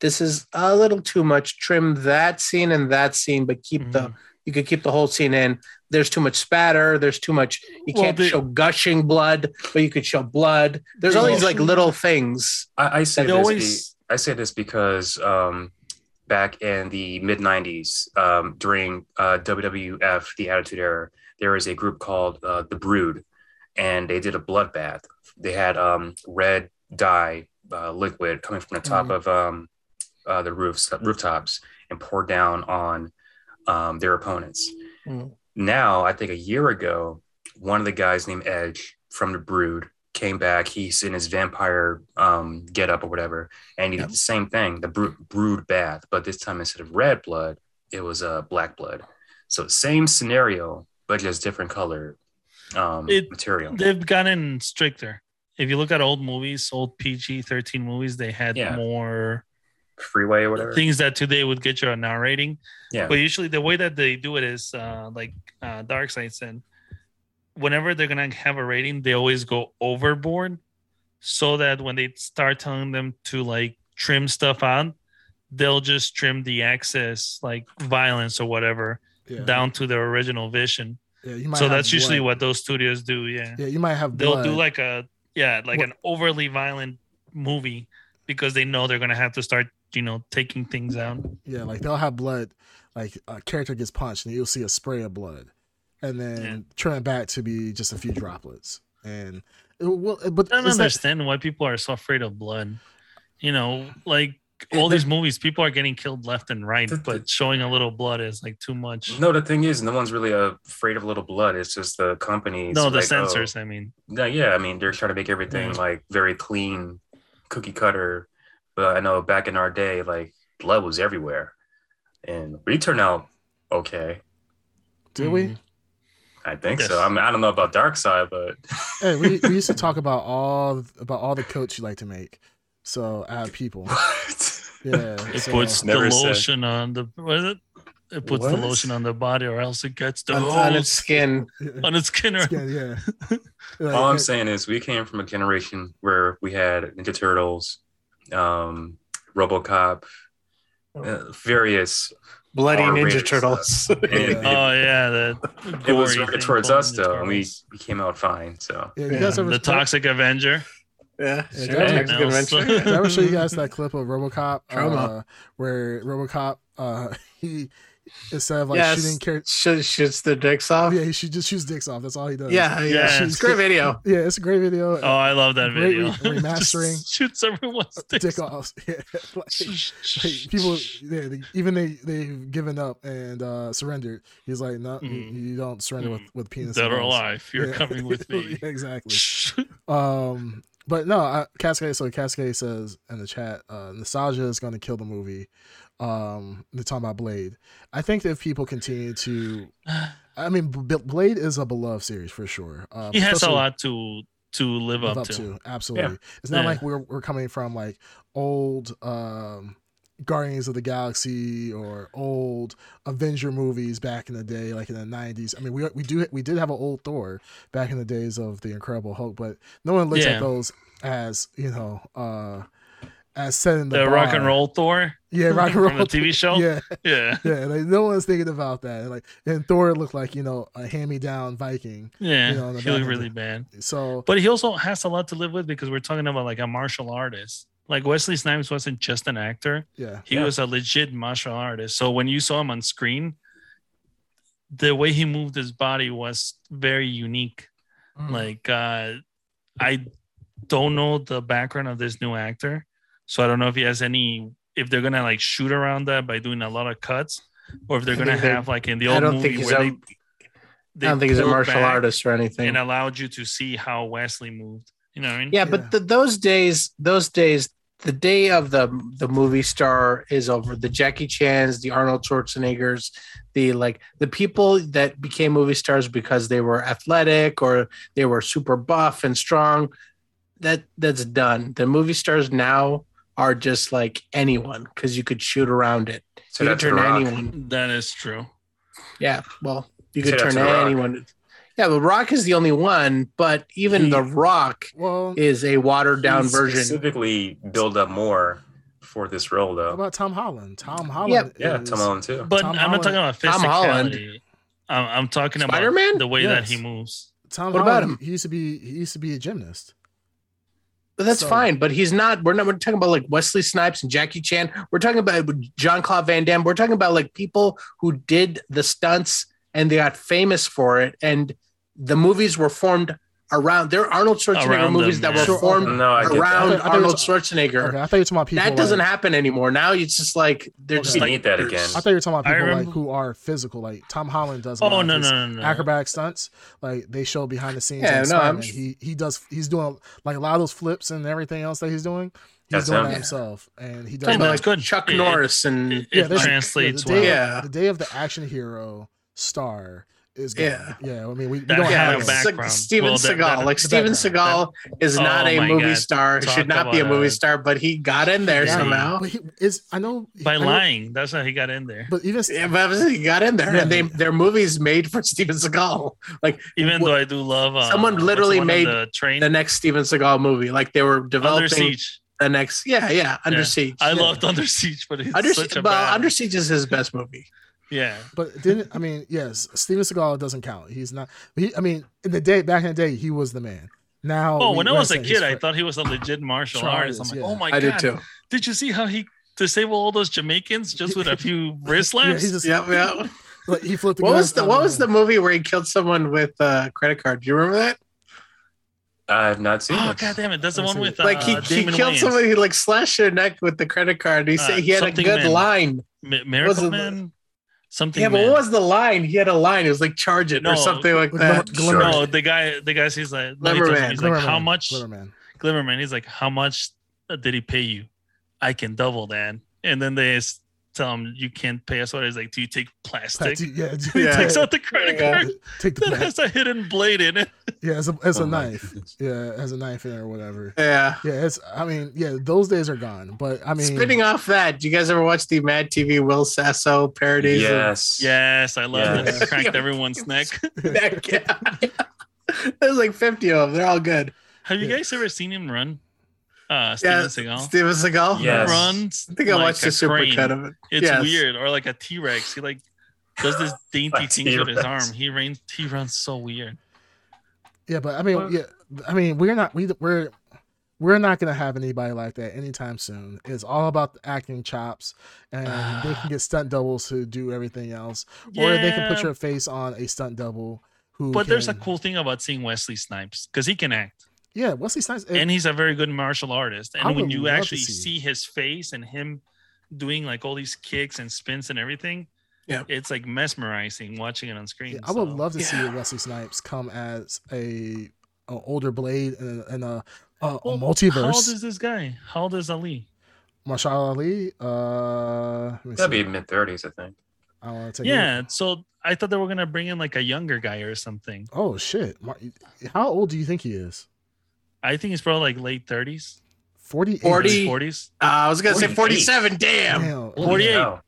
S4: this is a little too much. Trim that scene and that scene, but keep the
S2: Mm-hmm.
S4: you could keep the whole scene in. There's too much spatter. There's too much. You
S2: Well,
S4: can't
S2: the-
S4: show gushing blood, but you could show blood. There's all these like little things.
S1: I, I say
S2: They
S1: this.
S2: always-
S1: be- I say this because um, back in the mid '90s, um, during uh, WWF, the Attitude Era, there was a group called uh, the Brood, and they did a bloodbath. They had um, red dye uh, liquid coming from the top
S3: Mhm.
S1: of um, uh, the roofs, rooftops, and poured down on um, their opponents.
S4: Mm.
S2: Mm-hmm.
S1: Now, I think a year ago, one of the guys named Edge from the Brood came back. He's in his vampire um, getup or whatever, and he did
S4: Yep.
S1: the same thing, the bro- Brood bath, but this time instead of red blood, it was uh, black blood. So same scenario, but just different color um,
S2: It-
S1: material.
S2: They've gotten stricter. If you look at old movies, old PG thirteen movies, they had
S1: Yeah.
S2: more
S1: Freeway or whatever.
S2: things that today would get you a now rating.
S1: Yeah.
S2: But usually the way that they do it is uh, like uh, Dark Side said, whenever they're gonna have a rating, they always go overboard, so that when they start telling them to like trim stuff on, they'll just trim the excess like violence or whatever
S3: Yeah.
S2: down to their original vision.
S3: Yeah, you might
S2: So
S3: have
S2: that's usually
S3: blood.
S2: what those studios do. Yeah,
S3: Yeah, you might have.
S2: they'll
S3: blood.
S2: do like a yeah like
S3: What-
S2: an overly violent movie because they know they're gonna have to start you know taking things out.
S3: Yeah, like they'll have blood. Like a character gets punched, and you'll see a spray of blood, and then
S2: Yeah.
S3: trim it back to be just a few droplets. And it will, but
S2: I don't
S3: it's not-
S2: understand why people are so afraid of blood. You know, like all these movies, people are getting killed left and right,
S1: Th- th-
S2: but showing a little blood is like too much.
S1: no, the thing is, no one's really uh, afraid of a little blood. It's just the companies.
S2: No, the
S1: like, oh,
S2: censors. I mean,
S1: No, yeah, I mean they're trying to make everything
S2: Yeah.
S1: like very clean, cookie cutter. But I know back in our day, like blood was everywhere, and we turned out okay.
S3: do we?
S2: Mhm.
S1: I think
S2: Yes.
S1: so. I mean, I don't know about Dark Side, but
S3: Hey, we, we used to talk about all about all the coats you like to make. So I have people.
S1: what?
S3: Yeah.
S2: It
S3: so-
S2: puts the
S1: Never said.
S2: lotion on the what is it? It puts the
S1: What?
S2: lotion on the body, or else it gets the
S4: On,
S2: hose
S4: on its skin,
S2: on its skin. Or,
S3: yeah, yeah. Like,
S1: All I'm
S3: it-
S1: saying is we came from a generation where we had Ninja Turtles, um, RoboCop,
S3: Oh.
S1: uh, various.
S4: bloody
S1: R-rated
S4: Ninja Turtles.
S1: And
S3: Yeah. Uh,
S2: oh yeah, the
S1: it was
S2: gory
S1: directed
S2: thing
S1: towards
S2: called
S1: us
S2: Ninja
S1: though, and we,
S2: Turtles.
S1: we came out fine. So
S3: yeah, you guys
S4: Yeah.
S3: ever
S2: the Toxic Avenger.
S4: yeah,
S3: Yeah,
S4: sure.
S3: that-
S4: Next
S2: that
S4: good
S2: was-
S4: mention.
S3: Did I ever show you guys that clip of uh, RoboCop
S4: Trauma.
S3: uh, where RoboCop uh, he instead of like
S4: Yes.
S3: shooting characters.
S4: Sh- shoots their dicks off.
S3: Yeah,
S4: Yeah,
S3: he should just shoots dicks off. That's all he does.
S4: yeah.
S2: Yeah.
S4: It's a great video.
S3: yeah. It's a great video.
S2: Oh, I love that
S3: Great
S2: video.
S3: re- remastering.
S2: Just shoots everyone's
S3: Uh, Dick
S2: dick
S3: off. Yeah, like, Hey, people yeah, they, even they they've given up and uh surrendered he's like no you-
S2: Mm.
S3: you, don't surrender with with penis
S2: Dead
S3: and
S2: or
S3: balls."
S2: alive, you're
S3: Yeah.
S2: coming with me.
S3: Yeah, exactly um but no I, cascade so cascade says in the chat uh nostalgia is going to kill the movie um they're talking about blade i think that if people continue to i mean B- blade is a beloved series for sure uh,
S2: he has a
S3: especially-
S2: lot to to live,
S3: live
S2: up, to.
S3: Absolutely. It's not
S2: Yeah.
S3: like we're we're coming from like old um Guardians of the Galaxy or old Avenger movies back in the day, like in the nineties. I mean, we we do we did have an old Thor back in the days of the Incredible Hulk, but no one looks
S2: Yeah.
S3: at those as you know uh as setting
S2: The,
S3: the,
S2: rock and
S3: bar.
S2: roll Thor
S3: yeah, rock and roll
S2: from the TV show.
S3: yeah,
S2: yeah,
S3: yeah, like no one's thinking about that. And, Like, and Thor looked like you know a hand-me-down Viking.
S2: yeah.
S3: You know, the
S2: he
S3: back
S2: looked
S3: of
S2: really
S3: the-
S2: bad.
S3: So
S2: But he also has a lot to live with because we're talking about like a martial artist. Like Wesley Snipes wasn't just an actor;
S3: yeah,
S2: he
S1: Yeah.
S2: was a legit martial artist. So when you saw him on screen, the way he moved his body was very unique.
S4: Hmm.
S2: Like uh, I don't know the background of this new actor, so I don't know if he has any. If they're gonna like shoot around that by doing a lot of cuts, or if they're
S4: I
S2: gonna
S4: think they-
S2: have like in the
S4: I
S2: old
S4: don't
S2: movie
S4: think he's
S2: where
S4: a.
S2: they, they
S4: I don't think he's a
S2: pulled
S4: martial
S2: back
S4: artist or anything.
S2: and allowed you to see how Wesley moved. You know what I mean?
S4: yeah but the, those days those days the day of the the movie star is over the jackie chans the arnold schwarzeneggers the like the people that became movie stars because they were athletic or they were super buff and strong that that's done the movie stars now are just like anyone because you could shoot around it
S1: So
S4: you could
S1: that's The
S4: turn
S1: Rock.
S4: anyone
S2: That is true.
S4: yeah well you
S1: So
S4: could
S1: that's
S4: turn
S1: The Rock.
S4: anyone yeah but rock is the only one but even
S1: He-
S4: the rock
S3: well,
S4: is a watered down
S1: He
S4: version
S1: Specifically, build up more for this role
S3: How
S1: though.
S3: about Tom Holland? Tom Holland.
S1: Yeah,
S3: is-
S1: Tom Holland too.
S2: But
S3: Tom
S2: I'm not
S3: Holland-
S2: talking about
S4: Tom Holland.
S2: physicality. I'm, I'm talking
S4: Spider-Man?
S2: about the way that
S3: Yes.
S2: he moves.
S3: Tom
S4: What about
S3: Holland,
S4: him?
S3: He used to be. He used to be a gymnast.
S4: But that's
S3: So-
S4: fine. But he's not. We're not. We're talking about like Wesley Snipes and Jackie Chan. We're talking about John Claude Van Damme. We're talking about like people who did the stunts and they got famous for it. And the movies were formed around. There are Arnold Schwarzenegger
S2: Around
S4: movies
S2: them,
S4: that
S2: yeah.
S4: were
S3: Sure,
S4: formed
S1: No, I get
S4: around
S1: that.
S3: I thought- I thought it
S4: Arnold
S3: was-
S4: Schwarzenegger.
S3: Okay, I thought you were talking about people.
S4: that doesn't
S3: like,
S4: happen anymore. Now it's just like they're
S3: Okay.
S4: just
S1: We
S4: like
S1: need that again.
S4: actors.
S3: I thought you were talking about
S2: I
S3: people like
S2: remember-
S3: who are physical. Like Tom Holland does. a lot
S2: Oh
S3: of
S2: no
S3: his
S2: no no no!
S3: Acrobatic stunts, like they show behind the scenes.
S4: Yeah,
S3: Yeah,
S4: no, I'm sh-
S3: He he does. He's doing like a lot of those flips and everything else that he's doing. He's
S1: That's
S3: doing
S1: him.
S3: that himself, and he does.
S4: Talking
S2: And
S4: about
S2: that's
S4: like
S2: Oh, good.
S4: Chuck
S2: It- it-
S4: Norris and
S2: It,
S3: Yeah,
S2: it
S3: there's-
S2: translates
S3: the day,
S2: well.
S4: well.
S3: The day of the action hero star is. Gone.
S4: Yeah.
S3: Yeah, I mean, we, we
S2: That
S3: don't
S2: had
S3: have
S2: a
S3: him.
S4: Se-
S2: back- background.
S4: Steven
S2: Well, that-
S4: Seagal.
S2: that-
S4: like
S3: the
S4: Steven
S3: background.
S4: Seagal is
S2: Oh
S4: not a
S2: my
S4: movie
S2: God.
S4: star.
S2: Talk
S4: Should not be a
S2: about
S4: movie
S2: a-
S4: star, but he got in there
S3: Yeah.
S4: somehow.
S3: But he is. I know
S2: By
S3: I know-
S2: lying, that's how he got in there.
S3: But even
S4: Yeah, but obviously he got in there,
S3: Yeah.
S4: and they their movies made for Steven Seagal.
S2: Even
S4: what-
S2: though I do love uh,
S4: Someone
S2: what's the
S4: literally
S2: one on
S4: made
S2: the train
S4: The next Steven Seagal movie, like they were
S2: Under
S4: developing
S2: Siege.
S4: the next. Yeah, yeah, Under
S2: Yeah.
S4: Siege.
S2: I
S4: yeah.
S2: loved Under Siege, but it's
S4: Under,
S2: such a
S4: well,
S2: bad. Oh
S4: Under Siege is his best movie.
S2: yeah,
S3: But didn't I mean yes? Steven Seagal doesn't count. He's not. He, I mean, in the day back in the day, he was the man. Now,
S2: Oh,
S3: we-
S2: when I
S3: we're
S2: was a
S3: saying he's
S2: kid, I
S3: fr-
S2: thought he was a legit martial
S3: Martial
S2: artist. I'm
S3: artist,
S2: like,
S3: yeah.
S2: oh my
S4: I
S2: god,
S4: did too.
S2: did you see how he disabled all those Jamaicans just with a few wrist
S3: yeah,
S2: slaps?
S3: he's just
S4: Yeah, yeah.
S3: like, he flipped. The
S4: What
S3: gun
S4: was the
S3: out
S4: What
S3: of
S4: was the
S3: hand.
S4: movie where he killed someone with a credit card? Do you remember that?
S1: I've not seen
S2: Oh
S1: it.
S2: god damn it! That's the
S3: Let me
S2: one with
S3: see.
S2: uh,
S4: Like he, he
S2: Damon
S4: killed
S2: Wayans.
S4: somebody. He like slashed their neck with the credit card. He
S2: Uh,
S4: said he had a
S2: something
S4: good
S2: man.
S4: line.
S2: Mi-
S4: Was
S2: Miracle
S4: it-
S2: Man, something.
S4: Yeah, but
S2: Man.
S4: what was the line? He had a line. It was like charge it
S2: No,
S4: or something like
S3: With
S4: that.
S3: Glimmer- Glimmer-
S2: no, the guy, the guy, he's like, no, he
S4: Glimmerman.
S2: told him, he's like,
S3: Glimmerman,
S2: how much,
S3: Glimmerman.
S2: Glimmerman? He's like, how much uh, did he pay you? I can double that. And then they s- tell him you can't pay us. What he's like, do you take plastic?
S3: Pat- yeah, dude,
S4: Yeah.
S2: Takes out the credit
S4: Yeah.
S2: card
S3: Take the
S2: that
S3: plat-
S2: has a hidden blade in it.
S3: yeah, as a, as a
S1: Oh my
S3: knife.
S1: goodness.
S3: Yeah, as a knife in it or whatever.
S4: Yeah.
S3: Yeah, it's. I mean, yeah, those days are gone. But I mean,
S4: Spinning off that, do you guys ever watch the Mad TV Will Sasso parodies? of
S1: Yes.
S2: Yes, I love
S1: Yes.
S2: that. It cracked everyone's neck.
S4: that guy? There's like 50 of them. They're all good.
S2: Have you
S3: Yeah.
S2: guys ever seen him run? Uh, Steven
S4: Yeah,
S2: Seagal
S4: Steven Seagal?
S1: Yes.
S2: runs.
S4: I think I
S2: like
S4: watched
S2: a
S4: a supercut
S2: crane.
S4: of it.
S2: It's
S4: Yes.
S2: weird, or like a T Rex. He like does this dainty
S1: A
S2: things with his
S1: T-Rex.
S2: arm. He runs. He runs so weird.
S3: yeah, but I mean,
S1: Well-
S3: yeah, I mean, we're not. We we're We're not going to have anybody like that anytime soon. It's all about the acting chops, and they can get stunt doubles who do everything else, or they can put
S2: Yeah,
S3: your face on a stunt double who.
S2: But there's a
S3: can-
S2: cool thing about seeing Wesley Snipes because he can act
S3: Yeah, Wesley Snipes. eh, it-
S2: and he's a very good martial artist.
S3: I
S2: And when
S3: would
S2: you
S3: love to
S2: actually
S3: see-
S2: see his face and him doing like all these kicks and spins and everything,
S4: Yeah.
S2: it's like mesmerizing watching it on screen.
S3: Yeah, I would
S2: so-
S3: love to see
S4: Yeah.
S3: Wesley Snipes come as a, a older Blade and a, and a, a, a
S2: Well, How old
S3: multiverse.
S2: is this guy? How old is Ali?
S3: Marshall Ali. Uh, let me
S1: That'd
S3: see.
S1: be mid thirties, I think.
S3: I want to take. a look.
S2: Yeah, so I thought they were gonna bring in like a younger guy or something.
S3: Oh shit! Mar- How old do you think he is?
S2: I think he's probably like late 30s,
S3: Forty.
S4: 40.
S2: forties.
S4: Uh, I was gonna say
S1: 48.
S4: 47. Damn.
S3: Damn.
S1: Holy
S2: 48.
S1: cow.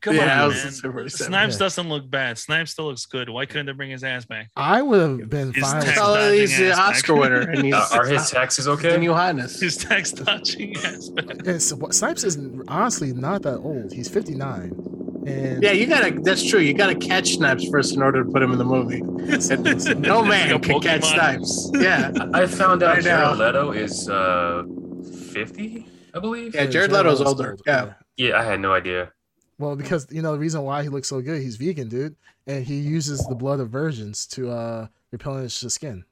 S2: Come
S4: Yeah, I
S2: on,
S4: was gonna
S2: man.
S4: say 47.
S2: Snipes
S3: Yeah.
S2: doesn't look bad. Snipes still looks good. Why couldn't they bring his ass back?
S3: I would have been
S2: His
S3: fine.
S2: tax
S3: With
S4: Oh,
S2: dodging
S4: he's the
S2: ass back.
S4: Oscar winner, and he's-
S1: Uh, are his taxes okay?
S4: The new highness.
S2: his tax dodging ass back.
S3: It's, what- Snipes is honestly not that old. He's fifty nine, and
S4: Yeah, you gotta. That's true. You gotta catch Snipes first in order to put him in the movie. No man
S2: Like a
S4: can catch
S2: Pokemon.
S4: Snipes. Yeah,
S1: I found out
S4: Right now.
S1: Jared Leto is uh, fifty, I believe.
S4: Yeah. Jared Leto's older, yeah.
S1: Yeah, I had no idea.
S3: Well, because you know the reason why he looks so good, he's vegan, dude, and he uses the blood of virgins to uh replenish the skin.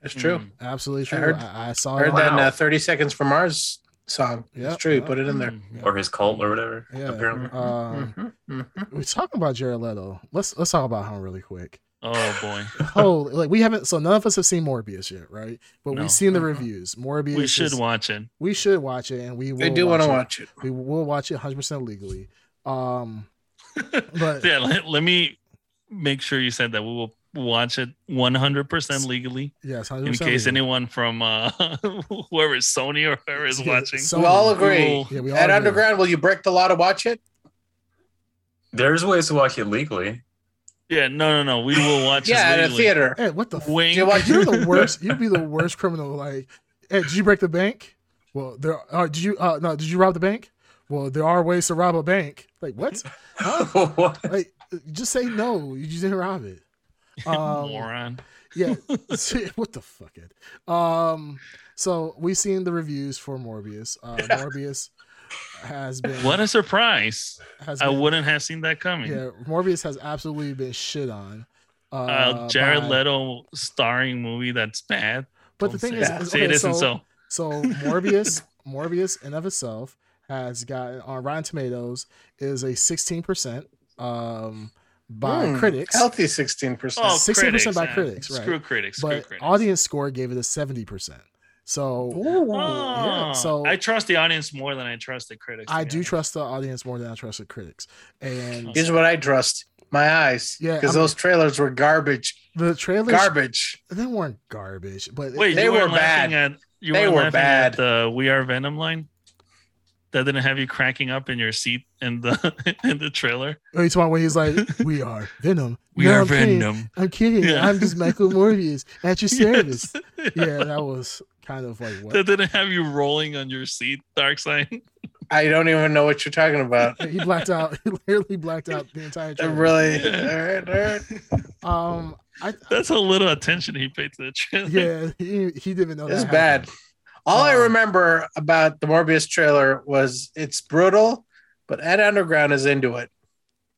S4: that's true.
S3: Hmm.
S2: Mm.
S3: Absolutely true. I,
S4: heard-
S3: I, saw
S4: I heard
S3: it.
S1: that.
S4: that in
S1: Wow.
S4: uh, 30 Seconds from Mars song.
S3: Yeah.
S4: It's true. You put it in there.
S3: Yeah.
S1: Or his cult or whatever.
S3: Yeah.
S1: Apparently.
S3: Um,
S4: Mhm, mhm.
S3: we're talking about Jared Leto. Let's let's talk about him really quick.
S2: Oh boy.
S3: Oh, like we haven't. So none of us have seen Morbius yet, right? But
S2: No.
S3: we've seen the
S4: Mhm.
S3: reviews. Morbius.
S2: we should
S3: is-
S2: watch it.
S3: we should watch it, and we will
S4: I do want to
S3: it.
S4: watch it.
S3: We will watch it 100 percent legally. Um, but
S2: Yeah, let, let me make sure you said that we will watch it 100% legally
S3: yes, 100
S2: in case anyone from uh, whoever is Sony or whoever is watching.
S4: We all agree.
S2: Cool.
S3: Yeah, we all
S4: At
S3: agree.
S4: Underground, will you break the law to watch it?
S1: There's ways to watch it legally.
S2: Yeah, no, no, no. We will watch
S4: yeah,
S2: it
S4: at a
S2: legally.
S4: theater.
S3: Hey, what the? F-
S2: Wink.
S4: You watch-
S3: you're the worst. You'd be the worst criminal. Like, hey, did you break the bank? Well, there. Are, did you? Uh, no, did you rob the bank? Well, there are ways to rob a bank. Like what? Huh?
S1: What?
S3: like, just say no. You just didn't rob it. Um,
S2: Moron.
S3: yeah what the fuck Ed? um so we've seen the reviews for morbius uh morbius has been
S2: What a surprise.
S3: has
S2: I
S3: been-
S2: wouldn't have seen that coming.
S3: yeah morbius has absolutely been shit on uh,
S2: uh, Jared
S3: by-
S2: Leto starring movie that's bad.
S3: but the
S2: Don't say
S3: thing is,
S2: that.
S3: is-
S2: say
S3: okay,
S2: it isn't
S3: so
S2: so.
S3: So Morbius, Morbius in of itself has got on Rotten Tomatoes is a sixteen percent um by
S4: Hmm,
S3: critics,
S4: Healthy 16%.
S2: Oh,
S3: 60%
S2: critics,
S3: by
S2: man.
S3: critics, right.
S2: Screw critics. Screw
S3: but
S2: critics.
S3: audience score gave it a seventy percent. So
S4: Ooh.
S2: Oh,
S3: so-
S2: I trust the audience more than I trust the critics.
S3: I
S2: to be
S3: do
S2: honest.
S3: trust the audience more than I trust the critics, and
S4: Here's what I trust my eyes.
S3: Yeah,
S4: Because
S3: I'm-
S4: those trailers were garbage.
S3: the trailers
S4: Garbage.
S3: they weren't garbage, but
S2: Wait,
S4: They
S2: you
S4: were
S2: were laughing at you
S4: They
S2: were,
S4: were
S2: laughing
S4: bad.
S2: at the We Are Venom line. That didn't have you cracking up in your seat in the in the trailer.
S3: are you talking about when he's like, "We are Venom, No, I'm kidding. I'm kidding.
S2: Yeah.
S3: I'm just Michael Morbius at your service."
S2: Yes.
S3: Yeah, that was kind of like what
S2: That didn't have you rolling on your seat, Dark Side.
S4: I don't even know what you're talking about.
S3: he blacked out. He literally blacked out the entire
S4: That
S3: trailer.
S4: really.
S2: Yeah.
S4: All right, all right.
S3: um, I
S2: That's how little attention he paid to the trailer.
S3: yeah, he, he didn't know.
S4: It's
S3: that
S4: bad.
S3: happened.
S4: All I
S3: Um,
S4: remember about the Morbius trailer was it's brutal, but Ed Underground is into it.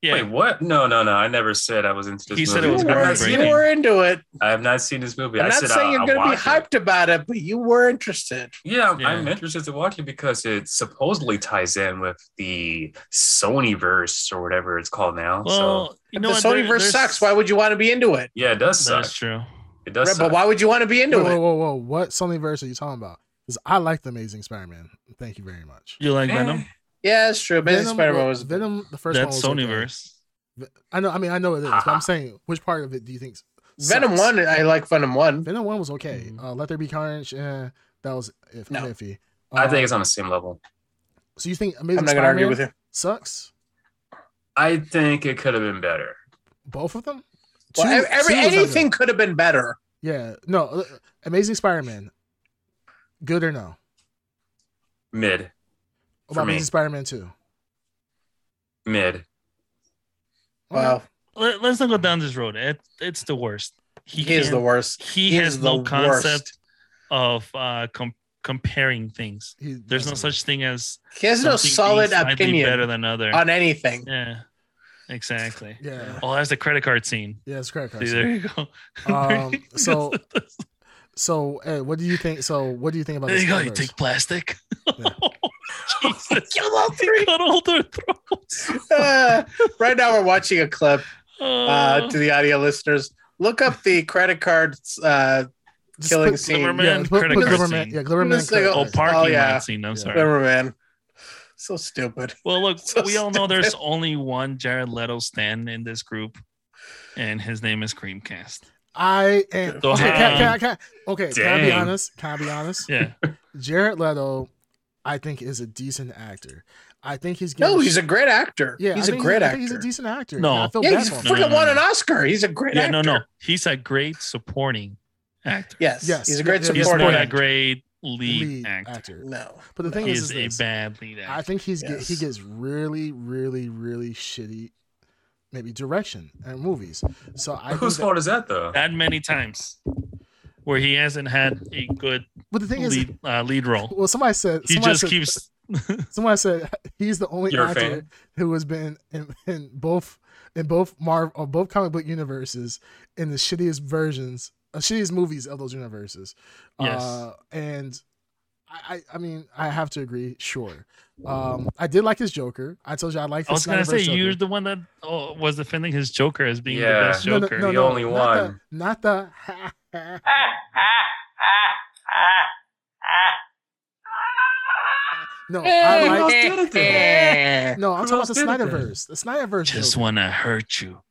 S2: Yeah.
S1: Wait, what? No, no, no. I never said I was into this
S2: He
S1: movie.
S2: said it was
S4: you, were,
S2: groundbreaking.
S4: you were into it.
S1: I have not seen this movie.
S4: I'm
S1: I
S4: not
S1: said
S4: saying
S1: I,
S4: you're
S1: I
S4: going to be
S1: watched it.
S4: hyped about it, but you were interested.
S1: Yeah, I'm-
S2: Yeah.
S1: I'm interested to watch it because it supposedly ties in with the Sony verse or whatever it's called now.
S2: well,
S1: so
S2: you know
S4: the
S2: what? There-
S4: Sonyverse
S2: there's-
S4: sucks. Why would you want to be into it?
S1: yeah, it does suck.
S2: That's true.
S1: It does
S4: Right, but
S1: suck.
S4: why would you want to be into
S3: Whoa, whoa,
S4: it?
S3: whoa, whoa! What Sony verse are you talking about? Because I like the Amazing Spider-Man. Thank you very much.
S2: You like
S1: Eh,
S2: Venom?
S4: Yeah, that's true. Amazing Spider-Man was
S3: Venom. The first
S2: That's
S3: one was okay.
S2: Sonyverse.
S3: I know. I mean, I know it is. but I'm saying, which part of it do you think?
S4: Ah. Venom
S3: sucks?
S4: One. I like Venom One.
S3: Venom one was okay.
S2: Mhm.
S3: Uh, Let there be carnage. Eh, that was if
S4: No.
S3: iffy.
S1: I think
S3: Uh,
S1: it's on the same level.
S3: So you think
S4: I'm
S3: Amazing
S4: not going to argue with
S3: Spider-Man
S4: you.
S3: sucks?
S1: I think it could have been better.
S3: Both of them?
S4: Well,
S3: Two-
S4: ev- every,
S3: two was not good.
S4: anything could have been better.
S3: Yeah. No. uh, Amazing Spider-Man. Good or no?
S1: Mid,
S3: What About
S1: me.
S3: Amazing Spider-Man two.
S1: mid.
S2: Oh,
S4: Wow,
S2: Let, let's not go down this road. It, it's the worst. He
S4: he is
S2: can't-
S4: the worst.
S2: He
S4: He
S2: has
S4: is
S2: no
S4: the
S2: concept
S4: worst.
S2: of uh, com- comparing things.
S3: He,
S2: There's no
S3: that's-
S2: such thing as
S4: He has no
S2: something being
S4: solid
S2: slightly better
S4: opinion
S2: than other.
S4: on anything.
S2: yeah, exactly.
S3: Yeah,
S2: Oh, that's the credit card scene.
S3: yeah, it's credit
S2: See,
S3: card.
S2: there you go.
S3: Um, so, so Ed, what do you think? So, what do you think about
S2: there
S3: this?
S2: you go. You
S3: universe?
S2: take plastic. Oh,
S3: Yeah.
S2: Jesus.
S4: Kill all
S2: He
S4: three.
S2: cut all their throats.
S4: Uh, right now, we're watching a clip uh,
S2: Oh.
S4: to the audio listeners. Look up the credit card. Uh,
S3: Just
S4: killing
S3: put-
S4: scene.
S2: Glimmerman
S3: yeah, put,
S2: credit
S3: put
S2: card
S3: Glimmerman-
S2: scene.
S3: yeah, Glimmerman
S4: Just like,
S3: credit
S2: oh,
S3: card.
S2: parking
S4: Oh, yeah.
S2: lot scene. I'm
S3: Yeah.
S2: sorry.
S4: Glimmerman. So stupid.
S2: Well, look,
S4: So
S2: we all know there's only one Jared Leto stand in this group, and his name is Creamcast.
S3: I am.
S2: So,
S3: okay, can,
S2: um,
S3: can, can, okay, can I be
S1: Dang.
S3: honest? Can I be honest?
S2: Yeah.
S3: Jared Leto, I think, is a decent actor. I think he's
S4: No,
S3: getting-
S4: he's a great actor.
S3: yeah.
S4: he's
S3: I
S4: a
S3: think
S4: great
S3: I
S4: actor.
S3: think he's a decent actor.
S2: No.
S3: and I feel
S4: yeah,
S3: bad
S4: he's
S3: for him.
S4: freaking
S2: No, no,
S4: won
S2: no.
S4: an Oscar. He's a great
S2: Mm. yeah,
S4: actor.
S2: no, no. He's a great supporting actor.
S4: Yes,
S3: Yes,
S4: he's a great
S3: yeah, yeah,
S2: He's
S4: supporting
S2: not a
S4: actor.
S2: great lead,
S3: Lead
S2: actor.
S4: No,
S3: But the thing
S2: He
S3: is,
S2: is
S3: is
S2: a
S3: this.
S2: bad lead actor.
S3: I think he's get, he
S4: Yes.
S3: gets really, really, really shitty, maybe direction and movies. So I. Think
S1: Whose
S3: that,
S1: fault is that though?
S2: that many times where he hasn't had a good
S3: but the thing is,
S2: lead uh, lead role.
S3: well, somebody said
S2: He
S3: somebody
S2: just
S3: said,
S2: keeps.
S3: somebody said he's the only
S1: You're a
S3: actor
S1: fan?
S3: who has been in, in both in both Marvel or both comic book universes in the shittiest versions, uh, shittiest movies of those universes.
S2: Yes.
S3: Uh, and I, I, I mean, I have to agree. Sure. Um, I did like his Joker. I told you I liked.
S2: I was
S3: his
S2: gonna
S3: Snyderverse
S2: say
S3: Joker.
S2: you're the one that oh, was defending his Joker as being
S1: Yeah.
S2: the best
S3: No, no,
S2: Joker.
S3: no,
S1: the
S3: no,
S1: only
S3: not the-
S1: one.
S3: not the ha, ha, No, Oh, I
S4: Eh,
S3: like.
S1: did it
S4: eh.
S3: No,
S1: Who
S3: I'm talking about
S1: else
S3: the
S1: did it then?
S3: Snyderverse. The Snyderverse.
S2: Just
S3: Joker.
S2: wanna hurt you.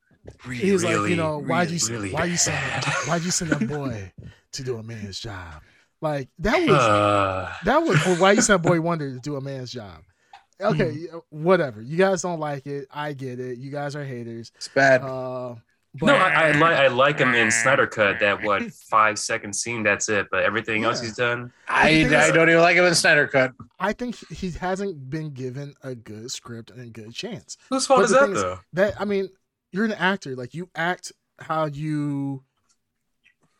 S2: Really,
S3: He's like, you know, why'd you
S1: really, really
S3: why you send
S1: bad.
S3: why'd you send a boy to do a man's job? Like that was
S1: Uh,
S3: that was or why you sent Boy Wonder to do a man's job.
S4: Hmm.
S3: Okay, yeah, whatever. You guys don't like it. I get it. You guys are haters.
S4: It's bad.
S3: Uh, but
S1: no, I, I like I like him in Snyder Cut. That what five second scene. That's it. But everything else
S3: Yeah.
S1: he's done,
S4: I,
S3: everything
S4: I
S1: is-
S4: don't even like him in Snyder Cut.
S3: I think he hasn't been given a good script and a good chance.
S1: whose fault
S3: But
S1: is
S3: the
S1: that
S3: thing is-
S1: though?
S3: That I mean, you're an actor. Like you act how you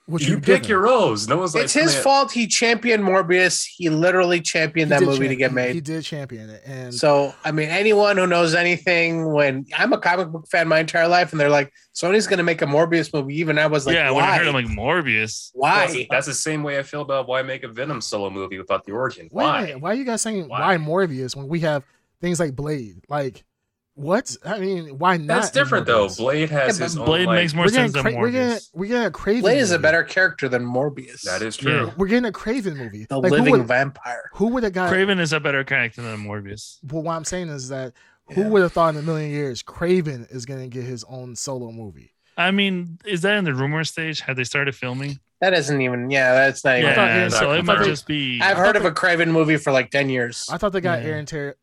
S3: what
S1: you
S3: you're
S1: pick
S3: given.
S1: your roles. No one's like
S4: it's his
S1: man,
S4: fault. He championed Morbius. He literally
S3: He
S4: championed that
S3: did
S4: movie to
S3: champ-
S4: get
S3: he-
S4: made.
S3: He did champion it, and
S4: So I mean, anyone who knows anything, when I'm a comic book fan my entire life, and they're like, "Sony's going to make a Morbius movie," even I was like,
S2: yeah, when I
S4: "Why?
S2: heard him like Morbius,
S1: That's,
S4: Why?"
S1: that's the same way I feel about why make a Venom solo movie without the origin.
S3: Wait a
S1: Why?
S3: minute, Why are you guys saying why?
S1: Why?
S3: Morbius when we have things like Blade? Like, what? I mean, why not?
S1: That's
S3: in
S1: different though.
S3: Morbius?
S1: Blade has
S4: Yeah,
S1: his own.
S2: Blade
S1: like-
S2: makes more
S3: We're
S2: sense
S3: getting,
S2: than
S3: cra- we're, getting,
S2: Morbius.
S3: we're getting a Craven.
S4: Blade is a
S3: movie.
S4: better character than Morbius.
S1: That is
S2: Yeah.
S1: true.
S3: We're getting a Craven movie.
S4: the
S3: Like,
S4: living
S3: who would,
S4: vampire.
S3: who would have got?
S2: Craven is a better character than Morbius.
S3: Well, what I'm saying is that who
S4: Yeah.
S3: would have thought in a million years Craven is going to get his own solo movie?
S2: I mean, is that in the rumor stage? Had they started filming?
S4: That isn't even. Yeah, that's not even.
S1: thought
S2: Yeah,
S1: they-
S2: so
S1: I
S2: it
S1: thought
S2: might
S1: they-
S2: just be.
S4: I've heard of a Craven movie for like ten years.
S3: I thought they got
S2: Yeah.
S3: Aaron, Taylor,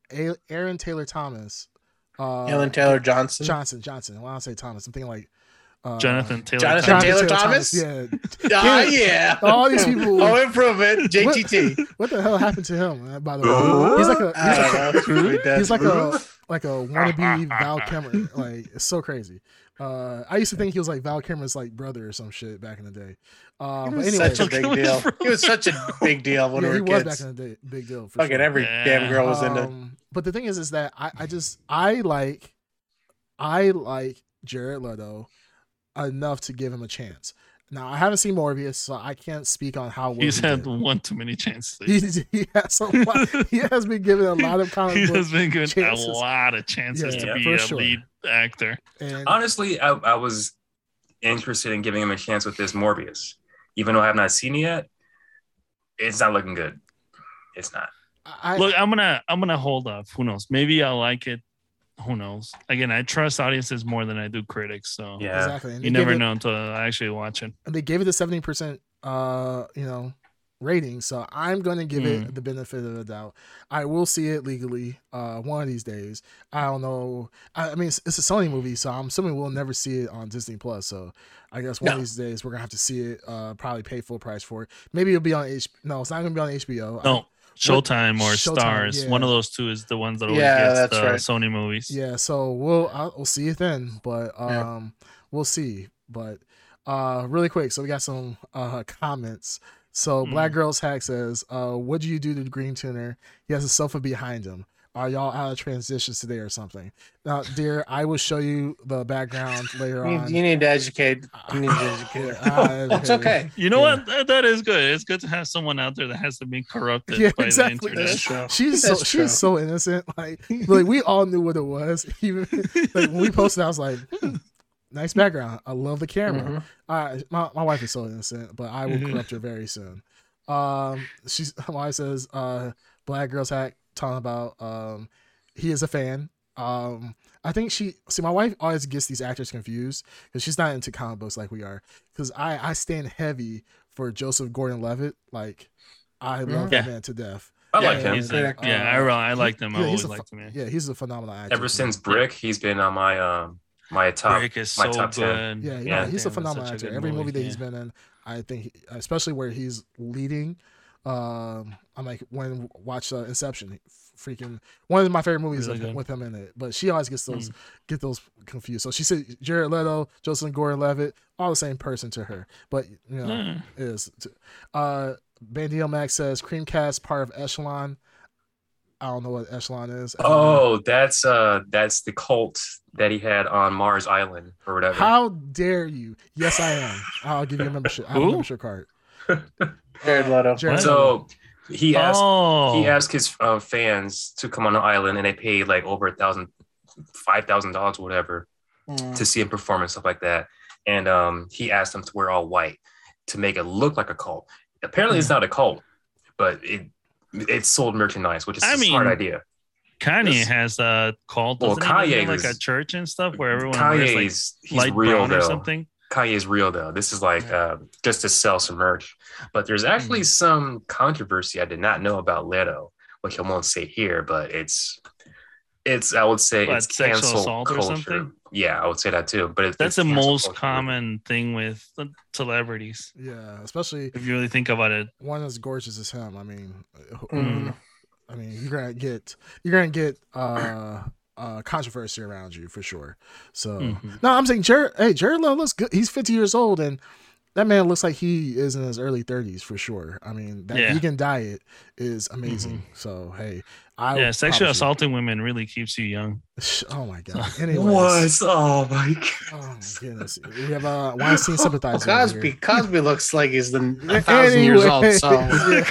S3: Aaron Taylor Thomas, uh,
S4: Alan Taylor Johnson.
S3: Johnson Johnson. Why don't I say Thomas? I'm thinking like uh,
S2: Jonathan Taylor.
S4: Jonathan
S2: Thomas.
S4: Taylor Thomas?
S3: Yeah,
S4: Ah, yeah.
S3: All these people-
S4: Oh, improve it. JTT.
S3: What the hell happened to him? uh, By the way,
S1: Ooh.
S3: he's like a
S4: I
S3: he's like
S4: don't know.
S3: a, he's like a
S4: Ooh.
S3: like a wannabe Val Kilmer. Like it's so crazy. Uh, I used to think he was like Val Kilmer's like brother or some shit back in the day. Uh,
S4: He
S3: but
S4: was
S3: anyway,
S4: such a big deal. He was such a big deal when
S3: yeah,
S4: we
S3: he
S4: were
S3: was back
S4: kids.
S3: in the day, big deal. For
S4: Fucking
S3: sure.
S4: every
S2: Yeah.
S4: damn girl was into.
S3: Um, but the thing is, is that I, I just I like I like Jared Leto enough to give him a chance. Now I haven't seen Morbius, so I can't speak on how well
S2: He's
S3: he
S2: had
S3: did.
S2: one too many chances.
S3: He, he has a lot, he has been given a lot of comic
S2: he
S3: book
S2: has been given
S3: chances.
S2: a lot of chances
S1: Yeah,
S2: to be
S3: for
S2: a
S3: sure.
S2: lead actor.
S3: and
S1: Honestly, I, I was interested in giving him a chance with this Morbius, even though I have not seen it yet. It's not looking good. It's not.
S3: I,
S2: Look, I'm gonna I'm gonna hold off. Who knows? Maybe I like it. Who knows? Again, I trust audiences more than I do critics. So
S1: Yeah.
S3: exactly. And
S2: you
S3: they gave
S2: never
S3: it,
S2: know until I actually watch it.
S3: And they gave it the seventy percent, uh, you know, rating. So I'm going to give
S2: Mm.
S3: it the benefit of the doubt. I will see it legally, uh, one of these days. I don't know. I, I mean, it's, it's a Sony movie, so I'm assuming we'll never see it on Disney Plus. So I guess one of
S4: No.
S3: these days we're gonna have to see it. Uh, probably pay full price for it. Maybe it'll be on H. No, it's not gonna be on HBO. I-
S2: No, Showtime or
S3: Showtime,
S2: Stars.
S3: yeah.
S2: One of those two is the ones that always
S4: Yeah,
S2: gets
S4: that's
S2: the
S4: right.
S2: Sony movies.
S3: Yeah, so we'll I'll, we'll see it then, but um,
S4: Yeah.
S3: we'll see. But uh, really quick, so we got some uh comments. So
S2: Hmm.
S4: Mm-hmm.
S3: Black Girls Hack says, uh, what do you do to Green Tuner? He has a sofa behind him. Are y'all out of transitions today or something? Now, dear, I will show you the background later
S4: You,
S3: on.
S4: you need to educate. You need to educate.
S3: Yeah, I-
S4: It's okay.
S2: You know
S3: Yeah.
S2: what? That, that is good. It's good to have someone out there that hasn't been corrupted
S3: Yeah,
S2: by
S3: exactly.
S2: the internet.
S4: true.
S3: She's so
S4: That's true.
S3: she's so innocent. Like like we all knew what it was. Even like when we posted, I was like, hmm, nice background. I love the camera.
S4: Mhm.
S3: Uh, my, my wife is so innocent, but I will
S2: Mhm.
S3: corrupt her very soon. Um, she's my wife says, uh, black girls hack talking about, um, he is a fan. Um, I think she, see, my wife always gets these actors confused because she's not into comic books like we are. Because I, I stand heavy for Joseph Gordon Levitt. Like, I love
S2: Yeah.
S3: that man to death.
S1: I
S2: yeah,
S1: like him.
S2: he's a-
S4: Uh,
S2: yeah, I, re- I liked him. I
S3: yeah, he's
S2: always
S3: a
S2: liked him. Yeah.
S3: Yeah, he's a phenomenal actor.
S1: Ever
S3: to me.
S1: since Brick, he's been on my um my top.
S2: Brick is
S1: my
S2: so
S1: top
S2: good.
S1: ten.
S3: Yeah, yeah,
S1: Yeah.
S3: he's a
S2: Damn, that's
S3: phenomenal
S2: such a
S3: actor.
S2: good
S3: Every movie,
S2: movie,
S3: that he's
S2: yeah.
S3: been in, I think, he- especially where he's leading. Um, I'm like when watch uh, Inception, freaking one of my favorite movies
S2: Really
S3: with-
S2: good. Mm.
S3: with him in it. But she always gets those get those confused. So she said Jared Leto, Joseph Gordon-Levitt, all the same person to her. But you know,
S2: Yeah.
S3: is. Uh, Bandil Max says Creamcast part of Echelon. I don't know what Echelon is.
S1: Oh, that's uh that's the cult that he had on Mars Island or whatever.
S3: How dare you? Yes, I am. I'll give you a membership. I have a
S2: Who?
S3: membership card.
S4: Jared Leto.
S3: Jared
S1: so
S3: Leto.
S1: he asked
S2: oh,
S1: he asked his uh, fans to come on the island, and they paid like over a thousand, five thousand dollars, whatever,
S4: Mm.
S1: to see him perform and stuff like that. And um, he asked them to wear all white to make it look like a cult. Apparently,
S2: Hmm.
S1: it's not a cult, but it it sold merchandise, which is
S2: I
S1: a
S2: mean,
S1: smart idea.
S2: Kanye
S1: Yes.
S2: has uh, called
S1: Well,
S2: doesn't he have,
S1: Kanye
S2: like a
S1: is-
S2: church and stuff where everyone wears like
S1: Kanye's he's
S2: light
S1: real
S2: brown or
S1: though.
S2: something.
S1: Kanye's real though. This is like uh, just to sell some merch. But there's actually
S2: Mm-hmm.
S1: some controversy I did not know about Leto, which I won't say here, but it's it's I would say
S2: What,
S1: it's
S2: sexual
S1: cancel
S2: assault or
S1: culture.
S2: something?
S1: Yeah, I would say that too. But it's,
S2: That's the
S1: it's cancel
S2: most
S1: culture.
S2: common thing with celebrities.
S3: Yeah, especially
S2: If you really think about it,
S3: one as gorgeous as him. I mean, who-
S4: Mm.
S3: I mean, you're gonna get you're gonna get uh, uh controversy around you for sure. So
S2: Mhm.
S3: no, I'm saying Jared. Hey, Jared Leto looks good. He's 50 years old, and that man looks like he is in his early 30s for sure. I mean, that
S2: Yeah. Mm-hmm.
S3: vegan diet is amazing. So hey, I
S2: yeah,
S3: would
S2: sexual
S3: probably-
S2: assaulting women really keeps you young.
S3: Oh my god. Anyways,
S1: What? Oh my god.
S3: Oh my goodness. We have a uh, Weinstein sympathizer. over
S4: Cosby.
S3: here.
S4: Cosby looks like he's the a thousand years old. So
S3: Anyways,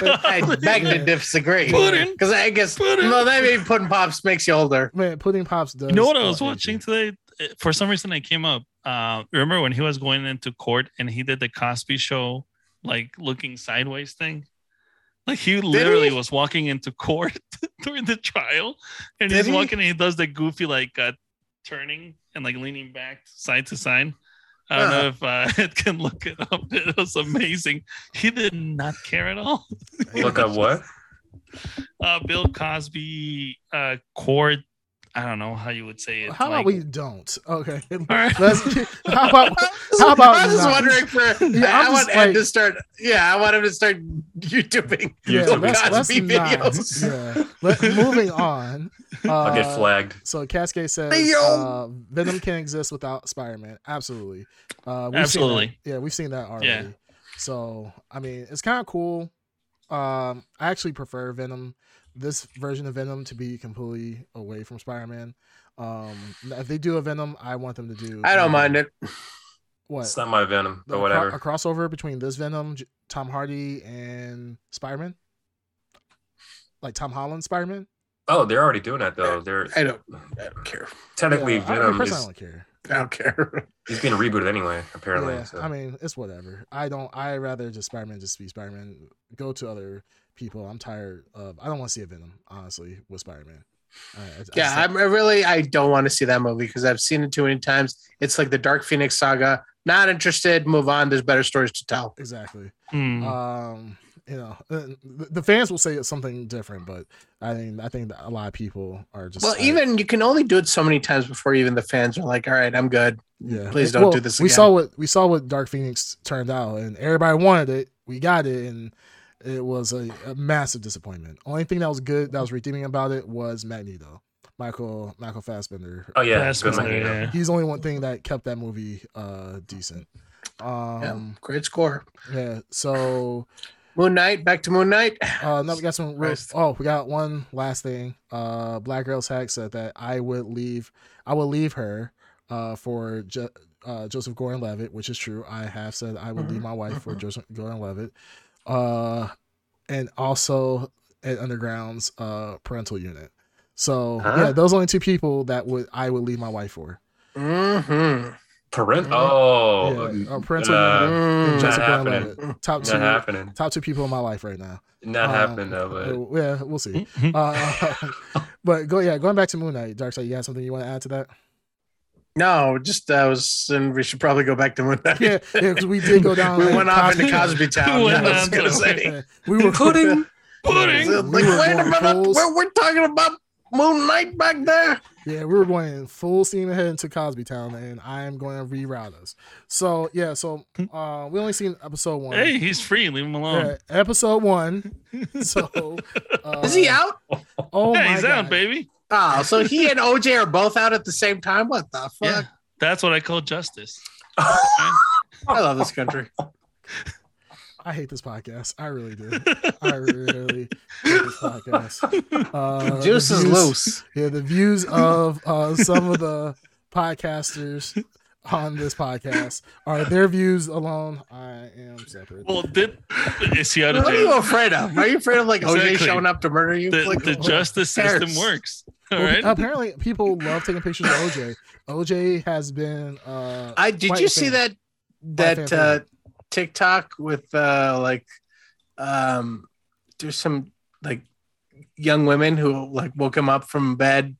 S3: yeah.
S4: I beg to disagree.
S2: Pudding.
S4: Because I guess
S2: Pudding.
S4: no, that maybe pudding pops makes you older.
S3: Man, Pudding Pops does.
S2: You know what I
S3: oh,
S2: was watching
S3: Andrew.
S2: today? Uh, For some reason, I came up. Uh, remember when he was going into court and he did the Cosby Show, like looking sideways thing? Like he literally
S4: he?
S2: was walking into court during the trial, and
S4: Did
S2: he's
S4: he?
S2: walking and he does the goofy like uh, turning and like leaning back side to side. I don't know if uh, it can look it up. It was amazing. He did not care at all.
S3: Oh,
S1: Look up what?
S2: Uh, Bill Cosby uh, court. I don't know how you would say it.
S3: How about
S2: like-
S3: we don't? Okay.
S2: All right.
S3: Let's. How about? How about
S4: I was just
S3: not?
S4: wondering for.
S3: Yeah,
S4: I
S3: I'm
S4: want
S3: just
S4: Ed
S3: like-
S4: to start. Yeah, I want him to start YouTubing.
S3: Yeah,
S1: YouTube
S3: let's,
S1: videos.
S3: let's
S4: Cosby
S3: not.
S4: videos.
S3: Yeah. Let, moving on.
S1: I'll get
S3: Uh,
S1: flagged.
S3: So Cascade says
S4: Yo.
S3: uh, Venom can't exist without Spider-Man. Absolutely. Uh, we've seen that-
S2: Absolutely.
S3: yeah, we've seen that already. So I mean, it's kind of cool. Um, I actually prefer Venom, this version of Venom, to be completely away from Spider-Man. Um, if they do a Venom, I want them to do.
S4: I don't mind it.
S3: What?
S1: It's not my venom,
S3: a
S1: but
S3: cro-
S1: whatever.
S3: A crossover between this Venom, J- Tom Hardy, and Spider-Man. Like Tom Holland, Spider-Man.
S1: oh, they're already doing that though. They're
S4: I don't. I don't care.
S1: technically
S3: Yeah, I- I,
S1: Venom
S3: personally, I
S1: is
S3: don't care.
S4: I don't care.
S1: he's being rebooted anyway, apparently.
S3: Yeah,
S1: so.
S3: I mean, it's whatever. I don't. I rather just Spider Man just be Spider Man. Go to other people. I'm tired of. I don't want to see a Venom, honestly, with Spider Man.
S4: Yeah, I'm I really. I don't want to see that movie because I've seen it too many times. It's like the Dark Phoenix saga. Not interested. Move on. There's better stories to tell.
S3: exactly.
S4: Mm.
S2: Hmm.
S3: Um, you know, the, the fans will say something different, but I think I think that a lot of people are just
S4: Well,
S3: tired.
S4: even you can only do it so many times before even the fans are like, "All right, I'm good."
S3: Yeah.
S4: Please don't do this
S3: We
S4: again.
S3: saw what we saw what Dark Phoenix turned out, and everybody wanted it. We got it, and it was a, a massive disappointment. Only thing that was good, that was redeeming about it, was Magneto, Michael Michael Fassbender.
S1: oh yeah,
S2: That's
S1: good
S2: better,
S1: Magneto.
S2: yeah.
S3: He's the only one thing that kept that movie uh decent.
S4: Yeah,
S3: Um,
S4: great score.
S3: yeah. So
S4: Moon Knight, back to Moon Knight.
S3: Uh, no, we got some. Real,
S4: Christ.
S3: oh, we got one last thing. Uh, Black Girls Hack said that I would leave. I would leave her. Uh, for jo- uh, Joseph Gordon-Levitt, which is true. I have said I would
S1: Mm-hmm.
S3: leave my wife for Joseph Gordon-Levitt. Uh, and also at Underground's uh parental unit. So
S1: Huh?
S3: yeah, those are only two people that would I would leave my wife for.
S4: Mm-hmm.
S1: Parent.
S4: Mhm.
S1: Oh,
S3: yeah, uh,
S1: um,
S3: parental
S1: uh,
S3: unit and
S4: Mm-hmm.
S1: not
S3: Joseph
S1: happening.
S3: Gordon-Levitt. Top
S1: not
S3: two,
S1: happening.
S3: top two people in my life right now.
S1: Not
S3: Uh,
S1: happening though.
S3: Uh, yeah, we'll see. Uh, but go yeah, going back to Moon Knight, Dark Side, you have something you want to add to that?
S4: No, just I was, and we should probably go back to Moon Knight.
S3: Yeah, yeah, because we did go down.
S4: we
S3: like,
S4: went off into
S2: Cos-
S4: Cosby Town.
S2: We
S4: I
S2: went
S4: was
S2: down
S4: gonna
S2: to-
S4: say.
S3: we were
S1: Pudding.
S2: Pudding.
S4: Like,
S3: We
S4: wait
S3: were
S4: a
S3: going
S4: minute,
S3: fools.
S4: we're, we're talking about Moon Knight back there.
S3: Yeah, we were going full steam ahead into Cosby Town, and I am going to reroute us. So yeah, so uh, we only seen episode one.
S2: Hey, um. he's free. Leave him alone.
S3: Yeah, episode one. So uh,
S4: Is he out?
S3: Oh
S2: yeah,
S3: my
S2: he's
S3: God.
S2: out, baby.
S4: Oh, so he and OJ are both out at the same time? What the fuck?
S2: Yeah, that's what I call justice.
S4: I love this country.
S3: I hate this podcast. I really do. I really hate this podcast. Uh,
S4: Juice
S3: the
S4: is
S3: views-
S4: loose.
S3: Yeah, the views of uh, some of the podcasters on this podcast are their views alone. I am separate.
S2: Well, did is he out of
S4: What are you
S2: jail?
S4: afraid of? Are you afraid of like OJ
S2: Exactly.
S4: showing up to murder you?
S2: The,
S4: Like,
S2: the
S4: what?
S2: justice
S4: cares?
S2: system works. All
S3: Well,
S2: right.
S3: Apparently, people love taking pictures of OJ. OJ has been. Uh,
S4: I did
S3: White
S4: you see
S3: fan.
S4: that
S3: White
S4: that
S3: fan
S4: uh,
S3: favorite.
S4: TikTok with uh, like um there's some like young women who like woke him up from bed.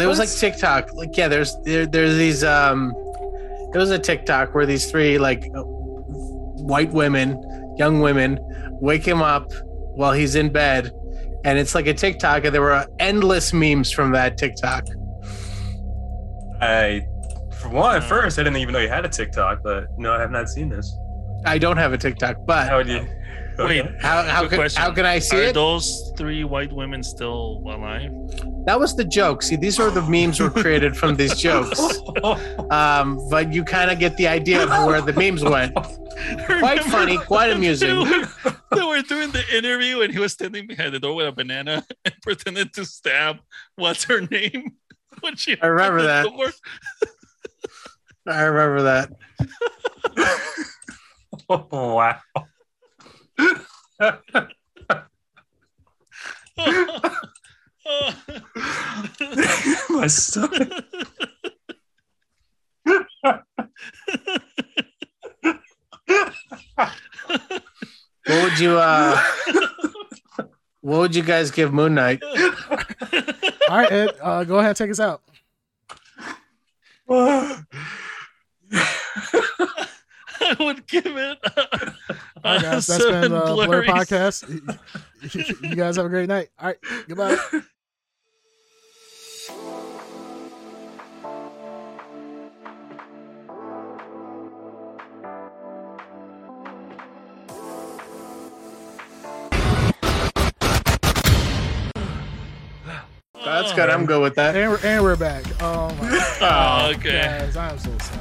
S4: It was like
S1: What?
S4: TikTok. Like yeah, there's there there's these um it was a TikTok where these three like uh, white women, young women wake him up while he's in bed and it's like a TikTok and there were endless memes from that TikTok.
S1: I, for one, at
S2: Uh,
S1: first I didn't even know you had a TikTok, but no, I have not seen this.
S4: I don't have a TikTok, but
S1: How would you?
S2: Wait,
S1: Okay.
S4: How how
S2: Good
S4: can,
S2: question.
S4: how can I see
S2: Are
S4: it?
S2: those three white women still alive?
S4: That was the joke. See, these are the memes were created from these jokes. Um, but you kind of get the idea of where the memes went.
S2: Remember
S4: funny, quite amusing.
S2: They were, they were doing the interview and he was standing behind the door with a banana and pretended to stab what's her name when she
S4: I remember
S2: opened the
S4: that.
S2: door.
S4: I remember that.
S1: Oh, wow. My stomach.
S4: What would you uh what would you guys give Moon Knight?
S3: all right, Ed, uh, go ahead, take us out.
S1: Oh,
S2: I would give it. A,
S3: All right,
S2: a
S3: Oh, guys, that's
S2: seven
S3: been uh, Blur
S2: blurries.
S3: Podcast. you guys have a great night. All right, goodbye.
S4: That's good. I'm good with that.
S3: And we're, and we're back. Oh my
S2: Oh, okay.
S3: guys, I'm so sorry.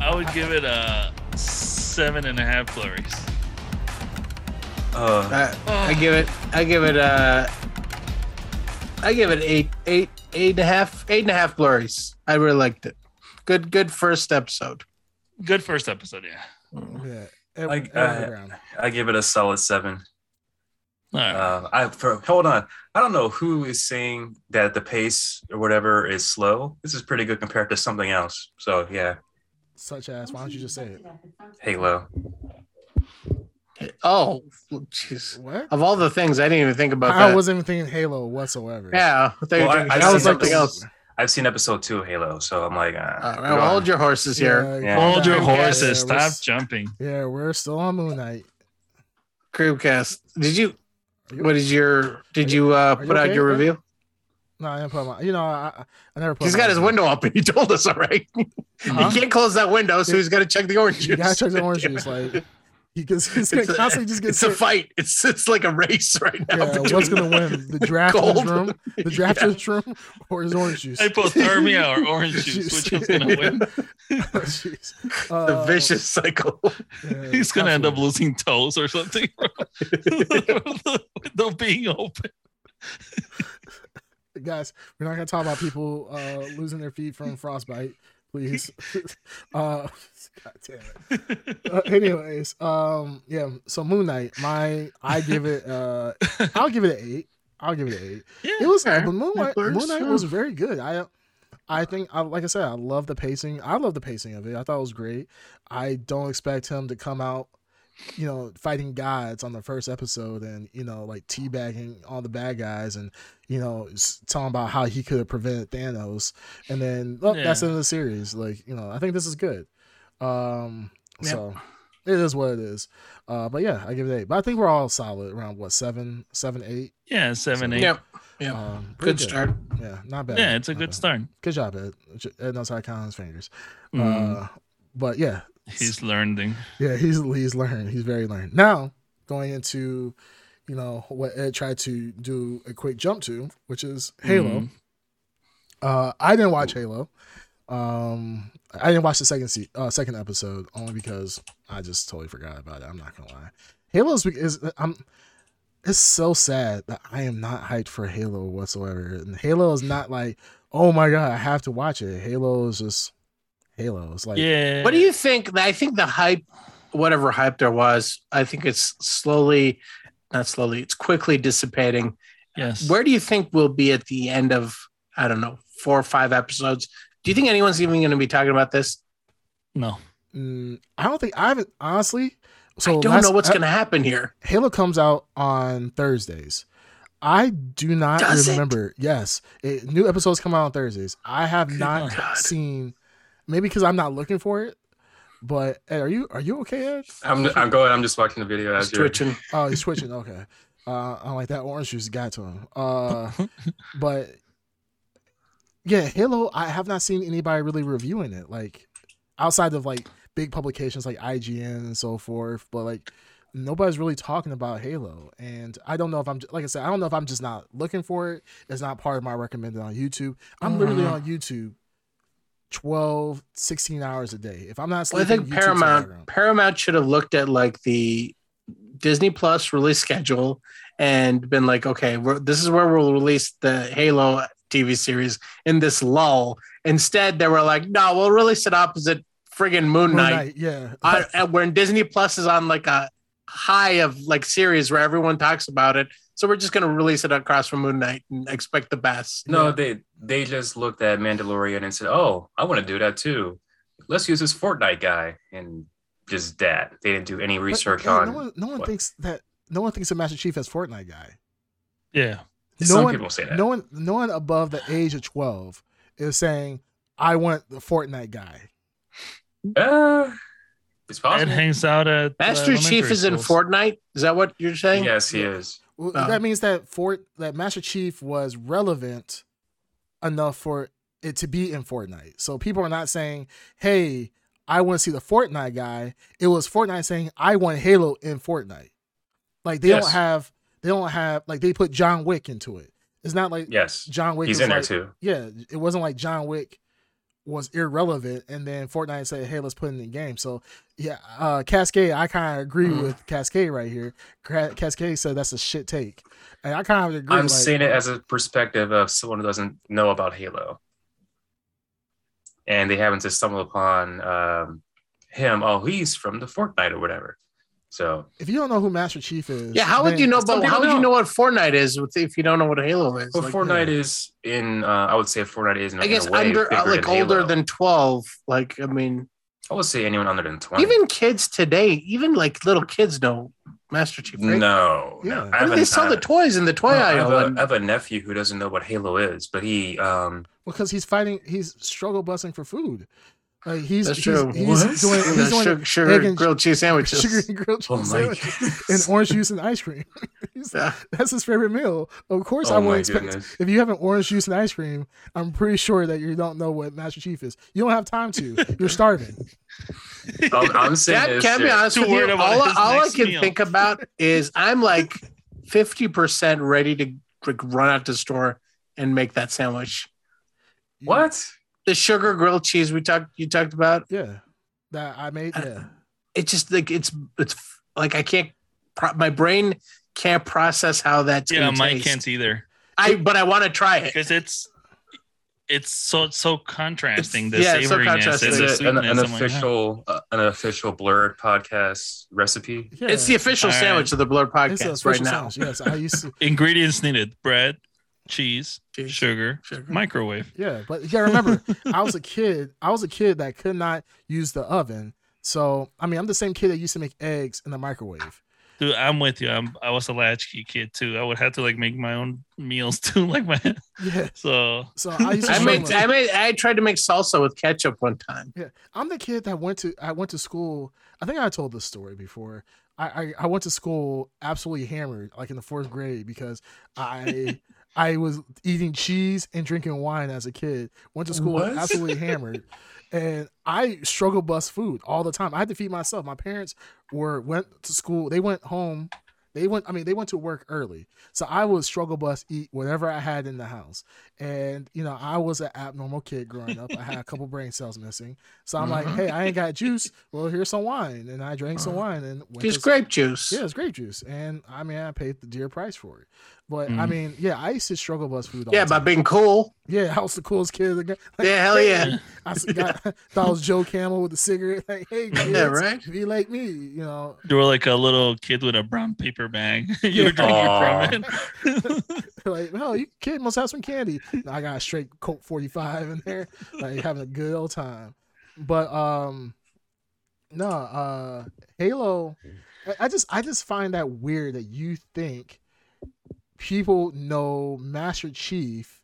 S2: I would give it a seven and a half flurries.
S1: Uh,
S4: Uh, I give it I give it uh I give it eight eight eight and a half eight and a half blurries. I really liked it. Good good first episode.
S2: Good first episode, yeah.
S3: Yeah, Ed,
S1: I-
S3: Ed
S1: uh,
S3: Underground.
S1: I give it a solid seven.
S2: All right.
S1: Uh, I for, hold on. I don't know who is saying that the pace or whatever is slow. This is pretty good compared to something else. So yeah,
S3: Such as, why don't you just say it?
S1: Halo.
S4: Oh jeez.
S3: What?
S4: Of all the things I didn't even think about
S3: I
S4: that.
S3: wasn't even thinking Halo whatsoever.
S4: Yeah, I thought you were
S1: Well, I-
S4: doing
S1: I
S3: that was like
S4: something
S3: the-
S4: else.
S1: I've seen episode two of Halo, so I'm like, uh,
S4: All right, well, hold your horses here.
S1: Yeah.
S2: Hold your
S3: yeah,
S2: horses.
S3: we're
S2: Stop
S3: s-
S2: jumping.
S3: Yeah, we're still on Moon Knight.
S4: Crewcast. Did you?
S3: Are you-
S4: What is your? Did
S3: Are you-
S4: you, uh,
S3: you
S4: put out
S3: okay,
S4: your
S3: Craig?
S4: review?
S3: No, I didn't put my. You know, I, I- I never put.
S4: He's
S3: mine
S4: got his
S3: on.
S4: window up, and he told us already.
S3: Huh?
S4: He can't close that window, so he's got to check the orange
S3: You
S4: juice.
S3: gotta check the orange juice. Like, He gets he's gonna
S4: It's a-
S3: constantly just get
S4: It's a fight. It's it's like a race right now.
S3: Yeah,
S4: between
S3: what's gonna win? The drafters
S4: Gold.
S3: room, the drafters room, or his orange juice?
S2: Hypothermia or orange juice, which
S3: Juice.
S2: one's gonna win?
S3: Jeez.
S4: the
S3: Uh,
S4: vicious cycle.
S3: Oh, yeah,
S2: He's gonna end up
S3: constantly.
S2: losing toes or something. bro. the window being open.
S3: Guys, we're not gonna talk about people uh, losing their feet from frostbite, please. uh, God damn it. Uh, anyways, um, yeah. So Moon Knight, my I give it. Uh, I'll give it an eight. I'll give it an eight. it
S2: Yeah,
S3: was uh,
S4: Okay.
S3: but Moon Knight,
S4: Nippers,
S3: Moon Knight
S4: yeah.
S3: was very good. I I think I like I said, I love the pacing. I love the pacing of it. I thought it was great. I don't expect him to come out, you know, fighting gods on the first episode and, you know, like teabagging all the bad guys and, you know, s- talking about how he could have prevented Thanos and then oh, that's the end of the series. Like, you know, I think this is good. Um
S2: Yep.
S3: so it is what it is. Uh but yeah, I give it eight. But I think we're all solid around what, seven, seven, eight?
S2: yeah, seven, eight.
S4: Yep. Yeah.
S3: Um, pretty
S4: Good start.
S3: yeah, not bad.
S2: Yeah, it's a
S3: Not
S2: good
S3: bad.
S2: start.
S3: Good job, Ed. J- Ed knows how to count on his fingers.
S2: Mm,
S3: Uh, but yeah,
S2: he's learning.
S3: yeah, he's he's learned. He's very learned. Now going into, you know, what Ed tried to do a quick jump to, which is Halo.
S2: Mm.
S3: Uh, I didn't watch Halo. Um, I didn't watch the second se- uh, second episode only because I just totally forgot about it. I'm not gonna lie. Halo is, is I'm. It's so sad that I am not hyped for Halo whatsoever. And Halo is not like, oh my god, I have to watch it. Halo is just Halo. It's like,
S2: yeah.
S4: What do you think? I think the hype, whatever hype there was, I think it's slowly, not slowly, it's quickly dissipating.
S2: Yes.
S4: Where do you think we'll be at the end of, I don't know, four or five episodes? Do you think anyone's even going to be talking about this?
S2: no.
S3: mm, I don't think I haven't honestly. So
S4: I don't
S3: last-
S4: know what's
S3: uh,
S4: going to happen here.
S3: Halo comes out on Thursdays. I do not
S4: Does it?
S3: remember. Yes, it, new episodes come out on Thursdays. I have not
S4: God.
S3: seen. Maybe because I'm not looking for it. But Ed, are you are you okay, Ed?
S1: I'm, I'm going. I'm just watching the video
S4: It's
S1: as you're.
S4: twitching.
S3: Oh, he's switching. Okay. Uh, I'm like that orange juice got to him. Uh, but yeah, Halo. I have not seen anybody really reviewing it, like outside of like big publications like IGN and so forth. But like nobody's really talking about Halo, and I don't know if I'm like I said, I don't know if I'm just not looking for it. It's not part of my recommended on YouTube. I'm literally
S4: Mhm.
S3: on YouTube. 12 16 hours a day if i'm not
S4: Well, I
S3: sleeping
S4: think
S3: YouTube's in the
S4: Paramount
S3: background.
S4: Paramount should have looked at like the Disney Plus release schedule and been like, okay, we're, this is where we'll release the Halo TV series in this lull. Instead, they were like, no, we'll release it opposite friggin' Moon,
S3: Moon
S4: Knight.
S3: Knight, yeah
S4: I, and when Disney Plus is on like a high of like series where everyone talks about it, so we're just gonna release it across from Moon Knight and expect the best.
S1: No, they they just looked at Mandalorian and said, "Oh, I want to do that too. Let's use this Fortnite guy and just that." They didn't do any
S3: But,
S1: research
S3: yeah,
S1: on.
S3: No one, no one
S1: what-
S3: thinks that. No one thinks that Master Chief as Fortnite guy.
S2: Yeah.
S3: No
S1: Some
S3: one,
S1: people say that.
S3: no one, no one above the age of twelve is saying, "I want the Fortnite guy."
S1: Uh, it's
S2: Ed
S1: possible.
S2: hangs out at
S4: Master
S2: uh,
S4: Chief
S2: elementary
S4: is in
S2: schools.
S4: Fortnite. Is that what you're saying?
S1: Yes, he is.
S3: Well,
S4: Uh.
S3: that means that Fort that Master Chief was relevant enough for it to be in Fortnite. So people are not saying, "Hey, I want to see the Fortnite guy." It was Fortnite saying, "I want Halo in Fortnite." Like they
S1: Yes.
S3: don't have, they don't have, like they put John Wick into it. It's not like
S1: Yes,
S3: John Wick.
S1: he's
S3: is
S1: in there
S3: like-
S1: too.
S3: yeah, it wasn't like John Wick was irrelevant, and then Fortnite said, "Hey, let's put it in the game." So yeah, uh, Cascade, I kind of agree
S4: Mm.
S3: with Cascade right here. Ca- Cascade said that's a shit take, and I kind of agree.
S1: I'm
S3: like,
S1: seeing it as a perspective of someone who doesn't know about Halo, and they happen to stumble upon um, him. Oh, he's from the Fortnite or whatever. So
S3: if you don't know who Master Chief is,
S4: Yeah, how would
S3: then-
S4: you know?
S1: some
S4: But how
S1: people
S4: would you
S1: don't.
S4: know what Fortnite is with- if you don't know what Halo is?
S1: Well,
S4: Like,
S1: Fortnite is in. Uh, I would say Fortnite is. In,
S4: I guess
S1: in a way
S4: under uh,
S1: bigger
S4: like older
S1: Halo.
S4: than twelve. Like I mean,
S1: I would say anyone under than twenty.
S4: even kids today, even like little kids know Master Chief. Right?
S1: no,
S3: Yeah.
S1: no. I
S3: What
S4: What
S1: have
S4: do
S1: a-
S4: they sell
S1: I
S4: the
S1: have a-
S4: toys in the toy
S1: no, I have,
S4: aisle?
S1: a,
S4: and-
S1: I have a nephew who doesn't know what Halo is, but he um
S3: because he's fighting, he's struggle busting for food. Like he's
S4: That's
S3: he's,
S4: true.
S3: he's
S1: What?
S3: doing
S4: And
S3: he's
S4: the
S3: doing
S4: sugar,
S3: egg
S4: sugar
S3: and-
S4: grilled cheese sandwiches.
S3: sugar and grilled
S1: Oh
S3: cheese
S1: my
S3: sandwich and
S1: goodness.
S3: orange juice and ice cream. He's-
S4: Yeah.
S3: That's his favorite meal. Of course,
S1: Oh
S3: I
S1: my
S3: would expect
S1: goodness.
S3: if you have an orange juice and ice cream. I'm pretty sure that you don't know what Master Chief is. You don't have time to. You're starving.
S4: Oh,
S1: I'm, I'm saying
S4: That
S1: this
S4: can be
S1: shit.
S4: honest
S2: Too
S4: with you.
S2: worried
S4: All,
S2: about his
S4: all I
S2: next
S4: can
S2: meal.
S4: think about is I'm like 50% ready to like, run out to the store and make that sandwich.
S1: What?
S4: The sugar grilled cheese we talked you talked about,
S3: Yeah, that I made.
S4: I-
S3: Yeah,
S4: it's just like it's it's like I can't pro- my brain can't process how that's
S2: yeah,
S4: gonna
S2: mine
S4: taste. Eh.
S2: can't either
S4: I but I want to try it.
S2: because it's it's so so contrasting the
S4: yeah, it's so
S2: savoriness
S4: contrasting.
S2: and
S1: Is
S2: the
S1: it an, an
S2: sweetness. I'm like, huh.
S1: official uh, an official blurred podcast recipe?
S3: yeah.
S4: It's the official
S2: All right.
S4: sandwich of the Blur
S3: It's a
S4: podcast right
S3: special
S4: now.
S3: sandwich, Yes, I used to.
S2: "Ah." ingredients needed: bread, cheese,
S4: Cheese,
S2: sugar,
S4: sugar.
S2: microwave.
S3: Yeah, but yeah, remember, I was a kid. I was a kid that could not use the oven. So I mean, I'm the same kid that used to make eggs in the microwave.
S2: Dude, I'm with you. I'm, I was a latchkey kid too. I would have to like make my own meals too, like my
S3: Yeah.
S2: so.
S3: So I used to.
S4: I
S3: I
S4: made, I made I tried to make salsa with ketchup one time.
S3: yeah, I'm the kid that went to. I went to school. I think I told this story before. I I, I went to school absolutely hammered, like in the fourth grade, because I. I was eating cheese and drinking wine as a kid. Went to school
S1: What?
S3: absolutely hammered, and I struggle bus food all the time. I had to feed myself. My parents were went to school. They went home. They went. I mean, they went to work early, so I would struggle bus eat whatever I had in the house. And you know, I was an abnormal kid growing up. I had a couple brain cells missing, so I'm like,
S4: Mhm.
S3: hey, I ain't got juice. Well, here's some wine, and I drank some
S4: Mhm.
S3: wine and went
S4: Use
S3: to-
S4: grape juice.
S3: yeah, it's grape juice, and I mean, I paid the dear price for it. But I
S2: Mhm.
S3: mean, yeah, I used to struggle bus food. All
S4: Mm. Yeah,
S3: the
S4: by
S3: time.
S4: being cool.
S3: yeah, I was the coolest kid. in the gang.
S4: Yeah, hell yeah.
S3: I s- got, thought it was Joe Camel with a cigarette. Like, hey, kids,
S4: Yeah, right.
S3: Be like me, you know.
S2: You were like a little kid with a brown paper bag. you were
S1: Aw.
S2: drinking from it.
S3: Like, oh, you kid must have some candy. And I got a straight Colt 45 in there, like having a good old time. But um, no, uh, Halo. I- I just, I just find that weird that you think people know Master Chief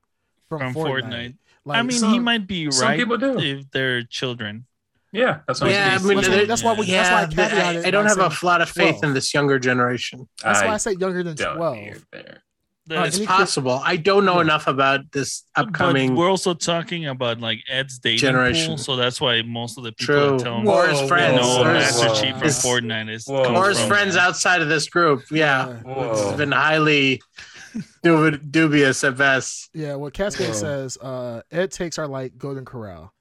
S3: from,
S2: From
S3: Fortnite.
S2: Fortnite.
S3: Like,
S2: I mean, he
S1: some-
S2: might be
S1: some
S2: right
S1: people do.
S2: if they're children.
S1: Yeah, that's what
S4: Yeah,
S1: I'm
S4: I
S1: saying.
S4: mean,
S3: that's, why-
S4: there-
S3: that's why we.
S4: Yeah,
S3: that's why I
S4: but
S3: caveated.
S4: I, I don't
S3: by
S4: have a
S3: saying-
S4: lot of faith
S3: 12.
S4: in this younger generation.
S3: That's why I
S1: I
S3: say younger than
S1: don't
S3: twelve. Uh,
S1: hear there.
S3: Alright,
S2: That's
S3: any-
S4: Possible. I don't know
S3: Yeah.
S4: enough about this
S2: but
S4: upcoming
S2: we're also talking about like Ed's dating
S4: Generation.
S2: pool, so that's why most of the people
S4: true
S2: are telling
S1: Whoa,
S4: or his friends
S2: no
S1: whoa,
S2: Master
S1: whoa.
S2: Chief from
S4: It's-
S2: Fortnite is
S1: Whoa.
S2: comes
S4: or his
S2: from-
S4: friends outside of this group. Yeah,
S3: Yeah.
S1: Ah, Whoa.
S4: it's been highly dub- dubious at best.
S3: Yeah, what Cascade
S1: Whoa.
S3: says, uh, Ed takes are like Golden Corral.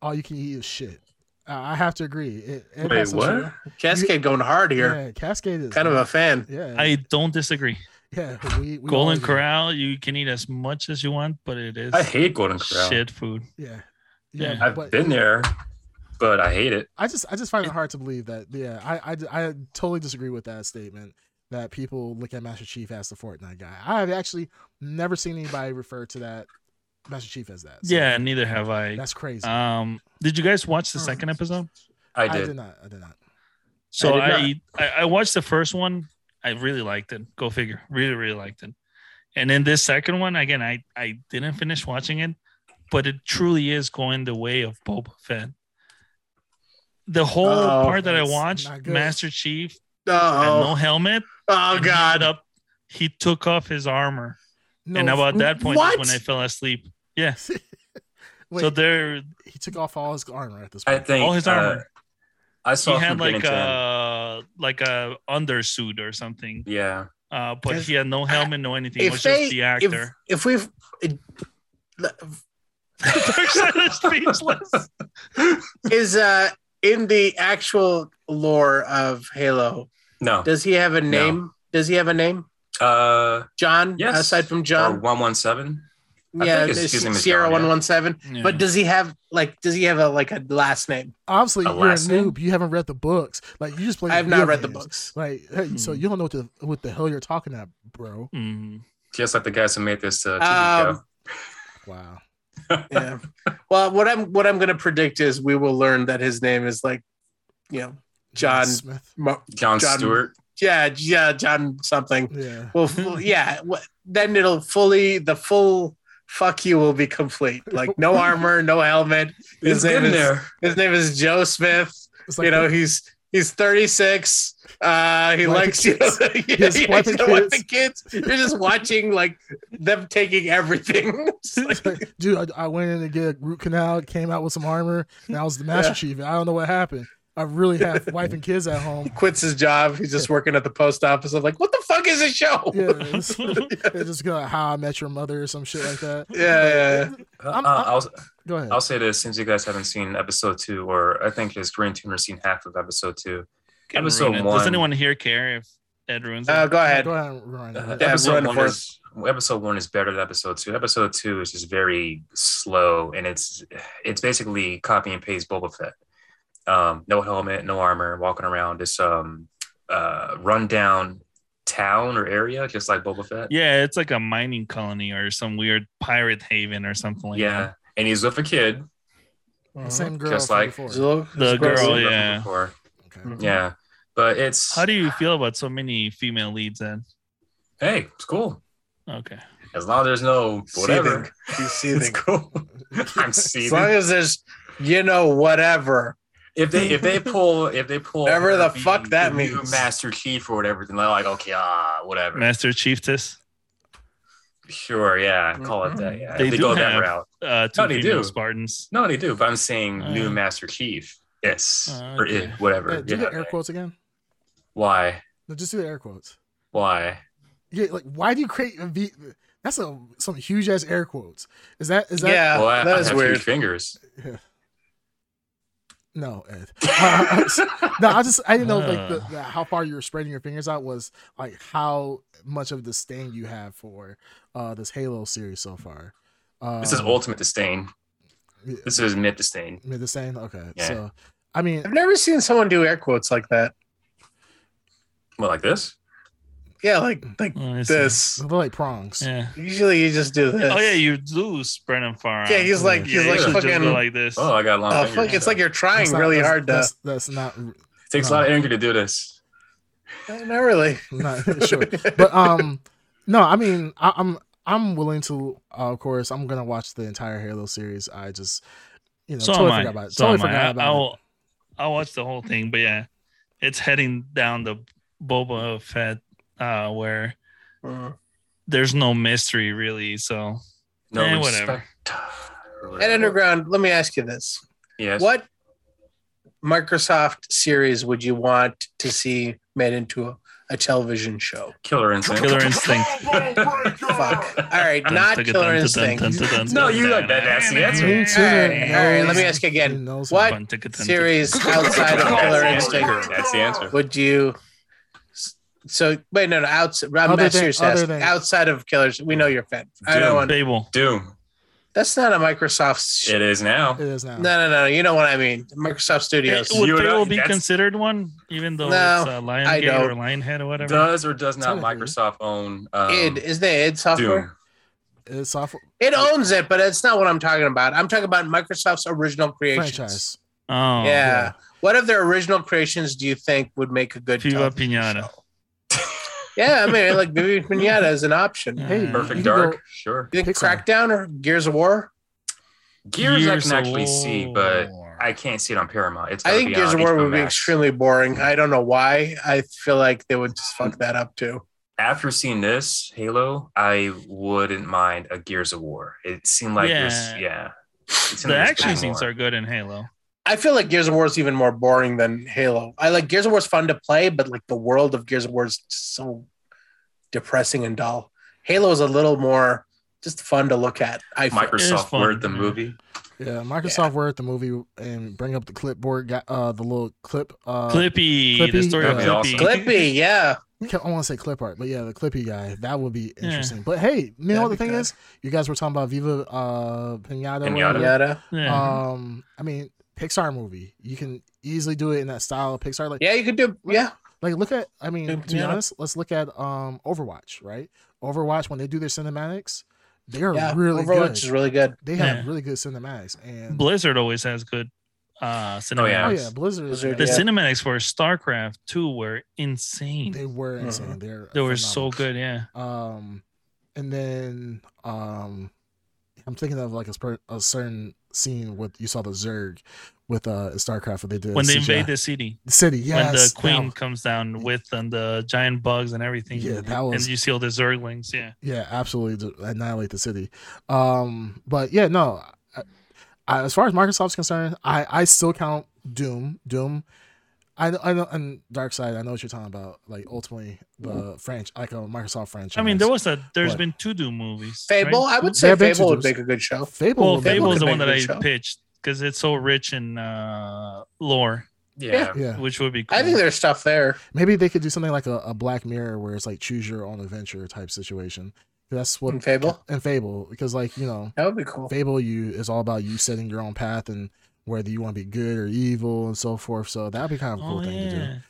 S3: All you can eat is shit. Uh, I have to agree. It, Ed
S1: Wait,
S3: has some
S1: what?
S3: shit.
S4: Cascade going hard here.
S3: Yeah, Cascade is
S4: Kind of a fan.
S3: yeah,
S2: I don't disagree.
S3: yeah. We, we
S2: Golden
S3: all-
S2: Corral, you can eat as much as you want, but it is
S1: I hate Golden Corral.
S2: shit food.
S3: Yeah, yeah.
S2: Yeah.
S1: I've
S3: but
S1: been there, but I hate it.
S3: I just, I just find it hard to believe that. Yeah, I, I, I totally disagree with that statement. That people look at Master Chief as the Fortnite guy. I have actually never seen anybody refer to that Master Chief as that. so
S2: Yeah, neither have I.
S3: that's crazy. Uh,
S2: Um, did you guys watch the second episode?
S1: I
S3: Oh, I
S1: did.
S3: did not. I did not.
S2: So
S1: I
S2: I,
S1: did
S2: I, I watched the first one. I really liked it. Go figure. Really, really liked it. And then this second one, again, I, I didn't finish watching it, but it truly is going the way of Boba Fett. The whole
S4: Oh,
S2: part that I
S3: that's
S2: watched,
S3: not good.
S2: Master Chief had no
S4: Oh,
S2: helmet.
S4: oh
S2: and he
S4: God.
S2: up, he took off his armor.
S3: No,
S2: and about that point is
S4: What?
S2: when I fell asleep. Yeah.
S3: wait,
S2: so there,
S3: he took off all his armor at this
S1: I
S3: point.
S1: think
S2: All his
S1: uh,
S2: armor.
S1: I
S2: he
S1: saw
S2: had
S1: from
S2: like uh,
S1: beginning to end.
S2: a like a undersuit or something.
S1: Yeah,
S2: Uh, but
S4: If-
S2: he had no helmet, no anything. It
S4: if
S2: was
S4: they-
S2: just the
S4: If,
S2: actor.
S4: if we've it-
S2: Dark Side is speechless.
S4: is uh in the actual lore of Halo,
S1: no.
S4: does he have a
S1: No.
S4: name? Does he have a name?
S1: Uh,
S4: John,
S1: Yes.
S4: aside from
S1: or
S4: John,
S1: one one seven. I
S4: yeah,
S1: think it's
S4: it's
S1: using the
S4: Sierra
S1: John, yeah.
S4: One One Seven. But does he have like? Does he have a like a last name?
S3: Obviously,
S1: A
S3: you're a
S1: last
S3: noob. You haven't read the books. Like you just play.
S4: I have not
S3: video
S4: read the
S3: games.
S4: books.
S3: Like, hey, so
S2: Hmm.
S3: you don't know what the, what the hell you're talking about, bro.
S2: Mm.
S1: Just like the guys who made this uh, TV
S4: Um,
S1: show.
S3: Wow.
S4: Yeah. well, what I'm what I'm going to predict is we will learn that his name is like, you know, John.
S3: Smith.
S4: Mo-
S1: John,
S4: John-
S1: Stewart.
S4: yeah, yeah, John something.
S3: Yeah.
S4: Well, f- yeah. wh- Then it'll fully the full fuck you will be complete. Like no armor, no helmet.
S1: It's
S4: His name
S1: in
S4: is-
S1: there.
S4: His name is Joe Smith.
S3: It's like
S4: you know, he's he's 36. Uh, he
S3: Wiping
S4: likes you.
S3: kids.
S4: yeah,
S3: He's
S4: yeah,
S3: wiping
S4: you know what, the kids. You're just watching like them taking everything. It's
S3: it's
S4: like,
S3: like, dude, I, I went in to get a root canal, came out with some armor, and I was the Master
S4: Yeah.
S3: Chief. and I don't know what happened. I really have wife and kids at home.
S4: quits his job. He's just working at the post office. I'm like, what the fuck is this show?
S3: Yeah, it's, it's just gonna how I met your mother or some shit like that.
S4: Yeah, yeah,
S1: Uh,
S3: I'm- I'm-
S1: I'll,
S3: Go ahead.
S1: I'll say this since you guys haven't seen episode two, or I think just Green Tuner's seen half of episode two.
S2: Can
S1: Episode
S2: ruin it.
S1: one.
S2: Does anyone here care if Ed ruins it?
S4: Uh, go ahead.
S3: Go ahead and run.
S1: Uh,
S4: Yeah,
S1: episode
S4: run
S1: one
S4: for it.
S1: is episode one is better than episode two. Episode two is just very slow, and it's it's basically copy and paste Boba Fett. Um, no helmet, no armor, walking around this um uh rundown town or area, just like Boba Fett.
S2: yeah, it's like a mining colony or some weird pirate haven or something like
S1: yeah. And he's with a kid,
S3: The Uh-huh. same girl.
S1: Just like-
S3: from before.
S4: Zul-
S2: The
S4: Zul-
S2: girl,
S1: We've
S2: yeah.
S1: met him before.
S3: Okay.
S1: Mm-hmm. yeah. But it's
S2: that. How do you feel about so many female leads then?
S1: hey, it's cool.
S2: Okay.
S1: As long as there's no whatever,
S4: Seething. He's
S1: it's
S4: seething.
S1: cool. I'm
S4: As long
S1: seething.
S4: as there's, you know, whatever.
S1: If they if they pull if they pull
S4: Whatever the
S1: her
S4: fuck
S1: being
S4: that
S1: the new
S4: means.
S1: Master Chief or whatever, then they're like, okay, ah, whatever.
S2: Master Chiefess.
S1: sure, yeah, call it that. Yeah,
S2: They
S1: if they
S2: do
S1: go that
S2: have-
S1: route.
S2: Uh two
S1: No, they
S2: female
S1: do.
S2: Spartans.
S1: No, they do. But I'm saying new
S2: Uh,
S1: Master Chief. Yes,
S2: uh,
S1: or
S2: okay.
S1: it, whatever.
S3: Yeah, do you
S1: yeah.
S3: get air quotes again?
S1: Why?
S3: No, just do the air quotes.
S1: Why?
S3: Yeah, like why do you create a V? That's a some huge ass air quotes. Is that is that
S4: yeah,
S1: well, I,
S4: that
S1: I
S4: is
S1: have
S4: weird.
S1: huge fingers.
S3: no Ed? Uh, no, I just I didn't know like the,
S2: Uh.
S3: the, how far you were spreading your fingers out was like how much of the stain you have for uh this Halo series so far. Uh,
S1: this is
S2: Oh.
S1: ultimate disdain.
S3: yeah,
S1: This is myth disdain.
S3: made the same. Okay,
S1: Yeah.
S3: so I mean,
S4: I've never seen someone do air quotes like that.
S1: What like this?
S4: Yeah, like like
S2: Oh, I see.
S4: this.
S3: they're like prongs.
S2: Yeah.
S4: Usually you just do this.
S2: Oh yeah, you lose Brennan Farah.
S4: Yeah, he's like he's
S2: you
S4: like
S2: should just
S4: fucking.
S2: go like this.
S1: Oh, I got long
S4: oh,
S1: fingers.
S4: fuck, it's like you're
S3: That's
S4: trying
S3: not-
S4: really
S3: that's-
S4: hard to.
S3: That's, that's not
S1: It takes a lot of
S2: Uh-huh.
S1: energy to do this.
S4: Not really.
S3: not sure. but um no i mean I, i'm i'm willing to uh, of course i'm gonna watch the entire halo series i just you know
S2: so
S3: totally
S2: am I.
S3: forgot about it
S2: So
S3: totally
S2: am I.
S3: forgot
S2: I.
S3: about it
S2: I'll I'll watch the whole thing, but yeah, it's heading down the Boba Fett uh, where there's no mystery really. So
S1: No
S2: Eh, whatever.
S4: At Underground, let me ask you this:
S1: Yes.
S4: What Microsoft series would you want to see made into a, a television show?
S1: Killer instinct.
S2: Killer Instinct.
S4: Fuck. All right, not Killer Instinct.
S1: No, you like that nasty answer.
S3: Me too.
S4: All right, all right, let me ask you
S3: Who
S4: again:
S3: knows
S4: What?
S2: Series.
S4: Series outside of
S1: That's
S4: Killer
S1: the
S4: Instinct
S1: answer. That's the answer.
S4: would you so wait no no outside I'm
S3: Other than-
S4: not serious
S3: other
S4: asking.
S3: than-
S4: outside of killers we know you're a fan I
S1: Dude.
S4: don't want
S2: Babel.
S1: Doom.
S4: that's not a Microsoft sh-
S1: It is now.
S3: it is now
S4: no no no you know what I mean Microsoft Studios
S2: Eh, would
S1: You're
S2: Babel
S1: not-
S2: be
S1: that's-
S2: considered one, even though
S4: No,
S2: it's uh,
S4: I
S2: Lion
S4: don't.
S2: or Lionhead or whatever?
S1: Does or does not
S3: Technically.
S1: Microsoft own um,
S4: id is Mm-hmm. that id software
S1: Doom?
S3: it's software
S4: it owns it but it's not what I'm talking about I'm talking about Microsoft's original creations
S3: franchise
S2: Oh,
S4: yeah.
S3: yeah.
S4: what of their original creations do you think would make a good
S2: Viva
S4: television
S2: Pinata.
S4: show? yeah I mean like Viva Pinata is an option
S2: Yeah.
S4: you
S3: hey
S1: Perfect
S3: you can
S1: Dark.
S3: go-
S1: Sure.
S4: think
S3: Pixar.
S4: Crackdown or Gears of War
S1: Gears, I
S2: Gears
S1: can
S2: of
S1: actually see, but
S2: War.
S1: I can't see it on Paramount. It's
S4: I
S1: gotta
S4: think
S1: be
S4: Gears
S1: on
S4: of War
S1: HBO
S4: would be
S1: Max.
S4: extremely boring. I don't know why. I feel like they would just fuck that up too.
S1: After seeing this Halo, I wouldn't mind a Gears of War. It seemed like this.
S2: Yeah.
S1: Yeah. It seemed
S2: the
S1: like there's
S2: action
S1: way
S2: scenes
S1: more.
S2: are good in Halo.
S4: I feel like Gears of War is even more boring than Halo. I like Gears of War is fun to play, but like the world of Gears of War is just so depressing and dull. Halo is a little more just fun to look at. I feel.
S1: Microsoft
S2: fun,
S1: Word the
S2: yeah.
S1: movie.
S3: yeah Microsoft Word the movie and bring up the clipboard got uh the little clip uh
S2: Clippy,
S3: Clippy,
S2: the story of
S1: That'd be
S2: Clippy.
S1: awesome.
S4: Clippy, yeah.
S3: I want to say clip art, but yeah, the clippy guy that would be
S2: Yeah.
S3: interesting. But hey, you know what the
S4: That'd be
S3: thing
S4: good.
S3: is? You guys were talking about Viva uh Pinata. or
S1: Pinata.
S3: whatever.
S4: Pinata.
S2: Yeah.
S3: Um, I mean, Pixar movie. You can easily do it in that style of Pixar. Like,
S4: Yeah, you could do yeah.
S3: like look at. I mean, to be
S4: Yeah.
S3: honest, let's look at um Overwatch. Right, Overwatch when they do their cinematics, they are
S4: Yeah.
S3: really
S4: Overwatch
S3: good.
S4: is really good.
S3: they have
S2: Yeah.
S3: really good cinematics and
S2: Blizzard always has good uh
S3: oh
S2: cinematics.
S3: yeah, Blizzard. is-
S4: Blizzard,
S2: The
S4: Yeah.
S2: cinematics for StarCraft 2 were insane.
S3: They
S2: They,
S3: were insane. They're
S2: were
S3: phenomenal.
S2: so good, yeah.
S3: Um, and then um, I'm thinking of like a, sp- a certain scene with you saw the Zerg with uh in StarCraft where they did
S2: when they
S3: CGI.
S2: invade the city,
S3: The city. Yes,
S2: when the
S3: that
S2: queen
S3: one.
S2: comes down with and the giant bugs and everything,
S3: Yeah, that
S2: and
S3: was
S2: you see all the zerglings. Yeah,
S3: yeah, absolutely to annihilate the city. Um, but yeah, no. I, I, as far as Microsoft's concerned, I I still count Doom. Doom. I know, I know, and Dark Side. I know what you're talking about. Like ultimately, the French, like a Microsoft franchise.
S2: I mean, there was a. There's
S3: What?
S2: been two Doom movies. right?
S4: Fable, I would
S3: They
S4: say
S3: have been
S4: Fable would
S3: introduced.
S4: make a good show.
S3: Fable.
S2: Well,
S3: would be
S2: Fable
S4: Fable
S2: is
S3: good.
S2: the
S4: could
S2: one
S4: make
S2: that I
S4: a good show.
S2: pitched because it's so rich in uh, lore,
S1: Yeah.
S3: Yeah,
S2: which would be. Cool.
S4: I think there's stuff there.
S3: maybe they could do something like a, a Black Mirror, where it's like choose your own adventure type situation. That's what
S4: In Fable?
S3: and Fable, because like you know,
S4: That would be cool.
S3: Fable you is all about you setting your own path and whether you want to be good or evil and so forth. So that'd be kind of a cool
S2: oh
S3: thing to do.
S2: yeah,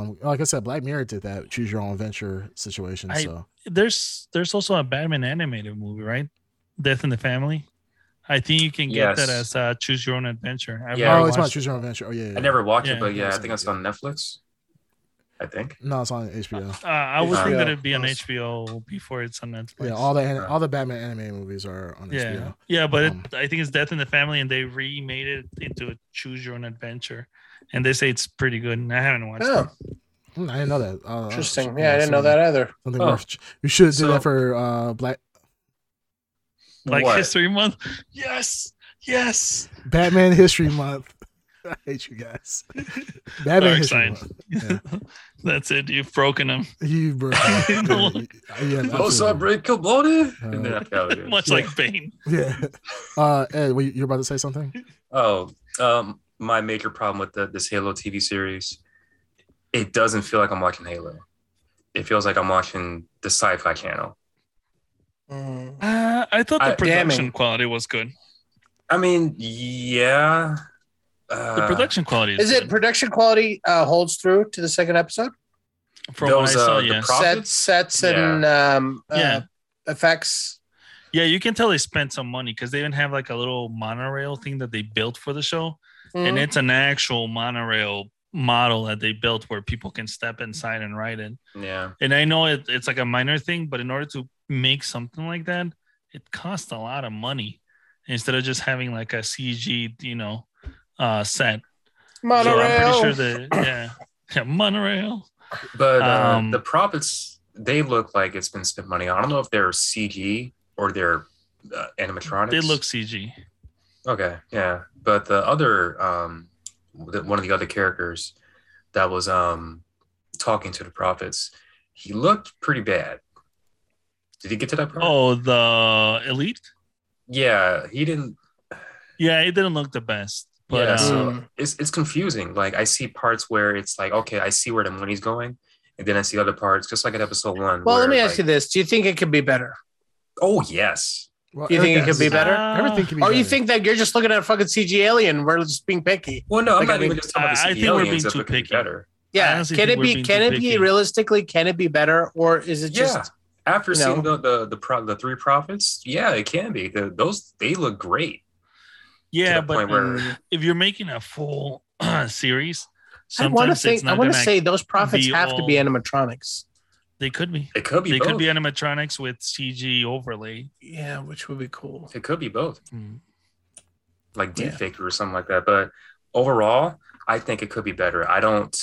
S3: Um, like I said, Black Mirror did that choose your own adventure situation.
S2: I-
S3: so
S2: there's there's also a Batman animated movie, right? Death in the Family. I think you can get that
S1: Yes.
S2: as uh, choose your own adventure. I've
S1: Yeah,
S2: never
S3: oh, it's about
S2: watched it.
S3: choose your own adventure. Oh yeah, yeah,
S1: I never watched
S2: Yeah,
S1: it, but yeah,
S3: yeah,
S1: I
S3: it's
S1: think
S3: on-
S1: it's on Netflix. I think.
S3: yeah. no, it's on HBO.
S2: Uh, I would think
S4: HBO
S2: that it'd be on
S4: Plus.
S2: HBO before it's on Netflix.
S3: Yeah, all the an- all the Batman anime movies are on
S2: yeah,
S3: HBO.
S2: yeah, but
S3: Um,
S2: it, I think it's Death in the Family, and they remade it into a choose your own adventure, and they say it's pretty good. And I haven't watched
S4: Oh,
S3: Mm, I didn't know that. Uh,
S4: interesting.
S3: uh,
S4: Yeah, I didn't know
S3: something-
S4: that either.
S3: Something
S1: Oh.
S3: worth. We should have did
S1: So-
S3: that for uh, Black
S2: it. Like
S1: What?
S2: History Month. Yes, yes.
S3: Batman History Month. I hate you guys. Batman
S2: Dark
S3: History
S2: side.
S3: Month. Yeah.
S2: That's it. You've broken them.
S3: You bro.
S2: You know what?
S3: yeah, yeah,
S1: Oh, sorry,
S3: absolutely.
S1: bro, kill bloated.
S3: Uh,
S1: And then I fell again.
S2: Much like Bane.
S3: yeah. Uh, Ed, wait, you're about to say something?
S1: Oh, um, my major problem with the, this Halo TV series, it doesn't feel like I'm watching Halo. It feels like I'm watching the Sci-Fi Channel.
S4: Mm.
S2: Uh, I thought the
S1: Uh,
S4: damn
S2: production
S4: it.
S2: quality was good.
S1: I mean, yeah. Uh,
S2: The production quality is,
S4: Is it
S2: good.
S4: production quality uh, holds through to the second episode?
S2: from what I
S1: those, uh,
S2: saw?
S1: the
S2: yes.
S1: pro-
S4: Sets,
S1: Profits?
S4: sets, and um, uh,
S2: Yeah.
S4: effects.
S2: yeah, you can tell they spent some money because they even have like a little monorail thing that they built for the show. and
S4: Mhm.
S2: it's an actual monorail model that they built where people can step inside and ride it.
S1: Yeah.
S2: And I know it, it's like a minor thing, but in order to make something like that, it costs a lot of money instead of just having like a CG, you know, uh, set. So
S4: monorail.
S2: I'm pretty sure that yeah, yeah, monorail.
S1: But uh,
S2: Um,
S1: the profits, they look like it's been spent money. on. I don't know if they're CG or they're uh, animatronics.
S2: They look CG.
S1: okay. Yeah, but the other, um, the, one of the other characters that was um talking to the prophets, he looked pretty bad. Did he get to that part?
S2: Oh, the elite.
S1: yeah, he didn't.
S2: Yeah, it didn't look the best, but
S1: yeah,
S2: uh,
S1: so
S4: um,
S1: it's it's confusing. Like I see parts where it's like, okay, I see where the money's going, and then I see other parts, just like at episode one.
S4: well,
S1: where,
S4: let me ask
S1: like,
S4: you this: Do you think it could be better?
S1: Oh yes,
S3: Well,
S4: Do you think it
S3: everything-
S4: could be better?
S2: Uh,
S3: Everything could be
S4: Or
S3: better.
S4: you think that you're just looking at a fucking CG alien? We're just being picky.
S1: Well, no, I'm
S4: Like, I
S1: not
S4: mean,
S1: even just talking about the
S2: I- I
S1: CG
S2: think we're
S1: aliens,
S2: being
S1: if it
S2: too
S1: could be
S2: picky.
S1: Better.
S2: I
S4: Yeah,
S2: honestly
S4: can
S2: think
S4: it
S2: we're
S4: be?
S2: being
S4: Can
S2: too
S4: it be
S2: picky.
S4: realistically? Can it be better, or is it just?
S1: Yeah. After
S4: You
S1: seeing
S4: know?
S1: the the the, pro, the three prophets, yeah, it can be. The, those they look great.
S2: yeah,
S1: to the
S2: but um,
S1: point where
S2: if you're making a full series,
S4: I want to
S2: sometimes
S4: say.
S2: it's
S4: I
S2: not
S4: want to
S2: gonna-
S4: say those prophets
S2: be
S4: have to be
S2: all-
S4: animatronics.
S2: they could be.
S1: it could be.
S2: they
S1: both.
S2: could be animatronics with CG overlay.
S4: Yeah, which would be cool.
S1: It could be both, like
S4: Yeah.
S1: deepfake or something like that. But overall, I think it could be better. I don't.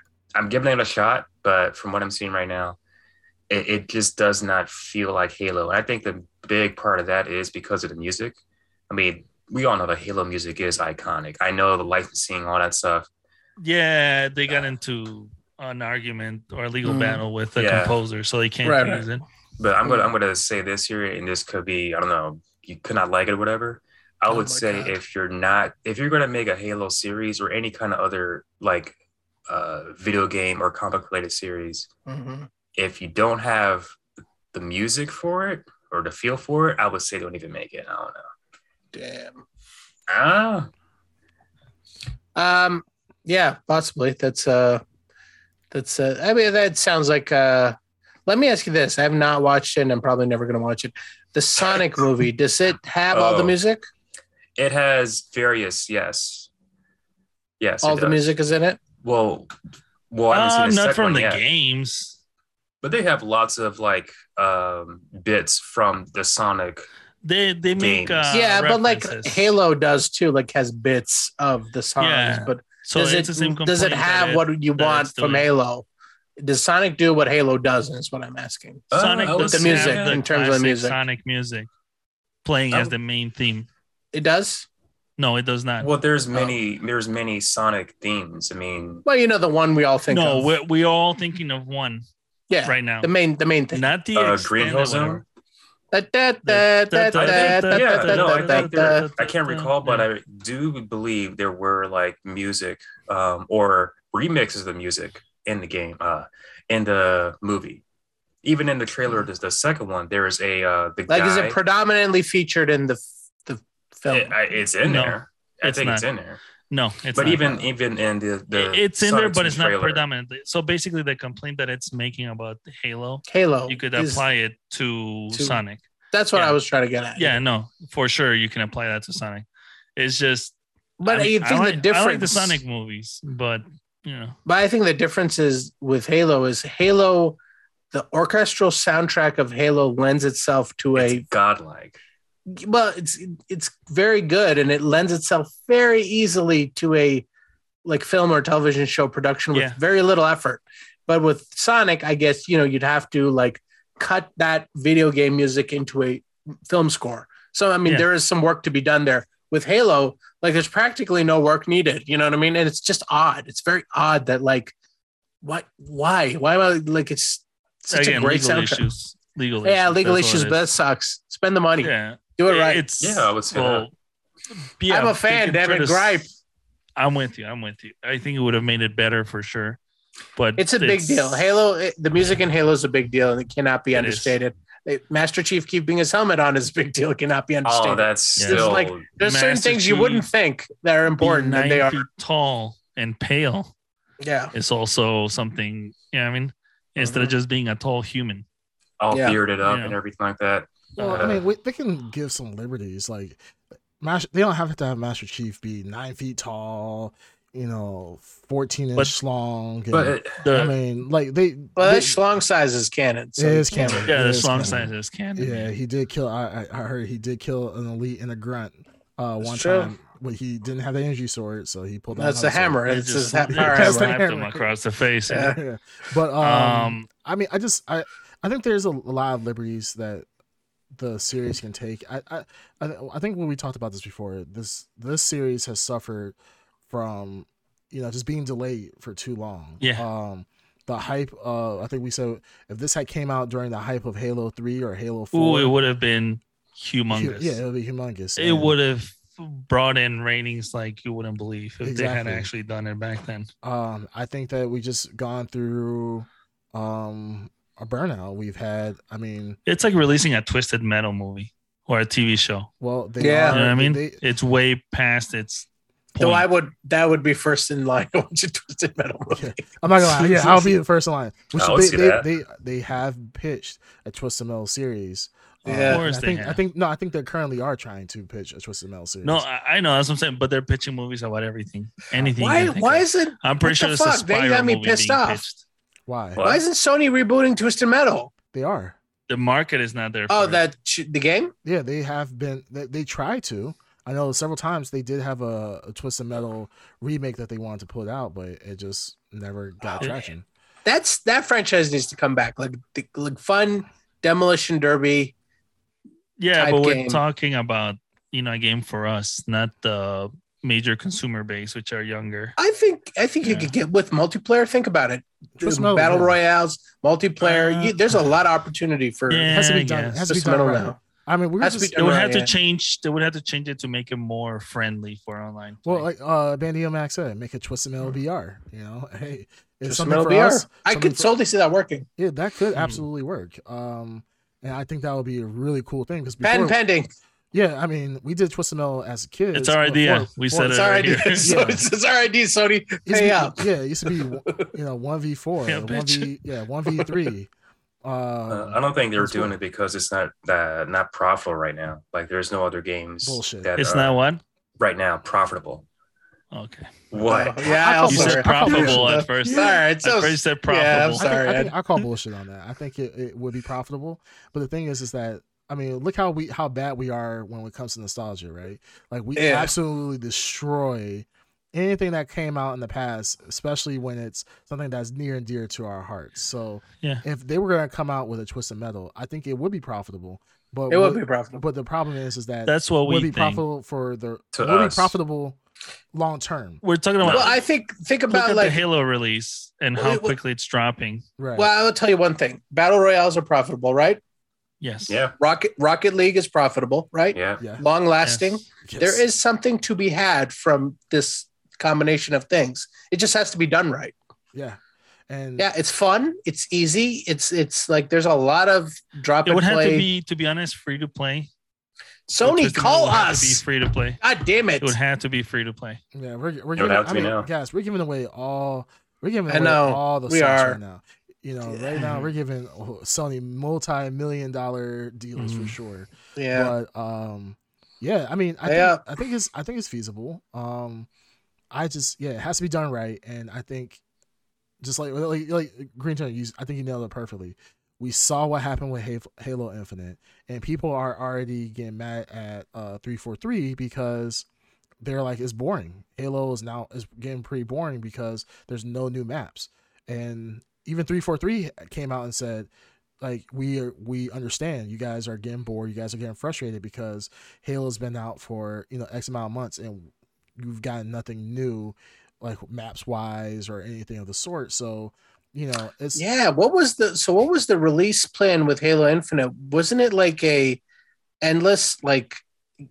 S1: I'm giving it a shot, but from what I'm seeing right now, it, it just does not feel like Halo. And I think the big part of that is because of the music. I mean, we all know that Halo music is iconic. I know the licensing, all that stuff.
S2: Yeah, they got into an argument or a legal
S4: Mm.
S2: battle with the
S1: Yeah.
S2: composer, so they can't
S4: Right,
S2: use it.
S1: But I'm
S4: Hmm.
S1: gonna I'm gonna say this here, and this could be I don't know, you could not like it or whatever. I
S4: Oh
S1: would
S4: my
S1: say
S4: God.
S1: if you're not if you're gonna make a Halo series or any kind of other like uh video game or comic related series,
S2: Mm-hmm.
S4: Mhm.
S1: if you don't have the music for it or the feel for it, I would say don't even make it. I don't know.
S4: Damn.
S1: Ah,
S4: Um. Yeah, possibly. That's uh. That's uh. I mean, that sounds like uh. Let me ask you this: I have not watched it, and I'm probably never going to watch it. The Sonic movie. Does it have all the
S1: Oh.
S4: music?
S1: it has various yes, yes.
S4: all
S1: it
S4: the
S1: does.
S4: music Ah, is in it.
S1: Well, well, I haven't
S2: Uh,
S1: seen the
S2: not
S1: second
S2: from
S1: one
S2: the
S1: yet.
S2: games.
S1: but they have lots of like um bits from the Sonic
S2: They they make
S1: Games.
S2: uh,
S4: yeah, but like
S2: references.
S4: Halo does too. Like has bits of the songs,
S2: Yeah.
S4: but
S2: So
S4: does
S2: it's the same
S4: it does it
S2: complaint that
S4: have
S2: it-
S4: what you
S2: that
S4: want
S2: it's
S4: from
S2: doing.
S4: Halo? Does Sonic do what Halo doesn't? Is what I'm asking.
S1: Uh,
S2: Sonic
S1: I would
S2: does
S4: the music,
S2: have the
S4: in terms of the
S2: classic
S4: music.
S2: Sonic music playing as
S1: Oh.
S2: the main theme.
S4: It does.
S2: No, it does not.
S1: Well, there's many there's many Sonic themes. I mean,
S4: Well, you know the one we all think
S2: no,
S4: of.
S2: we're, we're all thinking of one
S4: yeah,
S2: right now.
S4: the main the main thing.
S2: Not the
S1: uh,
S2: extended
S1: Green Hill
S2: one.
S1: Zone.
S4: Da- da- da- da- da-
S1: I
S4: da-
S1: think- yeah,
S4: da-
S1: no, I
S4: da- da-
S1: think there-
S4: da.
S1: I can't recall, but I do believe there were like music um, or remixes of the music in the game, uh, in the movie. Even in the trailer,
S2: Mm-hmm.
S1: there's the second one. There is a uh, the
S4: Like,
S1: guy.
S4: is it predominantly featured in the the film?
S1: It- I- it's in
S2: No,
S1: there. I
S2: it's
S1: think it's
S2: not.
S1: in there.
S2: no, it's
S1: but
S2: not.
S1: even even in the, the
S2: it's in there,
S1: Sonic
S2: but
S1: 2
S2: it's not
S1: trailer,
S2: predominantly. So basically, the complaint that it's making about Halo,
S4: Halo.
S2: you could
S4: Oh, is-
S2: apply it to,
S4: to-
S2: Sonic.
S4: That's what
S2: yeah.
S4: I was trying to get at.
S2: Yeah, no, for sure, you can apply that to Sonic. It's just,
S4: but
S2: I
S4: I,
S2: mean,
S4: think
S2: I like,
S4: the
S2: I
S4: difference.
S2: like the Sonic movies, but you know,
S4: But I think the difference is with Halo is Halo, the orchestral soundtrack of Halo lends itself to a
S1: It's godlike.
S4: well, it's it's very good and it lends itself very easily to a like film or television show production with
S2: Yeah.
S4: very little effort. But with Sonic, I guess you know you'd have to like cut that video game music into a film score. So I mean,
S2: Yeah.
S4: there is some work to be done there. With Halo, like there's practically no work needed. You know what I mean? And it's just odd. It's very odd that like what why why am I like it's such
S2: again,
S4: a great
S2: legal
S4: soundtrack.
S2: issues, legal,
S4: Yeah,
S2: issues,
S4: legal
S2: that's what
S4: issues,
S2: it
S4: but
S2: is.
S4: that sucks. Spend the money.
S2: yeah,
S4: Do it right.
S2: It's
S1: Yeah, I would say
S2: well, yeah,
S4: I'm a
S2: they
S4: fan,
S2: could
S4: damn
S2: try
S4: it,
S2: to s-
S4: gripe.
S2: I'm with you. I'm with you. I think it would have made it better for sure, but
S4: It's a big deal. Halo, it- the music in Halo is a big deal, and it cannot be
S2: It is.
S4: understated. It- Master Chief keeping his helmet on is a big deal. It cannot be
S1: Oh,
S4: understated.
S1: that's
S2: Yeah.
S1: still
S4: It's There's certain
S2: Master
S4: things you wouldn't
S2: Chief
S4: think that are important,
S2: Nine
S4: and they are.
S2: feet tall and pale
S4: Yeah,
S2: is also something. You know what I mean? Instead of
S4: Mm-hmm.
S2: just being a tall human,
S1: all
S4: Yeah.
S1: bearded up
S2: Yeah.
S1: and everything like that.
S3: Well,
S1: Uh,
S3: I mean, we, they can give some liberties. Like, Mas- they don't have to have Master Chief be nine feet tall, you know, fourteen
S2: But-
S3: inch long. And,
S1: But it, uh,
S2: the
S3: I mean, like they.
S4: well,
S3: they-
S4: that schlong size is canon.
S3: it is canon.
S2: yeah,
S3: It
S2: the
S3: is
S2: song
S3: canon.
S2: sizes can.
S3: Yeah, he did kill. I, I I heard he did kill an elite and a grunt uh,
S4: That's
S3: one
S4: true.
S3: time when he didn't have the energy sword, so he pulled out.
S4: That's the
S3: another sword.
S4: hammer.
S2: They
S4: It's his
S2: just
S4: ha-
S2: they
S4: power
S2: just
S3: That's the
S4: hammer.
S2: slapped him
S3: hammer.
S2: across the face.
S4: Yeah.
S2: Yeah.
S3: Yeah. But um,
S2: Um,
S3: I mean, I just I I think there's a, lot of liberties that the series can take. I I I I think when we talked about this before, this this series has suffered from you know just being delayed for too long.
S2: Yeah.
S3: Um, the hype. Uh, I think we said if this had came out during the hype of Halo Three or Halo
S2: ooh,
S3: Four,
S2: it would have been
S3: hu-
S2: humongous.
S3: Yeah, it would be humongous.
S2: It
S3: And,
S2: would have brought in ratings like you wouldn't believe if they had
S3: Exactly.
S2: actually done it back then.
S3: Um, I think that we just gone through um a burnout. We've had. I mean,
S2: It's like releasing a twisted metal movie or a TV show.
S3: well, they
S4: Yeah.
S3: are-
S2: You know what I mean?
S3: they-
S2: it's way past its point.
S4: Though I would, that would be first in line to watch a Twisted Metal movie.
S3: I'm not gonna lie. Yeah, I'll be the first in line. Which
S1: I would
S3: they,
S1: see
S3: they,
S1: that.
S3: they they have pitched a Twisted Metal series. Um,
S4: Yeah.
S3: and
S4: Of
S2: course
S3: I
S2: they
S3: think I
S2: have.
S3: think no, I think they currently are trying to pitch a Twisted Metal series.
S2: no, I, I know that's what I'm saying, but they're pitching movies about everything, anything. you
S4: Why?
S2: can think
S4: Why
S2: of.
S4: is it?
S2: I'm pretty
S4: what
S2: sure
S4: the
S2: it's a
S4: fuck? They
S2: spiral
S4: got me
S2: movie
S4: pissed
S2: being
S4: off.
S2: pitched.
S3: why?
S1: What?
S4: Why isn't Sony rebooting Twisted Metal?
S3: They are.
S2: The market is not there.
S4: Oh,
S2: for it.
S4: that sh- the game.
S3: Yeah, they have been. They, they try to. I know several times they did have a, a Twisted Metal remake that they wanted to put out, but it just never got
S2: Oh,
S3: traction.
S4: that's that franchise needs to come back. Like the, like fun demolition derby.
S2: yeah,
S4: type
S2: but we're
S4: game.
S2: talking about you know a game for us, not the major consumer base, which are younger.
S4: I think I think you
S2: Yeah.
S4: could get with multiplayer. Think about it.
S3: Twisted Metal,
S4: Battle
S3: yeah.
S4: royales, multiplayer.
S2: Uh,
S4: you, there's a lot of opportunity for
S2: Yeah,
S3: It has to
S2: I
S3: be done. It
S2: guess.
S3: has to be
S4: Twisted
S3: done
S4: Metal
S3: right.
S4: now.
S3: I mean, we were
S4: Has to be
S3: just
S2: They would have to
S4: Yeah.
S2: change. They would have to change it to make it more friendly for online. play.
S3: Well, like uh, Bandito Max said, make a Twisted Metal
S2: Mm-hmm.
S3: BR. You know, hey, it's
S4: Just
S3: something
S4: metal
S3: for
S4: BR.
S3: us.
S4: I
S3: something
S4: could
S3: for-
S4: totally see that working.
S3: Yeah, that could
S2: Mhm.
S3: absolutely work. Um, and I think that would be a really cool thing because
S4: Patent pending.
S3: yeah, I mean, we did Twisted Metal as kids.
S2: It's our
S3: but
S2: idea.
S3: for-
S2: We
S3: for-
S2: said
S4: It's
S2: it.
S4: our
S2: right
S4: idea.
S2: here.
S4: So
S3: Yeah.
S4: it's, it's our idea. Sony,
S3: it used to
S4: pay
S3: be-
S4: up.
S3: Yeah, it used to be you know one v four,
S2: Yeah,
S3: one v yeah one v three.
S1: Uh, I
S3: Um,
S1: don't think they were
S3: that's
S1: doing
S3: cool.
S1: it because it's not uh, not profitable right now. Like there's no other games
S3: Bullshit.
S1: that
S2: It's
S1: are
S2: not what?
S1: right now profitable.
S2: Okay.
S1: What?
S4: Oh, yeah, I
S3: You
S4: also
S3: said
S4: heard-
S2: profitable at first.
S4: All right,
S2: I
S4: so
S2: first said
S4: yeah, I'm
S2: probable.
S3: I think,
S4: sorry,
S3: I
S4: I-
S3: think I call bullshit on that. I think it, it would be profitable, but the thing is, is that I mean, look how we how bad we are when it comes to nostalgia, right? Like we
S4: Yeah.
S3: absolutely destroy anything that came out in the past, especially when it's something that's near and dear to our hearts. So
S2: Yeah.
S3: if they were gonna come out with a twisted metal, I think it would be profitable. But
S4: It
S3: what-
S4: would be profitable.
S3: But the problem is, is that
S2: That's what we
S3: would be
S2: think.
S3: profitable for the
S1: To
S3: would
S1: us.
S3: be profitable long term,
S2: We're talking about
S4: Well, I think think
S2: look
S4: about
S2: at
S4: like
S2: the Halo release and
S4: Well,
S2: how
S4: it- well-
S2: quickly it's dropping.
S3: right?
S4: well, I'll tell you one thing. Battle royales are profitable, right?
S2: Yes.
S1: Yeah.
S4: Rocket Rocket League is profitable, right?
S1: Yeah.
S3: yeah,
S4: Long lasting.
S2: Yes.
S3: Yes.
S4: There is something to be had from this combination of things. It just has to be done right.
S3: yeah, and
S2: Mm.
S4: Yeah, it's fun. It's easy. It's it's like there's a lot of drop
S2: It
S4: and
S2: would have
S4: play.
S2: to be, to be honest, free to play.
S4: Sony,
S2: Twisted Metal
S4: call
S2: would have to Be
S4: us.
S2: free to play.
S4: God damn it!
S2: It would have to be free to play.
S3: Yeah, we're we're
S1: It would
S3: giving,
S1: have to
S3: I
S1: be
S3: mean,
S1: now.
S3: guys, we're giving away all we're giving
S4: I
S3: away
S4: know.
S3: all the
S4: We
S3: we
S4: are.
S3: right now. You know,
S4: Yeah.
S3: right now we're giving oh, Sony multi-million dollar deals
S4: Mm-hmm.
S3: for
S2: Mhm.
S3: sure.
S4: yeah,
S3: But um, yeah, I mean, I
S4: Yeah.
S3: think, I think it's I think it's feasible. Um, I just yeah, it has to be done right, and I think just like like, like Green Turn, you I think you nailed it perfectly. We saw what happened with Ha- Halo Infinite, and people are already getting mad at uh three four three because they're like it's boring. Halo is now is getting pretty boring because there's no new maps, and even three four three came out and said like we are, we understand you guys are getting bored, you guys are getting frustrated because Halo's been out for you know X amount of months and you've gotten nothing new, like maps wise or anything of the sort. So you know it's
S4: yeah. What was the so? What was the release plan with Halo Infinite? Wasn't it like a endless like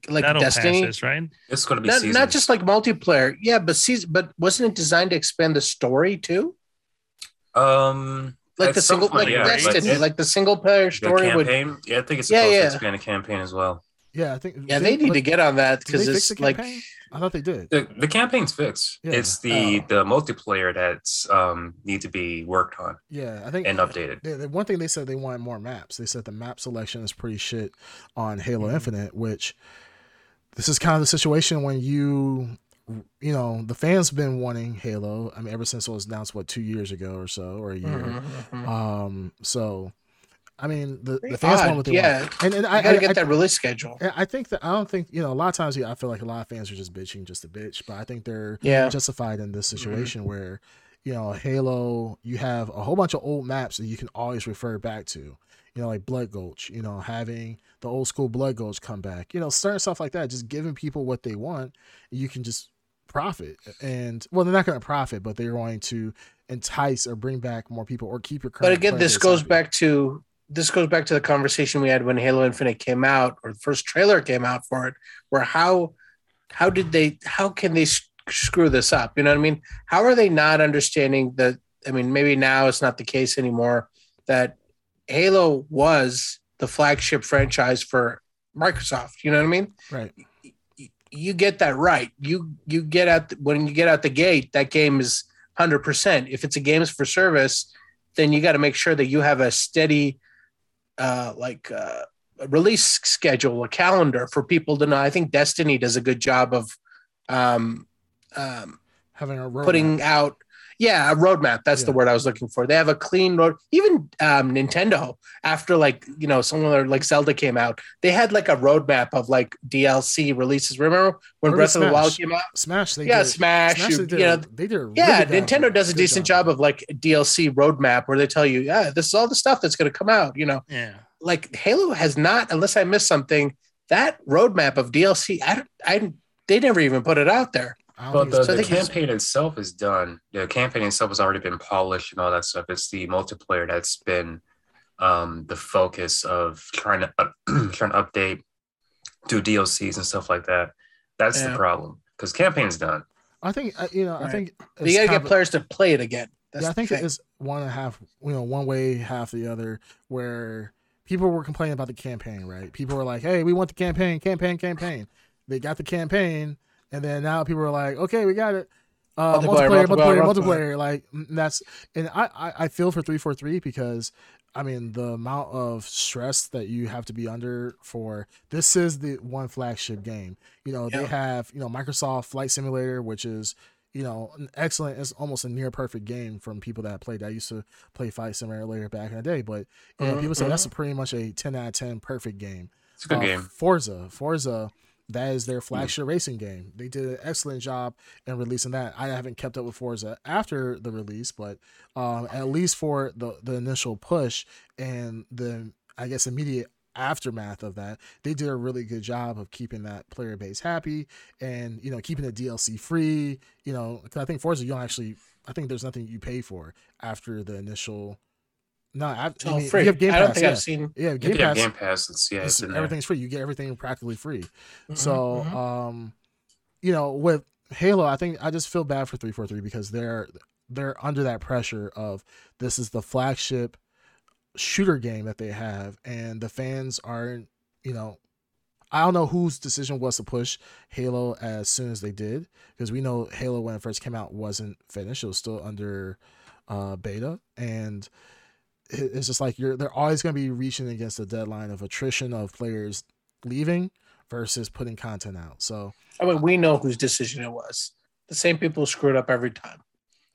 S4: like
S2: Battle
S4: Destiny?
S2: passes, right?
S1: It's going to be
S4: Not,
S1: seasons.
S4: not just like multiplayer, yeah, but season, but wasn't it designed to expand the story too?
S1: um
S4: Like
S1: At
S4: the
S1: some
S4: single,
S1: point,
S4: like
S1: yeah, like
S4: Destiny,
S1: it-
S4: like the single player
S1: the
S4: story would
S1: campaign. Yeah, I think it's
S4: Yeah,
S1: supposed
S4: yeah.
S1: to expand a campaign as well.
S3: yeah I think
S4: Yeah, they need to
S3: but
S4: get on that
S3: did they
S4: because
S3: fix
S4: it's
S3: the
S4: like
S3: campaign? I thought they did.
S1: The the campaign's fixed.
S3: Yeah.
S1: It's the
S4: Oh.
S1: the multiplayer that's um need to be worked on
S3: Yeah, I think
S1: and updated.
S3: The, the one thing they said they wanted more maps. They said the map selection is pretty shit on Halo
S4: Mm-hmm.
S2: Mhm.
S3: Infinite, which this is kind of the situation when you, you know, the fans been wanting Halo. I mean, ever since it was announced, what two years ago or so, or a year.
S4: Mhm, mhm.
S3: Um, so, I mean, the,
S4: Pretty
S3: the fans
S4: odd,
S3: want what they
S4: yeah.
S3: want, and, and
S4: I
S3: mm-hmm. I,
S4: gotta
S3: I,
S4: get
S3: I,
S4: that release schedule.
S3: and I think that I don't think you know a lot of times yeah, I feel like a lot of fans are just bitching just a bitch, but I think they're
S4: Yeah, Mm-hmm.
S3: justified in this situation where you know Halo you have a whole bunch of old maps that you can always refer back to you know like Blood Gulch you know having the old school Blood Gulch come back you know certain stuff like that just giving people what they want you can just profit and well they're not going to profit but they're going to entice or bring back more people or keep your current
S4: but again,
S3: player
S4: this
S3: base
S4: goes
S3: happy.
S4: back to this goes back to the conversation we had when Halo Infinite came out, or the first trailer came out for it, where how how did they how can they s- screw this up? You know what I mean? How are they not understanding that? I mean, maybe now it's not the case anymore that Halo was the flagship franchise for Microsoft. You know what I mean?
S3: right
S4: y- you get that right. You you get out when you get out the gate, that game is hundred percent. If it's a games for service, then you got to make sure that you have a steady, uh, like uh, release schedule, a calendar for people to know. I think Destiny does a good job of, um, um,
S3: having a roadmap.
S4: putting out yeah a roadmap that's the
S3: Yeah.
S4: word i was looking for they have a clean road even um, nintendo after like you know someone like zelda came out they had like a roadmap of like dlc releases remember when
S3: Or
S4: breath of the wild
S3: Smash.
S4: came out
S3: Smash they
S4: yeah
S3: did,
S4: smash,
S3: Smash
S4: you,
S3: they did,
S4: you know
S3: they did a
S4: yeah
S3: really good
S4: nintendo does a
S3: good
S4: decent job. of like dlc roadmap where they tell you yeah this is all the stuff that's going to come out you know
S2: Yeah.
S4: like halo has not unless i missed something that roadmap of dlc i, don't- I they never even put it out there
S3: I don't
S1: But
S3: think
S1: the,
S3: it's-
S4: So I
S1: the
S4: think it's-
S1: campaign itself is done. The campaign itself has already been polished and all that stuff. It's the multiplayer that's been um, the focus of trying to up, trying to update, do DLCs and stuff like that. That's
S4: Yeah.
S1: the problem because campaign's done.
S3: I think uh, you know I
S4: Right.
S3: think
S4: they
S3: it's
S4: got to
S3: kind
S4: get
S3: of-
S4: players to play it again that's
S3: yeah, I
S4: the
S3: think
S4: thing.
S3: it is one and a half, you know, one way, half the other, where people were complaining about the campaign, right? People were like, hey, we want the campaign, campaign, campaign. They got the campaign, and then now people are like, okay, we got it. Uh, multiplayer,
S4: Multiplayer,
S3: multiplayer, multiplayer,
S4: multiplayer,
S3: Like mm, that's, and I, I, I feel for three four three because, I mean, the amount of stress that you have to be under for this is the one flagship game. You know,
S4: Yeah.
S3: they have you know Microsoft Flight Simulator, which is you you know, an excellent is almost a near perfect game from people that played that. I used to play Fight Simulator back in the day, but you know, people say
S4: Mhm.
S3: that's a pretty much a ten out of ten perfect game.
S1: It's a good
S3: Uh,
S1: game.
S3: Forza, Forza, that is their flagship racing game. They did an excellent job in releasing that. I haven't kept up with Forza after the release, but um, at least for the the initial push and the I guess immediate aftermath of that, they did a really good job of keeping that player base happy and you know keeping the DLC free. You know, 'cause I think Forza you don't actually. I think there's nothing you pay for after the initial. No, I, I
S4: Oh,
S3: mean,
S4: free.
S3: you have Game
S4: I don't
S3: Pass,
S4: think
S3: yeah.
S4: I've seen.
S3: yeah,
S1: If
S3: Game
S1: you have
S3: Pass.
S1: Game Pass, it's yeah, it's
S3: It's-
S1: in there.
S3: everything's free. You get everything practically free.
S4: Mhm,
S3: So,
S4: mhm.
S3: um, you know, with Halo, I think I just feel bad for 343 because they're they're under that pressure of this is the flagship shooter game that they have, and the fans aren't, you know, I don't know whose decision was to push Halo as soon as they did because we know Halo when it first came out wasn't finished; it was still under uh, beta, and it- it's just like you're they're always going to be reaching against the deadline of attrition of players leaving versus putting content out. So
S4: I mean, we know whose decision it was. The same people screwed up every time.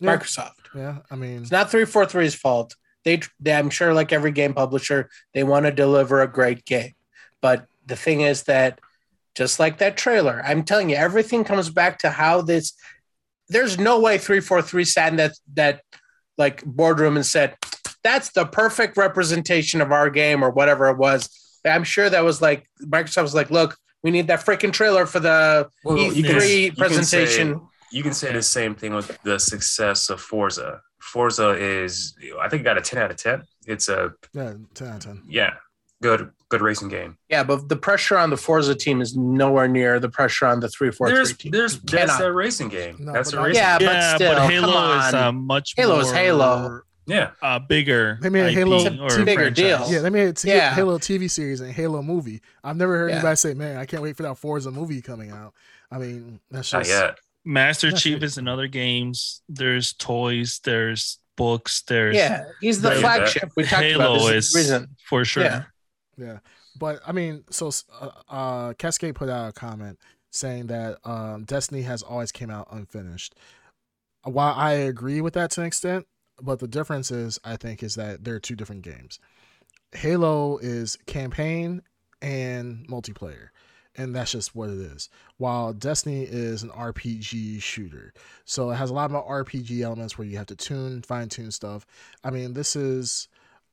S3: yeah,
S4: Microsoft.
S3: yeah I mean,
S4: It's not 343's fault. They, they, I'm sure, like every game publisher, they want to deliver a great game. But the thing is that, just like that trailer, I'm telling you, everything comes back to how this. There's no way 343 sat in that that like boardroom and said, "That's the perfect representation of our game" or whatever it was. I'm sure that was like Microsoft was like, "Look, we need that freaking trailer for the
S1: Well, you can-
S4: E3
S1: you can say-
S4: presentation."
S1: you can say the same thing with the success of Forza. Forza is, I think, it got a ten out of ten. It's a
S3: yeah, 10 out of 10.
S1: yeah, good good racing game.
S4: Yeah, but the pressure on the Forza team is nowhere near the pressure on the three four three
S1: There's
S4: team.
S1: there's that's
S4: cannot.
S1: a racing game.
S3: No,
S1: that's
S3: but
S1: a
S3: not-
S1: racing.
S4: yeah,
S1: Yeah,
S4: but still,
S2: Halo
S4: come
S2: is
S4: on.
S2: uh, much
S4: Halo is
S2: more,
S4: Halo.
S1: yeah.
S2: uh, bigger.
S3: They made Halo
S2: IP
S4: It's a
S2: or
S4: bigger
S2: franchise.
S4: deal.
S3: Yeah, they made a t-
S4: Yeah.
S3: Halo TV series and Halo movie. I've never heard
S4: Yeah.
S3: anybody say, "Man, I can't wait for that Forza movie coming out." I mean, that's
S1: Not
S3: just
S1: yet.
S2: Master
S3: That's
S2: Chief
S3: it.
S2: is in other games. There's toys. There's books. There's
S4: Yeah, he's the
S2: Yeah.
S4: flagship. We talked about
S2: Halo
S4: this
S2: is
S4: reason.
S2: for sure.
S4: Yeah.
S3: But I mean, so uh, uh, Cascade put out a comment saying that um, Destiny has always came out unfinished. While I agree with that to an extent, but the difference is, I think, is that they're two different games. Halo is campaign and multiplayer, and that's just what it is. While Destiny is an RPG shooter, so it has a lot more RPG elements where you have to tune, fine tune stuff. I mean, this is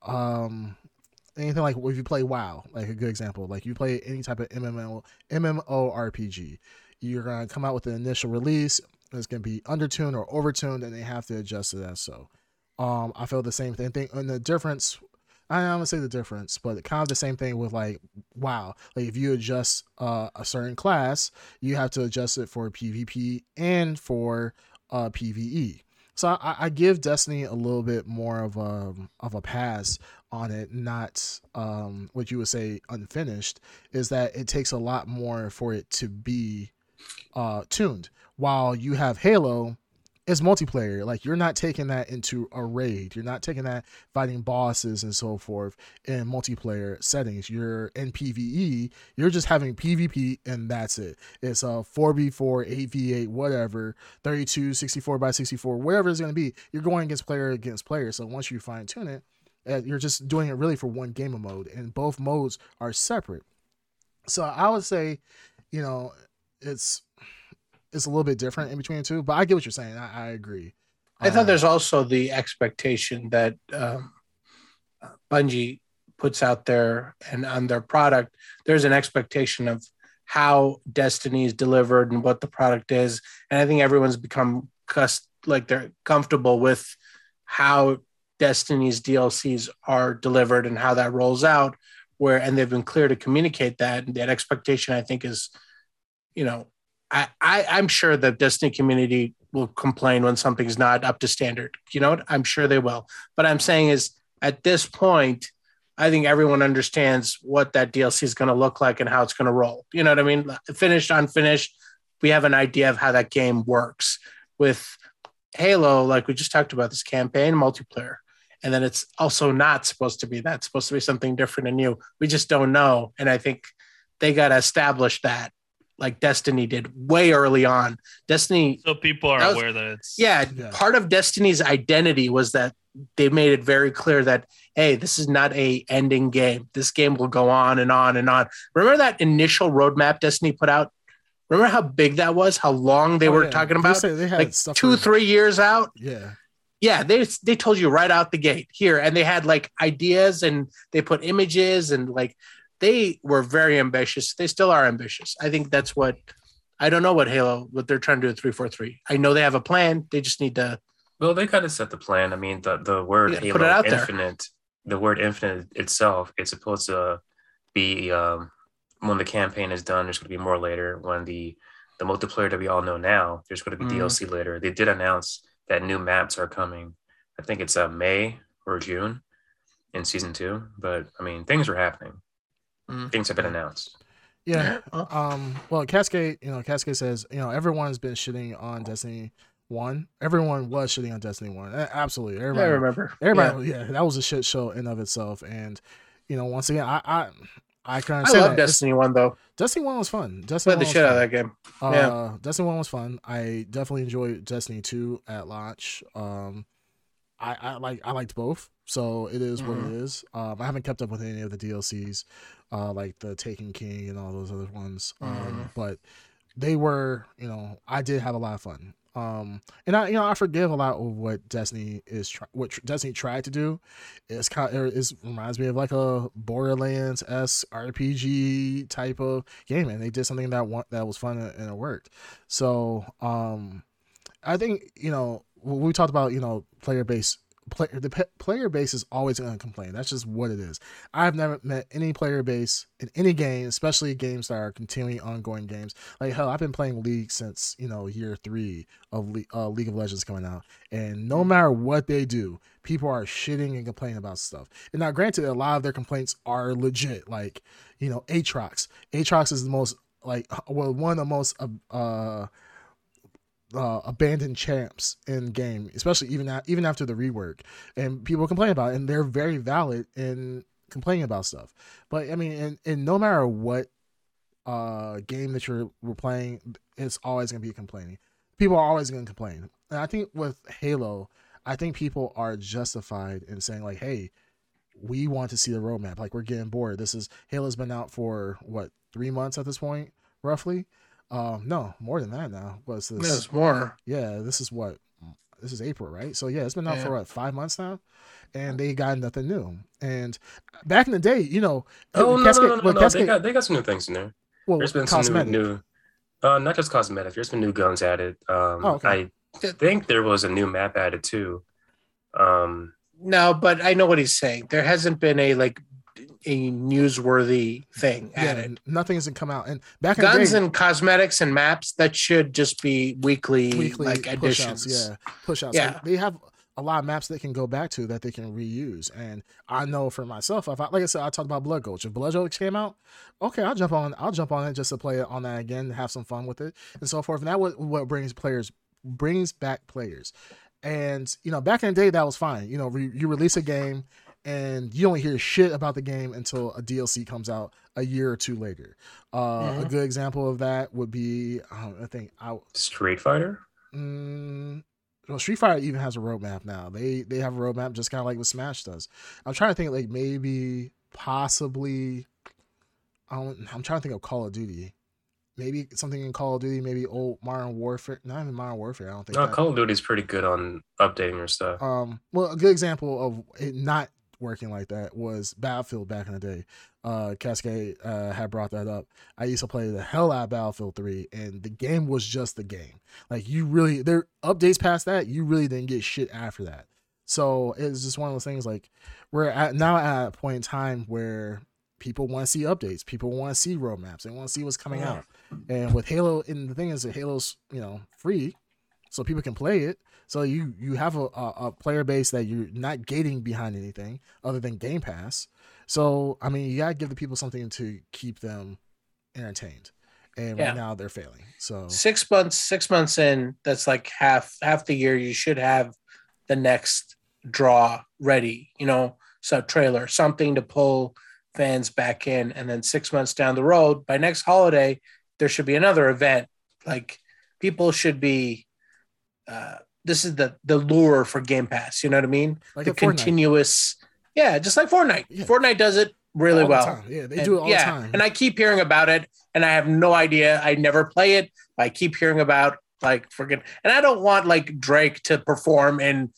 S3: um anything like if you play WoW, like a good example, like you play any type of MMO MMORPG, you're gonna come out with an initial release. It's gonna be undertuned or overtuned, and they have to adjust to that. So, um, I feel the same thing. Think and the difference. I don't want to say the difference, but kind of the same thing with like WoW. Like if you adjust uh, a certain class, you have to adjust it for PvP and for uh, PVE. So I, I give Destiny a little bit more of a of a pass on it, not um, what you would say unfinished. Is that it takes a lot more for it to be uh, tuned. While you have Halo, it's multiplayer. Like you're not taking that into a raid. You're not taking that fighting bosses and so forth in multiplayer settings. You're in PVE. You're just having PvP and that's it. It's a 4v4, 8v8, whatever, 32, 64 by 64, whatever it's going to be. You're going against player against player. So once you fine tune it, uh, you're just doing it really for one game of mode, and both modes are separate. So I would say, you know, it's it's a little bit different in between the two, but I get what you're saying. I, I agree.
S4: I
S3: Um,
S4: thought there's also the expectation that um, Bungie puts out there and on their product, there's an expectation of how Destiny is delivered and what the product is. And I think everyone's become cus- like they're comfortable with how Destiny's DLCs are delivered and how that rolls out. Where and they've been clear to communicate that. And that expectation, I think, is you know I, I I'm sure the Destiny community will complain when something's not up to standard. You know, what? I'm sure they will. But I'm saying is at this point, I think everyone understands what that DLC is going to look like and how it's going to roll. You know what I mean? Finished, unfinished. We have an idea of how that game works. With Halo, like we just talked about, this campaign multiplayer. And then it's also not supposed to be that. It's supposed to be something different and new. We just don't know. And I think they got to establish that like Destiny did way early on. Destiny,
S2: So people are
S4: That was-
S2: aware that it's
S4: yeah,
S3: Yeah.
S4: part of Destiny's identity was that they made it very clear that hey, this is not a ending game. This game will go on and on and on. Remember that initial roadmap Destiny put out? Remember how big that was? How long they
S3: Oh,
S4: were
S3: yeah.
S4: talking
S3: They
S4: about?
S3: say they had
S4: Like
S3: stuff
S4: two,
S3: for-
S4: three years out.
S3: Yeah,
S4: yeah they they told you right out the gate here and they had like ideas and they put images and like they were very ambitious they still are ambitious i think that's what i don't know what halo what they're trying to do at 343 i know they have a plan they just need to
S1: Well, they kind of set the plan. I mean, the, the word
S4: Yeah, put
S1: Halo
S4: it out there.
S1: Infinite, the word Infinite itself, it's supposed to be um, when the campaign is done. There's going to be more later. When the the multiplayer that we all know now, there's going to be
S4: Mm.
S1: DLC later. They did announce that new maps are coming. I think it's uh, May or June in season two. But I mean, things are happening.
S4: Mm.
S1: Things have been announced.
S3: yeah.
S4: Well,
S3: Um, well, Cascade, you know, Cascade says, you know, everyone's been shitting on Destiny One. Everyone was shitting on Destiny One. A- Absolutely,
S4: i
S3: everybody.
S4: remember
S3: Everybody, yeah. that was a shit show in of itself. And you know, once again, I, I, I can
S4: Yeah. i
S3: understand.
S4: love
S3: that. It's-
S4: destiny one though
S3: Destiny One was fun. Destiny
S4: played
S3: 1
S4: the
S3: was
S4: shit out of
S3: fun.
S4: that game
S3: Uh,
S4: Yeah.
S3: Destiny One was fun. I definitely enjoyed Destiny Two at launch. Um, I, I like I liked both, so it is what
S4: Mm-hmm.
S3: it is. Um, I haven't kept up with any of the DLCs, uh, like the Taken King and all those other ones. Um, but they were, you know, I did have a lot of fun. Um, and I, you know, I forgive a lot of what Destiny is, try- what tr- Destiny tried to do. It's kind, of, it reminds me of like a Borderlands s RPG type of game, and they did something that one that was fun and, and it worked. So, um, I think you know we we talked about you know player base. Player the pe- player base is always going to complain. That's just what it is. I've never met any player base in any game, especially games that are continuing ongoing games. Like hell, I've been playing League since you know year three of Le- uh, League of Legends coming out, and no matter what they do, people are shitting and complaining about stuff. And now, granted, a lot of their complaints are legit. Like you know, Aatrox. Aatrox is the most like well one of the most uh uh, abandoned champs in game, especially even a- even after the rework, and people complain about, it, and they're very valid in complaining about stuff. But I mean, and, and no matter what uh game that you're we're playing, it's always gonna be complaining. People are always gonna complain, and I think with Halo, I think people are justified in saying like, "Hey, we want to see the roadmap. Like we're getting bored. This is Halo's been out for what three months at this point, roughly." Um, no, more than that now. What's this?
S4: there's more
S3: yeah, this is what this is April, right? So yeah, it's been out
S4: Yeah.
S3: for what five months now, and they got nothing new. And back in the day, you know,
S1: Oh no,
S3: Cascade-
S1: no, no, no,
S3: well,
S1: no. They
S3: Cascade-
S1: got they got some new things in there.
S3: well,
S1: There's been
S3: cosmetic.
S1: some new, new uh, not just cosmetic. There's been new guns added. Um,
S3: Oh, okay.
S1: I think there was a new map added too. Um,
S4: no but i know what he's saying there hasn't been a like a newsworthy thing
S3: yeah,
S4: added
S3: n- nothing hasn't come out. And back in
S4: guns
S3: the day,
S4: and cosmetics and maps that should just be weekly,
S3: weekly
S4: like additions
S3: push-outs, yeah, push-outs.
S4: Yeah.
S3: Like, they have a lot of maps they can go back to that they can reuse. And I know for myself, if I, like I said, I talked about Blood Gulch. If Blood Gulch came out, okay, I'll jump on. I'll jump on it just to play it on that again, have some fun with it, and so forth. And that what what brings players brings back players. And you know, back in the day, that was fine. You know, re- you release a game, and you don't hear shit about the game until a DLC comes out a year or two later. Uh, A
S4: Mhm.
S3: good example of that would be, I, don't, I think, I,
S1: Street Fighter.
S3: Mm, well, Street Fighter even has a roadmap now. They they have a roadmap just kind of like what Smash does. I'm trying to think like maybe possibly. I don't, I'm trying to think of Call of Duty. Maybe something in Call of Duty. Maybe old Modern Warfare. Not even Modern Warfare. I don't think.
S1: No,
S3: that-
S1: Uh, Call of Duty's pretty good on updating your stuff.
S3: um well a good example of it not working like that was battlefield back in the day uh cascade uh had brought that up i used to play the hell out of battlefield 3 and the game was just the game like you really there updates past that you really didn't get shit after that so it's just one of those things like we're at now at a point in time where people want to see updates people want to see roadmaps they want to see what's coming out and with halo and the thing is that halo's you know free so people can play it so you you have a, a, a player base that you're not gating behind anything other than Game Pass. So I mean, you gotta give the people something to keep them entertained, and
S4: Yeah.
S3: right now they're failing. So
S4: Six months, six months in, that's like half half the year. You should have the next draw ready, you know, so trailer, something to pull fans back in, and then six months down the road, by next holiday, there should be another event. Like people should be. Uh, this is the the lure for Game Pass. You know what I mean?
S3: Like
S4: the
S3: at Fortnite.
S4: continuous. Yeah, just like Fortnite.
S3: Yeah.
S4: Fortnite does it really
S3: All the
S4: well.
S3: time. Yeah, they
S4: And-
S3: do it all
S4: yeah,
S3: the time.
S4: And I keep hearing about it, and I have no idea. I never play it. But I keep hearing about like freaking, and I don't want like Drake to perform in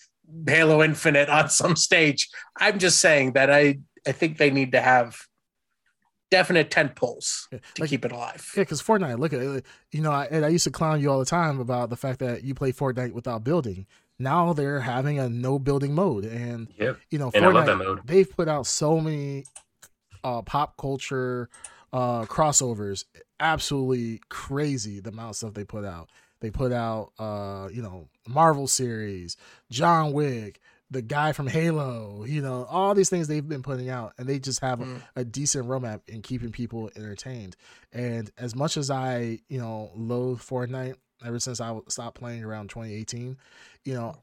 S4: Halo Infinite on some stage. I'm just saying that I I think they need to have definite tent poles
S3: Yeah,
S4: to
S3: like-
S4: keep it alive.
S3: Yeah, because Fortnite, look at it. like, You know, I, and I used to clown you all the time about the fact that you play Fortnite without building. Now they're having a no building mode, and
S1: Yep.
S3: you know,
S1: And I love that
S3: Fortnite.
S1: mode.
S3: They've put out so many uh, pop culture uh, crossovers. Absolutely crazy the amount of stuff they put out. They put out, uh, you know, Marvel series, John Wick, the guy from Halo. You know, all these things they've been putting out, and they just have
S4: Mm.
S3: a decent roadmap in keeping people entertained. And as much as I, you know, loathe Fortnite ever since I stopped playing around 2018, you know,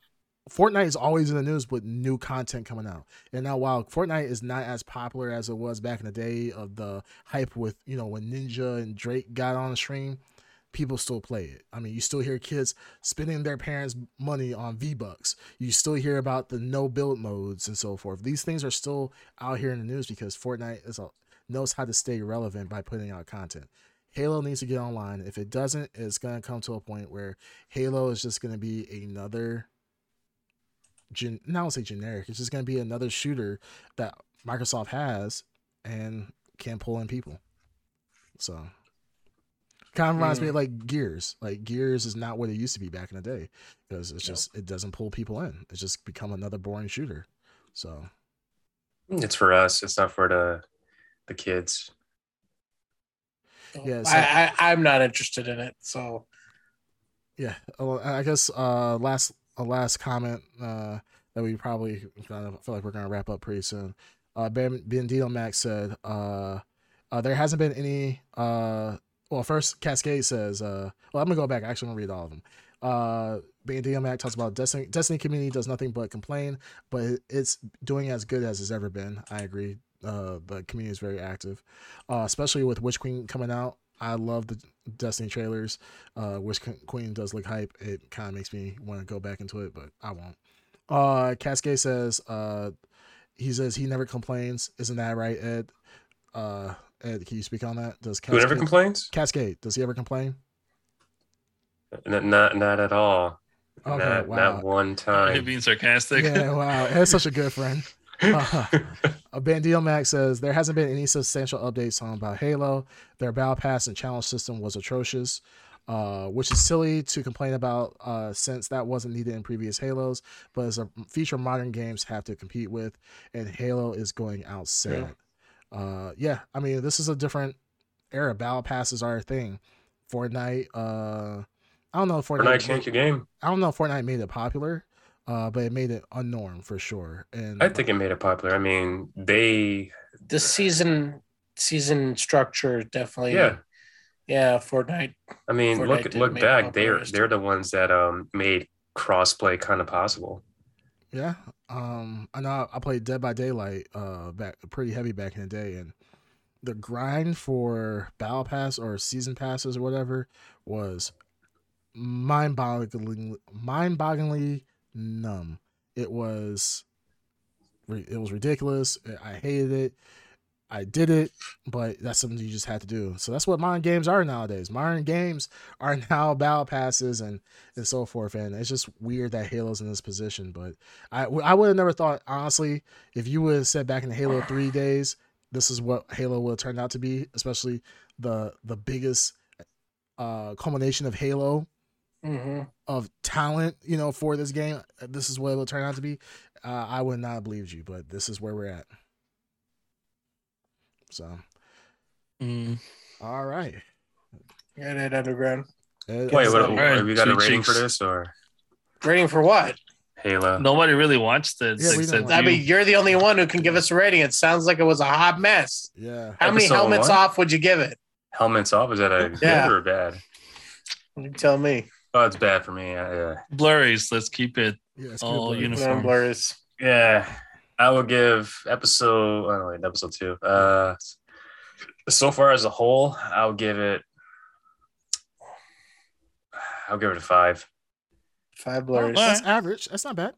S3: Fortnite is always in the news with new content coming out. And now, while Fortnite is not as popular as it was back in the day of the hype with, you know, when Ninja and Drake got on the stream, people still play it. I mean, you still hear kids spending their parents' money on V Bucks. You still hear about the no build modes and so forth. These things are still out here in the news because Fortnite is a, knows how to stay relevant by putting out content. Halo needs to get online. If it doesn't, it's gonna come to a point where Halo is just gonna be another. Gen- not to say generic. It's just gonna be another shooter that Microsoft has and can pull in people. So, kind of reminds me of like Gears. Like Gears is not what it used to be back in the day because it's
S4: No.
S3: just it doesn't pull people in. It's just become another boring shooter. So
S1: Mm, It's for us. It's not for the the kids.
S3: yeah, so-
S4: I, I I'm not interested in it. So
S3: yeah oh, and i guess uh last a last comment uh that we probably kind of feel like we're gonna wrap up pretty soon uh ben Bendito max said uh uh there hasn't been any uh well first cascade says uh well i'm gonna go back actually i'm gonna read all of them uh Bandito Mac talks about Destiny. Destiny community does nothing but complain, but it's doing as good as it's ever been. I agree. Uh, the community is very active, uh, especially with Witch Queen coming out. I love the Destiny trailers uh which Qu- queen does look hype it kind of makes me want to go back into it but i won't uh cascade says uh he says he never complains isn't that right ed uh ed can you speak on that does
S1: Who
S3: cascade,
S1: never complains?
S3: cascade does he ever complain
S1: N- not not at all.
S3: Okay,
S1: not,
S3: wow.
S1: not one
S6: Are you
S1: time.
S6: being sarcastic?
S3: yeah wow that's such a good friend uh, uh, Bandito Max says there hasn't been any substantial updates on about Halo. Their battle pass and challenge system was atrocious, uh, which is silly to complain about uh, since that wasn't needed in previous Halos, but it's a feature modern games have to compete with, and Halo is going out sad. Uh, yeah, I mean this is a different era. Battle passes are a thing. Fortnite, uh, I don't know. if
S1: Or not change your game.
S3: I don't know if Fortnite made it popular, uh, but it made it a norm for sure. And
S1: I think it made it popular. I mean, they
S4: the season season structure definitely.
S1: yeah.
S4: Yeah. Fortnite.
S1: I mean,
S4: Fortnite
S1: look
S4: did
S1: look
S4: make
S1: back.
S4: it
S1: They're
S4: popular.
S1: they're the ones that um made crossplay kind of possible.
S3: Yeah. Um, I know I, I played Dead by Daylight uh back pretty heavy back in the day and the grind for battle pass or season passes or whatever was mind boggling mind bogglingly numb. It was ri- it was ridiculous. I hated it. I did it, but that's something you just had to do. So that's what modern games are nowadays. Modern games are now battle passes and and so forth. And it's just weird that Halo's in this position. But I I would have never thought honestly if you would have said back in the Halo three days this is what Halo would have turned out to be, especially the the biggest uh culmination of Halo
S4: hmm
S3: of talent, you know, for this game. This is what it will turn out to be. Uh, I would not have believed you, but this is where we're at. So,
S2: Mm.
S3: all right.
S4: Right at Underground.
S3: Uh,
S1: Wait, what,
S3: so-
S6: Alright,
S1: we got a
S6: two
S1: rating for
S6: cheeks.
S1: this or
S4: Rating for what?
S1: Halo?
S2: Nobody really watched it.
S3: Yeah, we
S2: except
S3: didn't
S4: I
S2: you.
S4: mean, you're the only one who can give us a rating. It sounds like it was a hot mess.
S3: yeah.
S4: How many
S1: Episode
S4: helmets
S1: one?
S4: off would you give it?
S1: Helmets off. Is that a good
S4: Yeah.
S1: or bad?
S4: You tell me.
S1: Oh, it's bad for me. Yeah.
S2: blurries. Let's keep it.
S3: yeah it's
S2: All
S3: good,
S2: uniform.
S3: but-
S4: Blur blurs.
S1: Yeah, I would give episode. Oh, wait, episode two. Uh, so far as a whole, I would give it I'll give it a five.
S4: Five
S3: Well,
S4: blurs.
S3: that's average. That's not bad.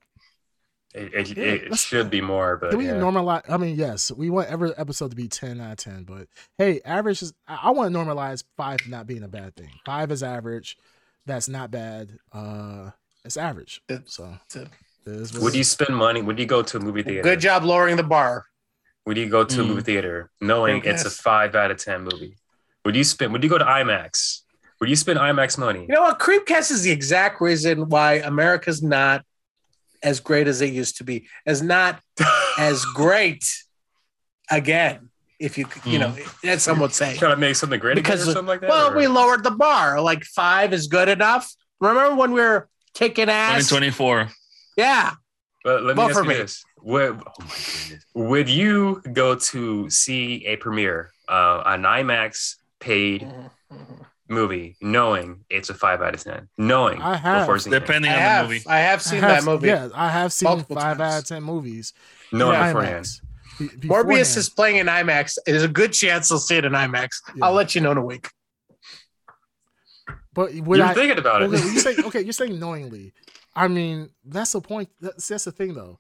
S1: It, it,
S3: Yeah,
S1: it
S3: that's-
S1: should be more, but
S3: Can we
S1: yeah.
S3: normalize? I mean, yes, we want every episode to be ten out of ten, but hey, average is. I, I want to normalize five not being a bad thing. Five is average. That's not bad. Uh, it's average.
S4: It-
S3: So
S4: it-
S3: it is what
S1: would
S3: it
S1: you
S3: is.
S1: spend money? Would you go to a movie theater?
S4: Good job lowering the bar.
S1: Would you go to a
S2: Mm.
S1: movie theater knowing
S4: Big
S1: it's a
S4: ass.
S1: five out of ten movie? Would you spend? Would you go to IMAX? Would you spend IMAX money?
S4: You know what? Creepcast is the exact reason why America's not as great as it used to be. As not as great again. If you you know,
S1: Mm-hmm.
S4: that's some would say.
S1: Try to make something great
S4: Because-
S1: because or something like that.
S4: Well,
S1: or-
S4: we lowered the bar. Like five is good enough. Remember when we were kicking ass?
S2: 2024.
S4: Yeah.
S1: But let me
S4: Vote
S1: ask
S4: for
S1: you
S4: me.
S1: this: would, oh my goodness. would you go to see a premiere, uh, an IMAX paid
S4: Mm-hmm.
S1: movie, knowing it's a five out of ten, knowing
S3: I have.
S1: before seeing it,
S4: I
S2: Depending on
S4: have,
S2: the movie.
S4: I have
S3: I
S4: seen
S3: have-
S4: that movie.
S3: Yeah, I have seen
S4: Multiple
S3: five
S4: times.
S3: out of ten movies.
S1: knowing
S3: in
S1: beforehand.
S3: IMAX. Be- beforehand.
S4: Morbius is playing in IMAX. There's a good chance they'll see it in IMAX.
S3: Yeah.
S4: I'll let you know in a week.
S3: But would
S1: You're
S3: I?
S1: thinking about
S3: okay, you
S1: it.
S3: say okay. You're saying knowingly. I mean, that's the point. That's, that's the thing, though.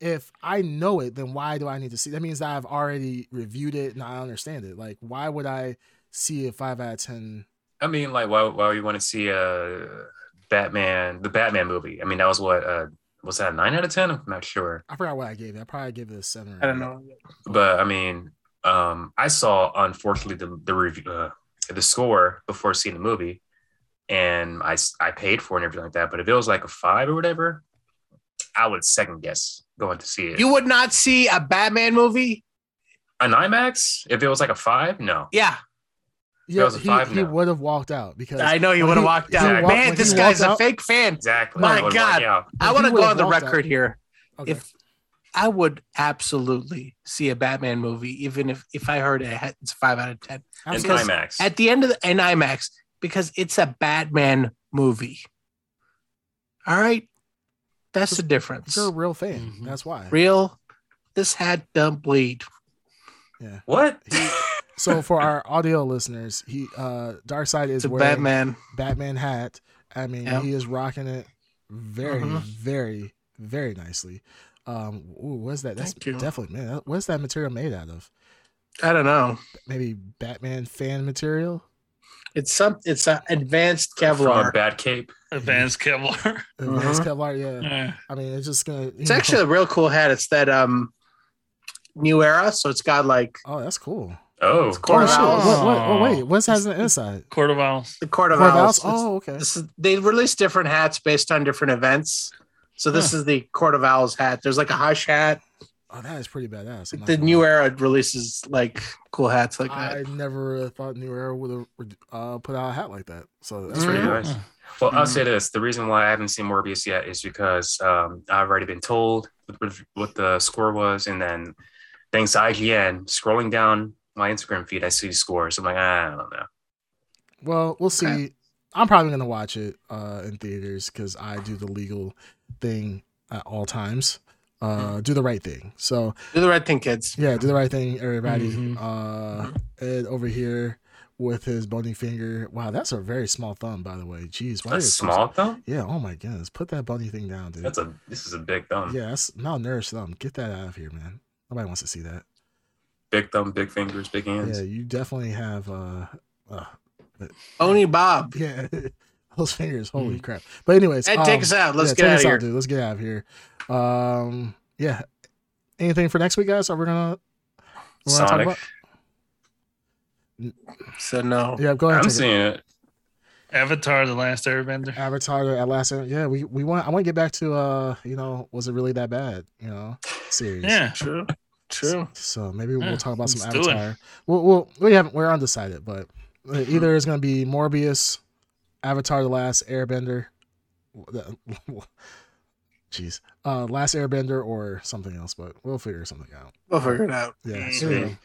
S3: If I know it, then why do I need to see? That means I've already reviewed it and I understand it. Like, why would I see a five out of ten?
S1: I mean, like, why, why would you want to see a Batman, the Batman movie? I mean, that was what uh, was that a nine out of ten? I'm not sure,
S3: I forgot what I gave it. I probably gave it a seven. Or
S4: I don't
S3: eight.
S4: know.
S1: but I mean, um, I saw unfortunately the the review, uh, the score before seeing the movie, and I s- I paid for it and everything like that. But if it was like a five or whatever, I would second guess going to see it.
S4: You would not see a Batman movie?
S1: an IMAX? If it was like a five, no.
S4: Yeah.
S1: That
S3: Yeah,
S1: was a five
S3: he, he
S1: now.
S3: would have walked out because
S4: I know you would have walked
S1: he
S4: out.
S1: walked-
S4: Man,
S3: when
S4: this
S3: he
S4: guy's
S3: walked
S4: a
S3: out-
S4: fake fan.
S1: Exactly.
S4: My
S1: I would
S4: God.
S1: walk out.
S4: I
S3: he
S4: want to
S3: would
S4: go
S3: have
S4: on the
S3: walked out.
S4: record here.
S3: okay.
S4: If I would absolutely see a Batman movie, even if, if I heard it had- it's five out of ten.
S1: in
S4: because
S1: IMAX.
S4: At the end of the in IMAX, because it's a Batman movie. All right. That's the difference.
S3: you're a real fan.
S4: Mm-hmm.
S2: Mhm.
S3: That's why.
S4: Real. This hat don't bleed.
S1: what?
S3: So for our audio listeners, he uh Dark Side is
S4: It's a
S3: wearing
S4: Batman.
S3: Batman hat. I mean,
S4: Yeah.
S3: he is rocking it very,
S4: Mhm.
S3: very, very nicely. Um, ooh, what's that? That's
S4: Thank you.
S3: definitely man. that- What's that material made out of?
S4: I don't know.
S3: Maybe Batman fan material.
S4: It's some it's an advanced
S1: From a
S4: Kevlar.
S1: bad cape.
S2: Advanced Kevlar.
S3: Advanced
S4: Mhm.
S3: Kevlar, yeah.
S2: Yeah.
S3: I mean, it's just gonna. you
S4: It's
S3: know-
S4: actually a real cool hat. It's that um new era, so it's got like
S3: Oh, that's cool.
S1: Oh,
S4: It's
S3: Oh,
S4: Corvallis.
S3: shit. What, what, what, wait,
S2: Oh.
S3: what's has an inside?
S2: Court of Owls.
S4: the court of
S3: Corvallis?
S4: owls.
S3: Oh, okay.
S4: This is, they release different hats based on different events. So this is the court of owls hat. There's like a hush hat.
S3: Oh, that is pretty badass. I'm not
S4: The
S3: gonna
S4: new
S3: lie.
S4: era releases like cool hats like that.
S3: I never thought New Era would have uh, put out a hat like that. So that's
S4: Mm-hmm.
S1: That's pretty
S3: pretty cool.
S1: nice. Well,
S3: Mm-hmm.
S1: I'll say this: the reason why I haven't seen Morbius yet is because um, I've already been told what- what the score was, and then thanks to IGN, scrolling down my Instagram feed, I see scores. I'm like, "Ah, I don't know.
S3: Well, we'll see.
S4: Okay.
S3: I'm probably gonna watch it uh, in theaters because I do the legal thing at all times.
S1: Mm.
S3: Uh, do the right thing. So
S4: Do the right thing, kids.
S3: yeah, do the right thing, everybody.
S2: Mhm.
S1: Mm-hmm.
S3: Uh, Ed over here with his bony finger. Wow, that's a very small thumb, by the way. Jeez, why are
S1: That's
S3: your
S1: small thumb.
S3: thumbs- Yeah. Oh my goodness, put that bony thing down, dude.
S1: That's a this is a big thumb.
S3: yeah, that's malnourished thumb. Get that out of here, man. Nobody wants to see that.
S1: Big thumb, big fingers, big hands.
S3: Yeah, you definitely have. Uh, uh,
S4: Oni Bob.
S3: yeah, those fingers. Holy
S1: Mm.
S3: crap! But anyways,
S4: Ed,
S3: um,
S4: take us out. Let's
S3: Yeah,
S4: get
S3: take
S4: out
S3: us
S4: of here.
S3: dude. Let's get out of here. Um, yeah. Anything for next week, guys? Are we gonna? we gonna talk
S1: Sonic.
S3: about-
S4: So no.
S3: Yeah, go ahead.
S1: I'm
S3: and take it.
S1: seeing it.
S2: Avatar, The Last Airbender.
S3: Avatar the last. Yeah, we we want. I want to get back to uh, you know, was it really that bad? You know, series.
S2: Yeah.
S4: True. True.
S3: So maybe
S2: Yeah,
S3: we'll talk about some
S2: let's do it.
S3: Avatar. We'll, we'll we haven't we're undecided, but uh, either it's gonna be Morbius, Avatar: The Last Airbender, jeez, uh, Last Airbender or something else. But we'll figure something out.
S4: We'll figure it out.
S3: Yeah.
S2: Mm.
S3: so-
S1: Sweet.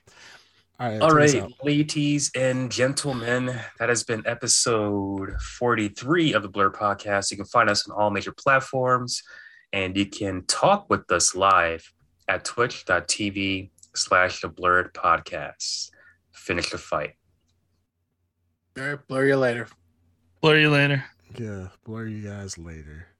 S3: all right.
S1: All
S3: take us
S1: right,
S3: out.
S1: ladies and gentlemen, that has been episode 43 of the Blur Podcast. You can find us on all major platforms and you can talk with us live at twitch.tv slash the blurred podcast. Finish the fight.
S4: All right. Blur you later.
S2: Blur you later.
S3: Yeah, blur you guys later.